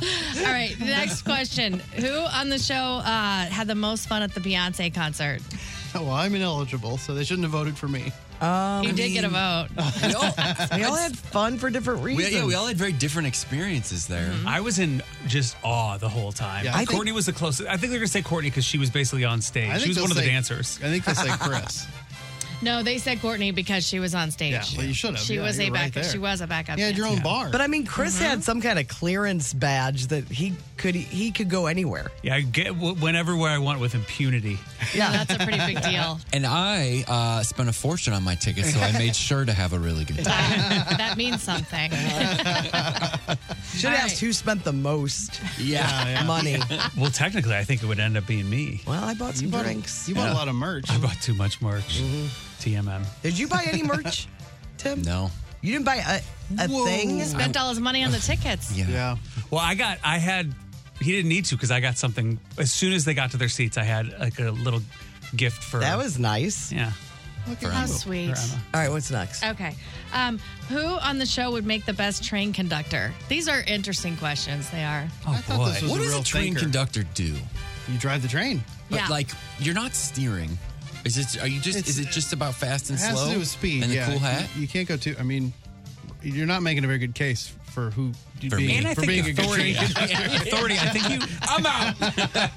M: All right,
F: [LAUGHS]
M: next question. Who on the show uh, had the most fun at the Beyonce concert?
F: Oh, well, I'm ineligible, so they shouldn't have voted for me.
C: Um,
M: You did get a vote.
D: [LAUGHS]
C: We all had fun for different
E: We,
C: reasons.
E: yeah, we all had very different experiences there.
D: I was in just awe the whole time.
E: Yeah, I think-
D: Courtney was the closest. I think they're gonna say Courtney because she was basically on
F: I
D: stage.
F: think
D: She was
F: they'll
D: one of the
F: say-
D: dancers.
F: I think they'll say Chris.
M: No, they said Courtney because she was on stage.
F: Yeah, well, you should have.
M: She
F: Yeah,
M: was a
F: you're right
M: backup.
F: there.
M: she was a backup.
F: You had your own
M: dancer.
F: bar.
C: But I mean, Chris
M: Mm-hmm.
C: had some kind of clearance badge that he could he could go anywhere.
D: [LAUGHS] Yeah, I get w- went everywhere I want with impunity.
M: Yeah, that's a pretty big deal.
E: And I uh, spent a fortune on my tickets, so I made sure to have a
F: [LAUGHS]
E: really good time.
M: Mm-hmm.
C: [LAUGHS]
M: that means something.
C: Should have asked who spent the most
M: [LAUGHS]
C: money.
D: [LAUGHS] well, technically, I think it would end up being me.
C: Well, I bought some
D: bought-
C: drinks. Mm-hmm.
D: you bought a Yeah. lot
F: of merch.
D: I bought too much merch. TMM.
C: Did you buy any
D: [LAUGHS]
C: merch, Tim?
E: No.
C: You didn't buy a, a
M: Whoa.
C: thing?
E: [SIGHS]
M: He spent all his money on the tickets.
D: Well, I got I had he didn't need to because I got something as soon as they got to their seats. I had like a little gift for
C: That was nice.
D: Yeah.
M: Look
D: For
M: at how
D: Emma.
M: sweet.
D: For Emma.
C: All right, what's next?
M: Okay. Um, who on the show would make the best train conductor? These are interesting questions. They are.
F: Oh,
E: I thought this was
M: What
E: what
M: is
E: does a train conductor do?
F: You drive the train.
E: But
M: Yeah.
E: like you're not steering. Is it? Are you just?
F: It's-
E: is it just about fast and
F: it has
E: slow?
F: to do with speed.
E: and
F: yeah.
E: a cool hat.
F: You, you can't go too. I mean, you're not making a very good case for who you
D: For
F: being,
D: me. And I
F: for
D: think
F: being a good
D: authority- [LAUGHS]
F: train conductor.
D: authority, I think you. I'm out.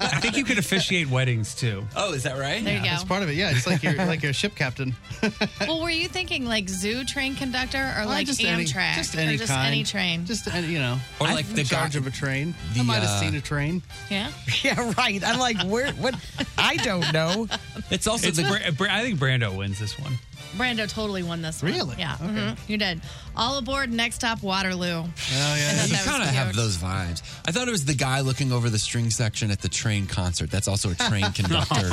D: I think you could officiate weddings too.
E: Oh, is that right?
M: There you
F: That's
M: go.
F: part of it. Yeah, it's like you're like you're a ship
E: [LAUGHS]
F: captain.
M: [LAUGHS] well, were you thinking like zoo train conductor or
F: Or
M: like
F: Oh, just any-
M: Amtrak
F: just any
M: or just
F: kind.
M: any train?
F: Just any, you know.
E: Or
F: I'm
E: like
F: in
E: the
F: charge
E: guy-
F: of a train. I
E: the,
F: might have
E: uh,
F: seen a train.
M: Yeah.
C: Yeah, right. I'm like, where? What? I don't know.
E: It's also
D: the. I think Brando wins this one.
M: Brando totally won this one.
D: Really?
M: Yeah. mhm, You did. All aboard. Next stop Waterloo.
E: Oh
M: I thought
E: you
M: that was
E: kind of
M: cute.
E: have those vibes. I thought it was the guy looking over the string section at the train concert. That's also a
F: [LAUGHS]
E: train conductor.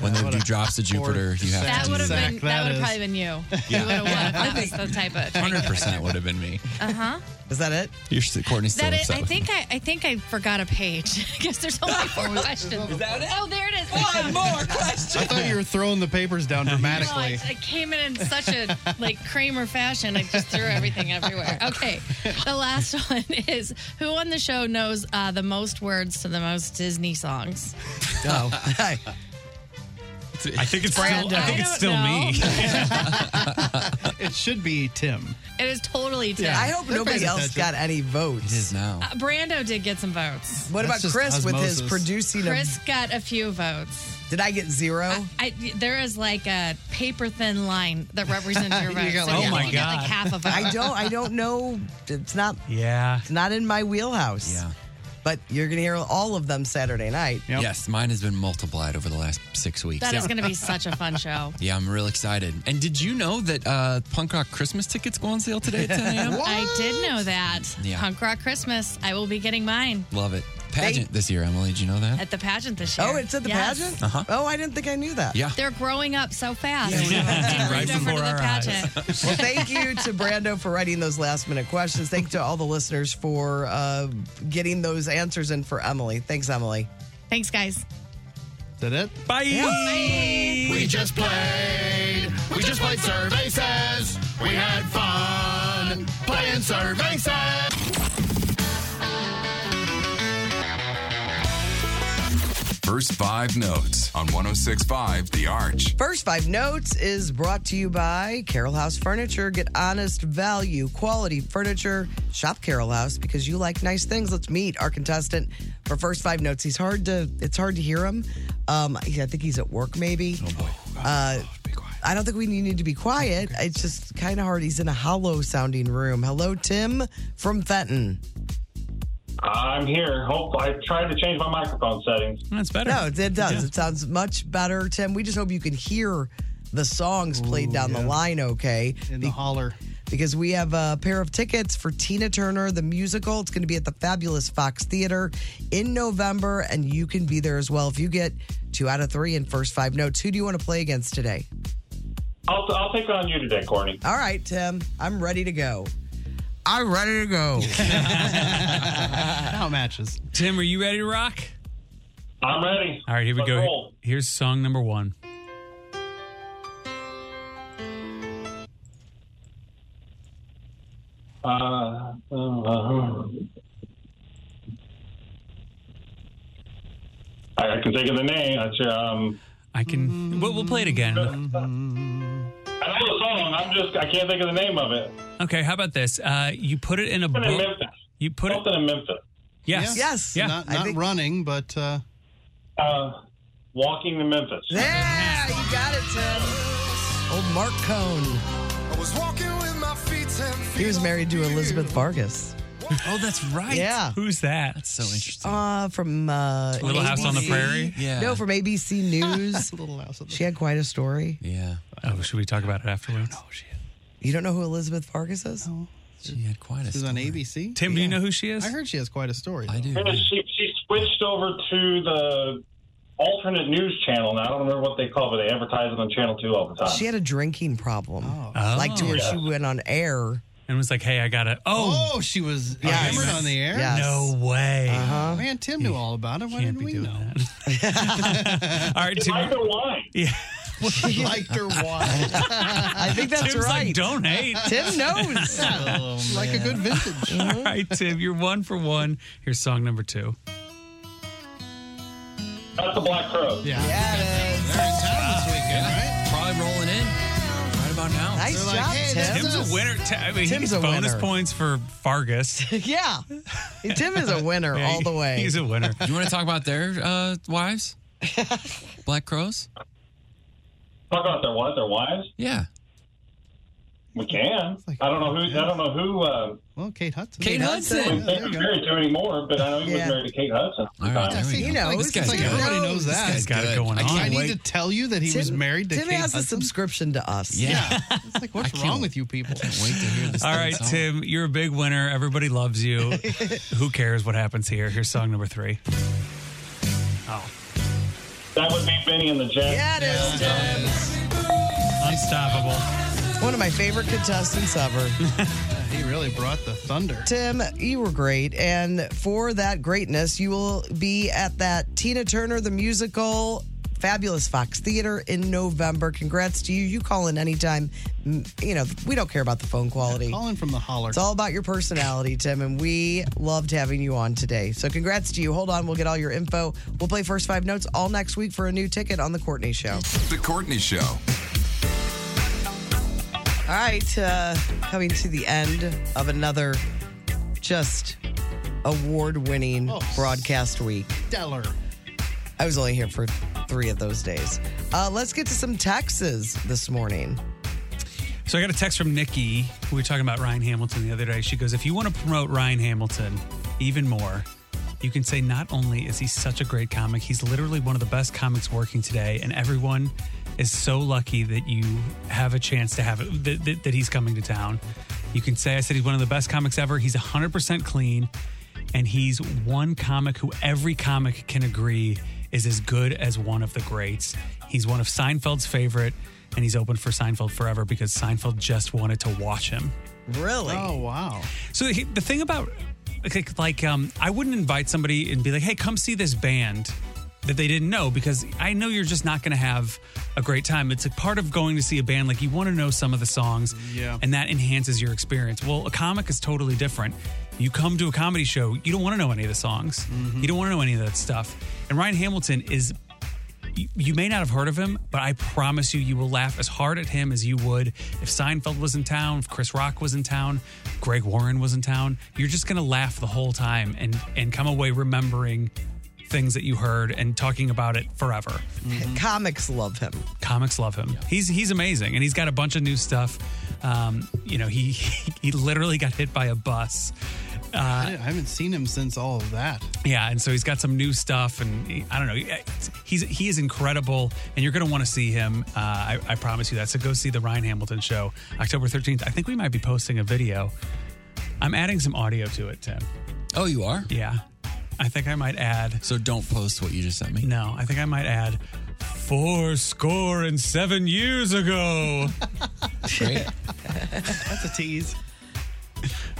E: when they do drops to Jupiter, you have
M: That
E: to.
M: would
E: do
M: have been. That, would have probably been you. You would have
E: [LAUGHS]
M: won. if That was the type of.
E: Hundred percent would have been me.
M: Uh huh.
C: Is that it?
E: You're still, Courtney's still
M: That it,
E: upset
M: I
E: with
M: think I, I think I forgot a page. [LAUGHS] I guess there's only
C: [LAUGHS]
M: four questions. Is that it? Oh, there it is. One more
F: [LAUGHS] I thought
M: [LAUGHS]
F: you were throwing the papers down
D: [LAUGHS]
F: dramatically.
M: I, I came in in such a like Kramer fashion. I just threw everything everywhere. Okay, the last [LAUGHS] one is who on the show knows uh, the most words to the most Disney songs?
C: [LAUGHS] Oh, I
D: think it's
M: Brando.
D: still. I think
M: I
D: it's
M: don't
D: still me. [LAUGHS]
F: it should be Tim.
M: It is totally Tim.
C: I hope nobody else got any votes. It is
E: now.
M: Uh, Brando did get some votes.
C: What about Chris with his producing? of-
M: Chris got a few votes.
C: did I get zero?
M: I, there is like a paper thin line that
C: [LAUGHS]
M: represents your votes. So
F: "Oh
M: you only got like half a vote.
C: I don't.
E: [LAUGHS]
C: I don't know. It's not.
D: Yeah.
C: It's not in my wheelhouse. Yeah. But you're gonna hear all of them Saturday night.
E: it. Yes, mine has been multiplied over the last six weeks.
M: That is going to be such a fun show.
E: Yeah, I'm real excited. And did you know that uh, Punk Rock Christmas tickets go on sale today at 10 a.m.?
C: [LAUGHS]
M: I did know that.
E: Yeah.
M: Punk Rock Christmas. I will be getting mine
E: Love it. Pageant this year, Emily. Did you know that?
M: at the pageant this year.
C: Oh, it's at the
M: Yes.
C: pageant.
E: Uh-huh.
C: Oh, I didn't think I knew that.
E: Yeah.
M: They're growing up so fast.
D: [LAUGHS] right
M: Different
D: before
M: to the
D: our
M: pageant.
C: well, thank you to Brando for writing those last minute questions. Thank you to all the listeners for uh, getting those answers in for Emily. Thanks, Emily.
M: Thanks, guys.
F: Is that it?
D: Bye.
F: We just played. We just played survey says. We had fun playing survey says.
H: First five notes on 1065 The Arch.
C: First Five Notes is brought to you by Carroll House Furniture. Get honest value, quality furniture. Shop Carroll House because you like nice things. Let's meet our contestant for First Five Notes. He's hard to it's hard to hear him. Um, I think he's at work maybe. Oh boy. Uh, I don't think we need to be quiet. It's just kind of hard. He's in a hollow sounding room. Hello, Tim from Fenton.
R: I'm here. Hope I tried to change my microphone settings.
D: That's better.
C: No, it, it does. It sounds much better, Tim. We just hope you can hear the songs played down the line okay. In the
F: holler.
C: Because we have a pair of tickets for Tina Turner, the musical. It's going to be at the fabulous Fox Theater in November, and you can be there as well if you get two out of three in first five notes. Who do you want to play against today?
R: I'll, I'll take it on you today, Courtney.
C: All right, Tim, I'm ready to go. I'm ready to [LAUGHS] go.
F: Now [LAUGHS] it matches.
D: Tim, are you ready to rock?
R: I'm ready.
D: All right, here we
R: Let's
D: go.
R: roll.
D: Here's song number one.
R: Uh, uh, I can think of the name. It's, um,
D: I can. We'll, we'll play
R: [LAUGHS]
D: it again.
R: I know the song. I'm just. I can't think of the name of it.
D: Okay, how about this? Uh, you put it in a
R: Something in
D: book.
R: Memphis.
D: You put
R: Something in Memphis.
D: Yes.
F: Yeah.
D: Yes. Yeah.
F: Not,
D: I
F: not
D: think-
F: running, but. Uh,
R: uh, walking to Memphis.
C: Yeah, you got it, Tim. Old Mark Cohn.
H: I was walking with my feet
C: He was married to Elizabeth Vargas.
E: Oh, that's right.
C: Yeah.
D: Who's that?
E: That's so interesting.
C: Uh, from uh,
D: Little House on the
C: ABC.
D: Prairie? Yeah.
C: No, from ABC
D: [LAUGHS]
C: News. Little House She had quite a story.
E: Yeah.
D: Oh, should we talk about it afterwards?
C: Oh, You don't know who Elizabeth Vargas is?
E: She had quite
F: She's on ABC.
D: Tim, do you know who she is?
F: I heard she has quite a story. I
E: do.
R: She, she switched over to the alternate news channel now. I don't remember what they call it, but they
D: Oh.
R: advertise it on Channel 2 all the time.
C: She had a drinking problem. Like to where
R: Yeah.
C: she went on air
D: and was like, "Hey, I got to." Oh,
F: Oh, she was
D: Yeah,
F: yeah,
D: yes.
F: on the air.
D: Yes. No way. Uh-huh.
F: Man, Tim knew all about it. Why didn't we know? [LAUGHS]
D: [LAUGHS] all right, Tim.
F: Like her wine.
D: Yeah.
F: She liked
D: [LAUGHS]
F: her wine.
C: [LAUGHS] I think that's
D: Tim's like,
C: right.
D: "Don't hate."
C: [LAUGHS] Tim
D: [LAUGHS]
C: knows.
F: Oh, Like a man. good vintage.
D: All right, Tim, you're one for one. Here's song number two.
R: That's the Black Crow.
F: Yeah.
E: Probably rolling in right about now.
C: Nice
E: They're like,
C: job,
E: "Hey,
C: Tim.
E: this is
D: Tim's
E: us."
D: a winner. Ti- I mean,
E: [LAUGHS]
C: Tim's
D: he's
C: a
D: bonus
C: winner.
D: points for Fargus.
C: [LAUGHS] yeah. Tim is a winner
D: Yeah,
C: all the way.
D: He's a
C: [LAUGHS]
D: winner.
E: You want to talk about their uh, wives? Black Crows?
R: Talk about their what? Their wives?
E: Yeah.
R: We can. I don't know who. I don't know who. Uh,
F: well, Kate Hudson.
E: Kate Hudson.
R: I don't think he's married to anymore, but I know he
F: Yeah.
R: was married to Kate Hudson.
E: All right, there we go.
C: He knows.
E: This guy's
C: Like,
E: good.
C: everybody knows
E: This
C: that.
E: guy's
C: He's
E: good. I can't
F: I need
E: wait.
F: to tell you that he was married to
C: Tim
F: Kate
C: has a
F: Hudson.
C: subscription to us.
D: [LAUGHS]
E: Yeah.
F: It's like, what's wrong with you people?
E: Wait to hear this.
D: All
E: thing
D: right,
E: song.
D: Tim, you're a big winner. Everybody loves
C: [LAUGHS]
D: you. Who cares what happens here? Here's song number three. Oh.
R: That would be Benny and the Jets.
C: Yeah, it is,
D: Unstoppable.
C: One of my favorite
D: [LAUGHS]
C: contestants ever.
F: He really brought the thunder.
C: Tim, you were great. And for that greatness, you will be at that Tina Turner the Musical Fabulous Fox Theater in November. Congrats to you. You call in anytime. Mm, You know, we don't care about the phone quality.
F: Calling from the holler.
C: It's all about your personality, Tim, and we loved having you on today. So congrats to you. Hold on, we'll get all your info. We'll play first five notes all next week for a new ticket on the Courtney Show.
H: The Courtney Show.
C: All right, uh, coming to the end of another just award-winning broadcast week.
F: Stellar.
C: I was only here for three of those days. Uh, let's get to some taxes this morning.
D: So I got a text from Nikki. We were talking about Ryan Hamilton the other day. She goes, If you want to promote Ryan Hamilton even more, you can say not only is he such a great comic, he's literally one of the best comics working today, and everyone is so lucky that you have a chance to have it, that, that, that he's coming to town. You can say, I said he's one of the best comics ever. He's 100% clean, and he's one comic who every comic can agree is as good as one of the greats. He's one of Seinfeld's favorite, and he's open for Seinfeld forever because Seinfeld just wanted to watch him.
C: Really?
F: Oh, wow.
D: So he, the thing about like, like um, I wouldn't invite somebody and be like, "Hey, come see this band." That they didn't know because I know you're just not going to have a great time. It's a part of going to see a band. Like you want to know some of the songs,
F: Yeah.
D: and that enhances your experience. Well, a comic is totally different. You come to a comedy show, you don't want to know any of the songs. You don't want to know any of that stuff. And Ryan Hamilton is you, you may not have heard of him, but I promise you, you will laugh as hard at him as you would if Seinfeld was in town, if Chris Rock was in town, Greg Warren was in town. You're just gonna laugh the whole time and and come away remembering things that you heard and talking about it forever.
C: Comics love him.
D: Comics love him. He's he's amazing, and he's got a bunch of new stuff. Um, you know, he [LAUGHS] he literally got hit by a bus. Uh,
F: I, I haven't seen him since all of that.
D: yeah, and so he's got some new stuff, and he, I don't know. He's he is incredible, and you're going to want to see him. Uh, I, I promise you that. So go see the Ryan Hamilton show, October 13th. I think we might be posting a video. I'm adding some audio to it, Tim.
E: Oh, you are?
D: Yeah, I think I might add.
E: So don't post what you just sent me.
D: No, I think I might add four score and seven years ago.
E: [LAUGHS] Great.
F: That's a tease.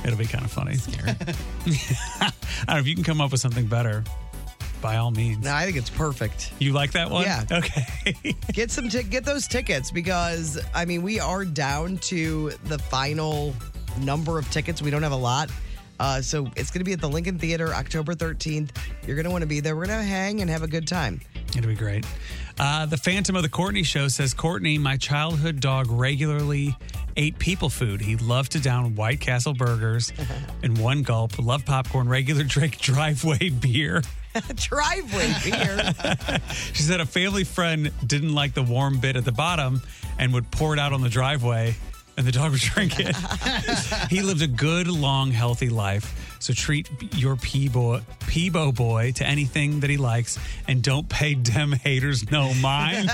D: It'll be kind of funny. [LAUGHS] I don't know if you can come up with something better. By all means.
C: No, I think it's perfect.
D: You like that one?
C: Yeah.
D: Okay.
C: get some tic- get those tickets because I mean we are down to the final number of tickets. We don't have a lot. Uh, so it's going to be at the Lincoln Theater October 13th. You're going to want to be there. We're going to hang and have a good time. [LAUGHS]
D: It'll be great. Uh, the Phantom of the Courtney show says Courtney, my childhood dog, regularly ate people food. He loved to down White Castle
C: [LAUGHS]
D: burgers in one gulp, loved popcorn, regular drink, [LAUGHS] driveway beer.
C: Driveway beer.
D: She said a family friend didn't like the warm bit at the bottom and would pour it out on the driveway, and the dog would drink
C: [LAUGHS]
D: it. he lived a good, long, healthy life. So treat your Peebo, Peebo boy to anything that he likes and don't pay dem haters
O: [LAUGHS]
D: no
C: [LAUGHS]
D: mind.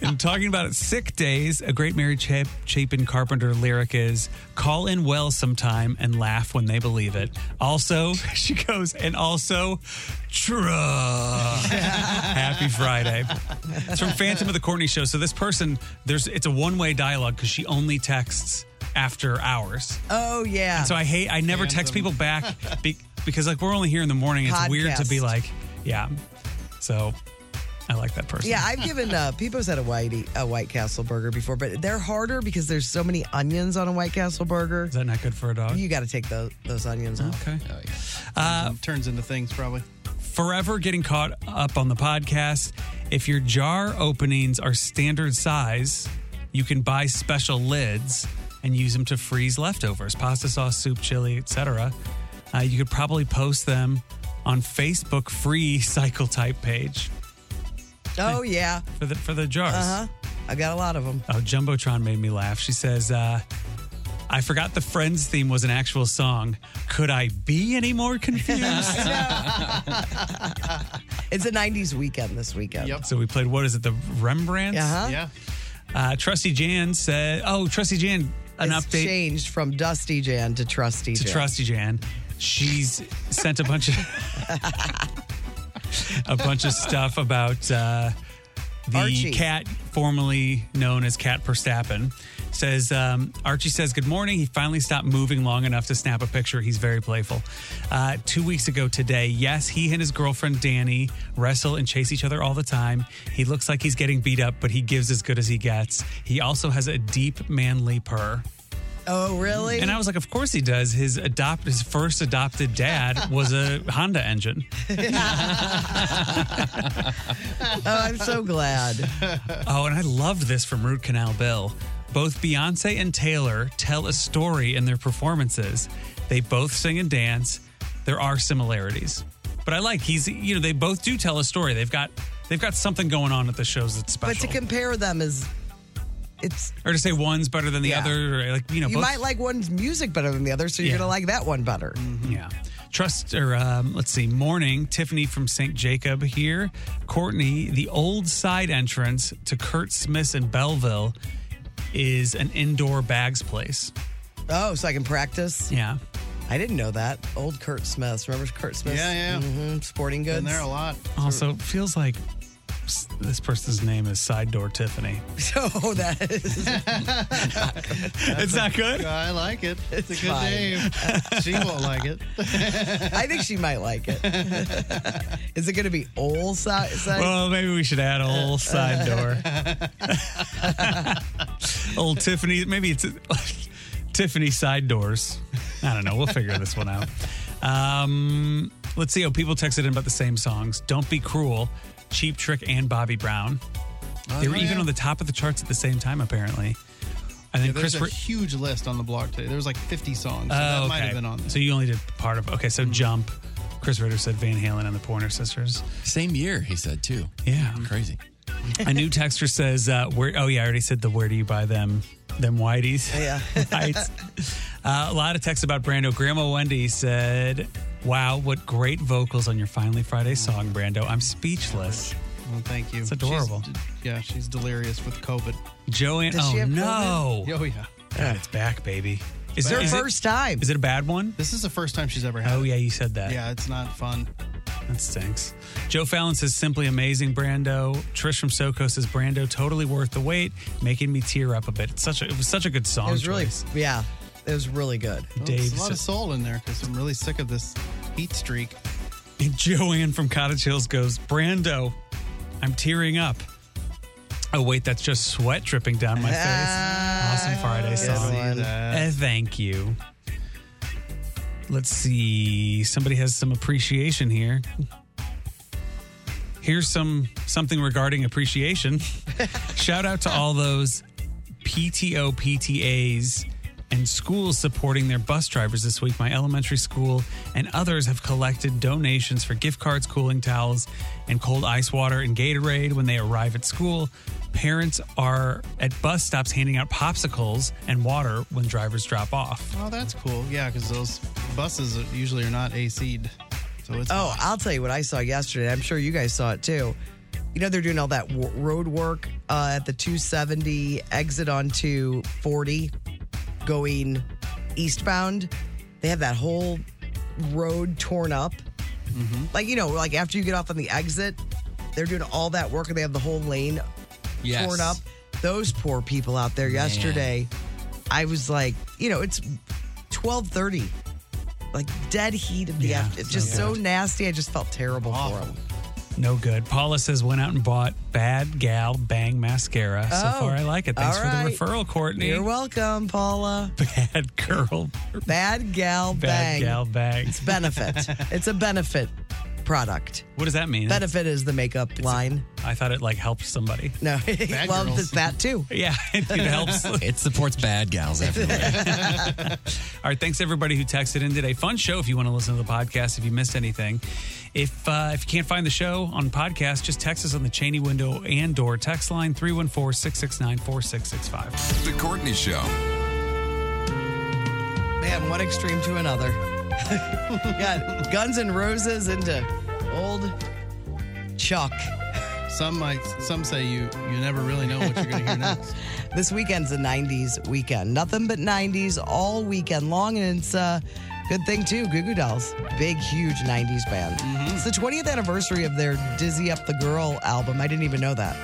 D: and talking about sick days, a great Mary Chap- Chapin Carpenter lyric is call in well sometime and laugh when they believe it. Also, [LAUGHS] she goes, and also, truh. Happy Friday. It's from Phantom of the Courtney Show. So this person, there's it's a one way dialogue because she only texts after hours.
C: Oh yeah.
D: And so I hate. I never text people back be, because like we're only here in the morning. It's weird to be
C: Podcast.
D: like, yeah. So I like that person.
C: Yeah, I've given uh, People's had a white a White Castle burger before, but they're harder because there's so many onions on a White Castle burger. Is
D: that not good for a dog?
C: You got to take those those onions off.
D: Okay.
F: Uh, turns into things probably.
D: forever getting caught up on the podcast. If your jar openings are standard size, you can buy special lids and use them to freeze leftovers, pasta sauce, soup, chili, etc. Uh, you could probably post them on Facebook free [LAUGHS] cycle type page
C: Oh yeah.
D: for the for the jars.
C: Uh huh. I got a lot of them.
D: Oh, Jumbotron made me laugh. She says, uh, I forgot the Friends theme was an actual song. Could I be any
C: [LAUGHS]
D: more confused?
C: Oh, It's a '90s weekend this weekend.
D: So we played what is it? The Rembrandts.
C: Uh-huh. Yeah.
D: Uh, Trusty Jan said, "Oh, Trusty Jan, an
C: It's
D: update
C: changed from Dusty Jan to Trusty
D: to
C: Jan.
D: Trusty Jan. She's sent a bunch of [LAUGHS] a bunch of stuff about uh, the
C: Archie.
D: cat formerly known as Cat Verstappen." Says um, Archie says, "Good morning." He finally stopped moving long enough to snap a picture. He's very playful. Uh, two weeks ago today, yes, he and his girlfriend Danny wrestle and chase each other all the time. He looks like he's getting beat up, but he gives as good as he gets. He also has a deep, manly purr.
C: Oh, really?
D: And I
C: [LAUGHS]
D: was like, [LAUGHS] of course he does. His adopt his first adopted dad was a Honda engine.
C: oh, I'm so glad.
D: [LAUGHS] Oh, and I loved this from Root Canal Bill. Both Beyonce and Taylor tell a story in their performances. They both sing and dance. There are similarities. But I like he's you know, they both do tell a story. They've got they've got something going on at the shows that's
C: But to
D: special.
C: compare them is, it's
D: or to say one's better than the
C: Yeah.
D: other, or like you know,
C: you
D: both,
C: might like one's music better than the other, so you're
D: Yeah.
C: gonna like that one better.
F: Mm-hmm.
D: Yeah. Trust or um, let's see, morning. Tiffany from St. Jacob here. Courtney, the old side entrance to Kurt Smith's in Belleville is an indoor bags place.
C: Oh, so I can practice.
D: Yeah.
C: I didn't know that. Old Kurt Smiths. Remember Kurt Smiths?
F: Yeah, yeah.
C: hmm Sporting goods.
F: Been there a lot.
D: Also, feels like s- this person's name is Side Door Tiffany.
C: [LAUGHS] So oh, that
F: [LAUGHS]
C: is.
D: it's not good.
F: I like it. It's, a good
C: fine.
F: name.
C: [LAUGHS]
F: she won't like it.
C: I think she might like
F: [LAUGHS]
C: it. Is it going to be old side? side?
D: Well, maybe we should add a little
F: [LAUGHS]
D: side door. Old Tiffany, maybe it's Tiffany side doors. I don't know. We'll figure this one out. Um, let's see. Oh, people texted in about the same songs. Don't be cruel, Cheap Trick, and Bobby Brown. they were
F: Oh,
D: even
F: yeah.
D: on the top of the charts at the same time, apparently. And then
F: Yeah, there's
D: Chris.
F: a
D: Ri-
F: huge list on the block today. There was like 50 songs. So that
D: Oh,
F: might have
D: okay.
F: been on there.
D: So you only did part of. Okay, so Jump. Chris Ritter said Van Halen and the Pointer Sisters.
E: Same year, he said too.
D: Yeah,
E: crazy.
D: A new texter says, uh, "Where? Oh yeah, I already said the where do you buy them? Them whiteys? [LAUGHS]
C: Yeah,
D: Whites. Uh, a lot of texts about Brando. Grandma Wendy said, "Wow, what great vocals on your Finally Friday song, Brando. I'm speechless."
F: Well, thank you.
D: It's adorable.
F: She's- yeah, she's delirious with COVID.
D: Joanne.
F: Does she
D: Oh
F: have
D: no.
F: COVID? [LAUGHS] Oh, yeah.
D: God, it's back, baby.
F: It's
D: there-
F: her
D: it-
F: first
C: time.
D: Is it a bad one?
F: This is the first time she's ever had.
D: Oh yeah, you said that.
F: Yeah, it's not fun.
D: That stinks. Joe Fallon says simply amazing, Brando. Trish from SoCo says Brando totally worth the wait, making me tear up a bit. It's such a, it was such a good song.
C: it was really,
D: choice.
C: yeah, it was really good.
F: Well, there's a lot of soul in there because I'm really sick of this heat streak.
D: And Joanne from Cottage Hills goes, Brando, I'm tearing up. Oh, wait, that's just sweat dripping down my face. awesome Friday
F: Yes,
D: song.
F: Ah, I see that.
D: Eh, thank you. Let's see. Somebody has some appreciation here. Here's some something regarding
C: [LAUGHS]
D: appreciation. Shout out to all those PTO PTAs and schools supporting their bus drivers this week. My elementary school and others have collected donations for gift cards, cooling towels, and cold ice water and Gatorade when they arrive at school. Parents are at bus stops handing out popsicles and water when drivers drop off.
F: Oh, that's cool. Yeah, because those buses are- usually are not AC'd. So it's
C: Oh, I'll tell you what I saw yesterday. I'm sure you guys saw it too. You know they're doing all that w- road work uh, at the 270 exit onto 40, going eastbound. They have that whole road torn up.
D: Mm-hmm.
C: Like you know, like after you get off on the exit, they're doing all that work and they have the whole lane
E: Yes.
C: torn up. Those poor people out there yesterday. I was like, you know, it's 12:30. Like dead heat of the
D: Yeah,
C: afternoon. It's
D: so
C: just so
D: good.
C: nasty. I just felt terrible for him.
D: No good. Paula says went out and bought Bad Gal Bang mascara.
C: Oh,
D: so far, I like it. Thanks
C: all
D: for the
C: right.
D: referral, Courtney.
C: You're welcome,
D: [LAUGHS]
C: Paula.
D: Bad girl.
C: Bad gal
D: Bad
C: bang.
D: gal bang.
C: It's
D: [LAUGHS]
C: benefit. it's a benefit product.
D: What does that mean?
C: Benefit is the makeup line.
D: I thought it like helps somebody.
C: No, [LAUGHS]
D: Bad
C: well,
D: girls.
C: it's that too.
D: [LAUGHS] Yeah, it
C: [LAUGHS]
N: [LAUGHS]
D: helps.
N: it supports bad gals everywhere.
D: [LAUGHS] All right, thanks everybody who texted in today. Fun show if you want to listen to the podcast. If you missed anything, if uh, if you can't find the show on podcast, just text us on the Cheney window and door text line 314-669-4665.
H: The Courtney Show.
C: Man, one extreme to another. [LAUGHS] We Got Guns and Roses into old Chuck.
F: Some might, some say you you never really know what you're going to hear next.
C: [LAUGHS] this weekend's a 90s weekend. Nothing but 90s all weekend long, and it's a good thing, too. Goo Goo Dolls, big, huge 90s band.
F: Mm-hmm.
C: It's the 20th anniversary of their Dizzy Up the Girl album. I didn't even know that.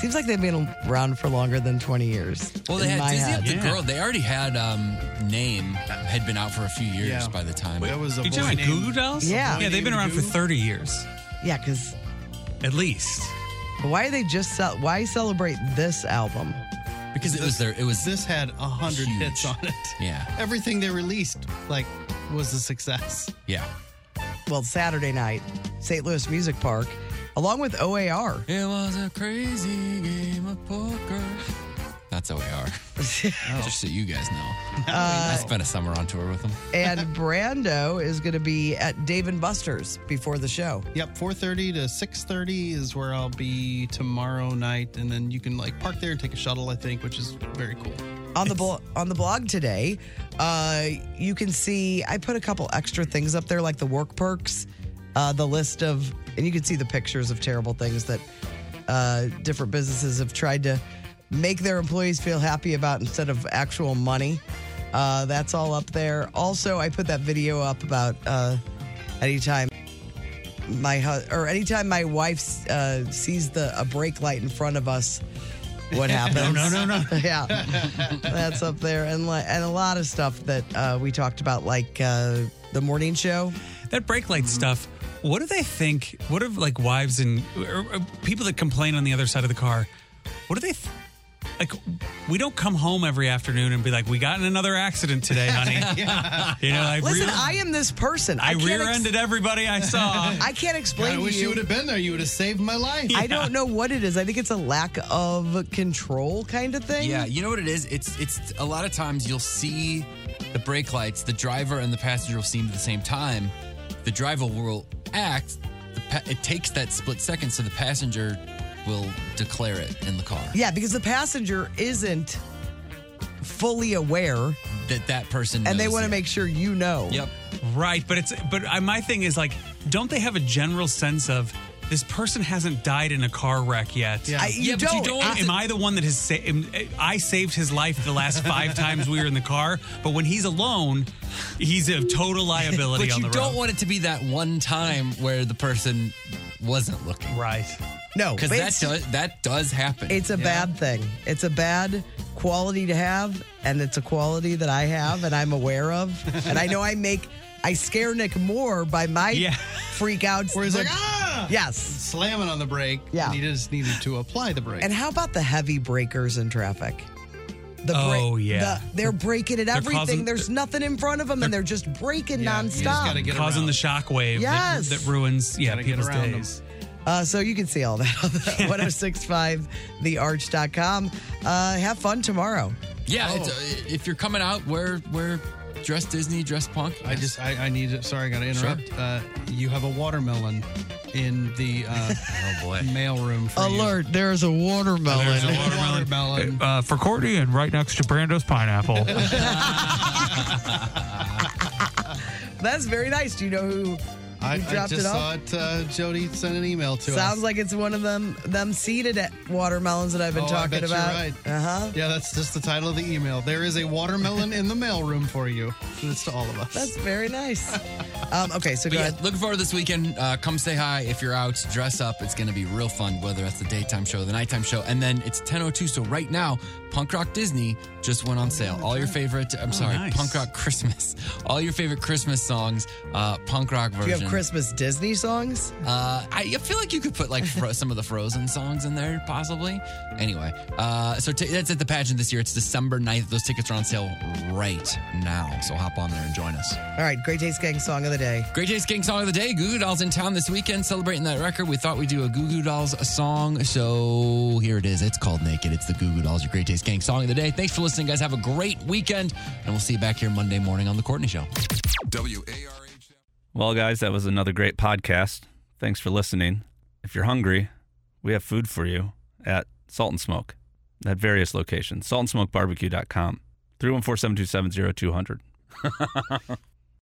C: Seems like they've been around for longer than 20 years.
N: Well, they
C: in
N: had
C: my
N: Disney
C: head.
N: Up the Girl. They already had um, Name had been out for a few years
C: Yeah.
N: by the time.
D: Wait,
N: That
D: was a You boy talking about named- Goo Goo Dolls? A
C: Yeah.
D: boy Yeah, they've been named around for Goo? 30 years.
C: Yeah, because
D: At least.
C: Why are they just cel- why celebrate this album?
N: Because it was their it was
F: this had a hundred hits on it.
N: Yeah.
F: Everything they released like was a success.
N: Yeah.
C: Well, Saturday night, St. Louis Music Park, along with OAR.
N: It was a crazy game of poker. That's OAR. [LAUGHS] Just so you guys know, I spent a summer on tour with them.
C: and Brando is going to be at Dave and Buster's before the show.
F: Yep, 4:30 to 6:30 is where I'll be tomorrow night, and then you can like park there and take a shuttle, I think, which is very cool.
C: On the blo- on the blog today, uh, you can see I put a couple extra things up there, like the work perks, uh, the list of, and you can see the pictures of terrible things that uh, different businesses have tried to make their employees feel happy about instead of actual money. Uh, that's all up there. Also, I put that video up about uh, anytime my hu- or anytime my wife uh, sees the a brake light in front of us, what happens?
D: [LAUGHS] No, no, no, no.
C: [LAUGHS] yeah, that's up there, and li- and a lot of stuff that uh, we talked about, like uh, the morning show.
D: That brake
C: Mm-hmm.
D: light stuff. What do they think? What if like wives and or, or people that complain on the other side of the car? What do they th- like? We don't come home every afternoon and be like, "We got in another accident today,
C: [LAUGHS]
D: honey."
C: Yeah.
D: You know, I
C: Listen,
D: rear-
C: I am this person.
D: I
C: can't
D: rear-ended everybody I saw.
C: [LAUGHS] I can't explain.
D: God, I
C: to
D: wish you would've
F: been there. You would have saved my life.
C: I don't know what it is. I think it's a lack of control kind of thing.
N: Yeah, you know what it is? It's it's a lot of times you'll see the brake lights, the driver and the passenger will seem at the same time. The driver will act. The pa- it takes that split second, so the passenger will declare it in the car
C: Yeah, because the passenger isn't fully aware,
N: that that person.
C: and they
N: knows
C: want to
N: it.
C: make sure you know.
N: Yep.
D: Right, but it's but I, my thing is like, don't they have a general sense of this person hasn't died in a car wreck yet?
C: Yeah. I- you Yeah, but you don't. don't.
D: am I the one that has sa- am, I saved his life the last [LAUGHS] five times we were in the car? But when he's alone, he's a total liability
N: but
D: on
N: you
D: the road.
N: don't want it to be that one time where the person wasn't looking.
D: Right.
C: No,
N: because
C: but
N: that
C: it's-
N: does that does happen.
C: It's a bad thing. It's a bad quality to have, and it's a quality that I have and I'm aware of. and I know I make I scare Nick more by my freak outs.
F: Whereas
C: Like,
F: like, ah,
C: yes,
F: slamming on the brake. Yeah, you just needed to apply the brake.
C: And how about the heavy breakers in traffic? The
F: Oh, yeah.
C: the- they're breaking at
D: They're
C: everything.
D: causing-
C: There's nothing in front of them, and they're just breaking nonstop.
D: causing the shockwave that,
C: Yes.
D: that ruins yeah
C: Gotta get
D: people's
C: around 'em.
D: days.
C: Uh, so you can see all that on the 1065thearch.com. Uh, have fun tomorrow.
N: Yeah, it's, uh, if you're coming out, wear wear dress Disney, dress punk.
F: I just I, I need to, sorry I got to interrupt. Uh, you have a watermelon in the uh, [LAUGHS] oh boy mailroom.
C: [LAUGHS]
F: For you.
C: Alert, there's a watermelon.
F: watermelon.
D: Uh, for Courtney and right next to Brando's [LAUGHS] pineapple.
C: That's very nice. Do [LAUGHS] you know who
F: I, I
C: dropped
F: just
C: it off?
F: saw it. Uh, Jody sent an email to us.
C: Sounds like it's one of them them seeded e-, watermelons that I've been
F: Oh, I
C: talking
F: bet you're
C: about.
F: right.
C: Uh huh.
F: Yeah, that's just the title of the email. There is a watermelon in the mailroom for you. And it's to all of us.
C: That's very nice.
F: [LAUGHS]
C: um, okay, so
E: But yeah, looking forward to this weekend. Uh, come say hi if you're out. Dress up. It's going to be real fun, whether that's the daytime show, the nighttime show, and then it's 10:02. So right now, Punk Rock Disney just went on sale. All your favorite. I'm
C: Oh,
E: sorry,
C: nice.
E: Punk Rock Christmas. [LAUGHS] All your favorite Christmas songs. Uh, punk Rock
C: Do
E: version.
C: you have Christmas Disney songs?
E: Uh, I I feel like you could put like fro- some of the Frozen songs in there, possibly. Anyway, uh, so t- that's at the pageant this year. It's December 9th. Those tickets are on sale right now. So hop on there and join us.
C: All right, Great Taste Gang song of the day.
E: Great Taste Gang song of the day. Goo Goo Dolls in town this weekend celebrating that record. We thought we'd do a Goo Goo Dolls song. So here it is. It's called Naked. It's the Goo Goo Dolls, your Great Taste Gang song of the day. Thanks for listening, guys. Have a great weekend. And we'll see you back here Monday morning on The Courtney Show.
H: WARH.
A: Well, guys, that was another great podcast. Thanks for listening. If you're hungry, we have food for you at Salt and Smoke at various
C: Mm-hmm.
A: locations. saltandsmokebarbecue.com. 314 727 0200.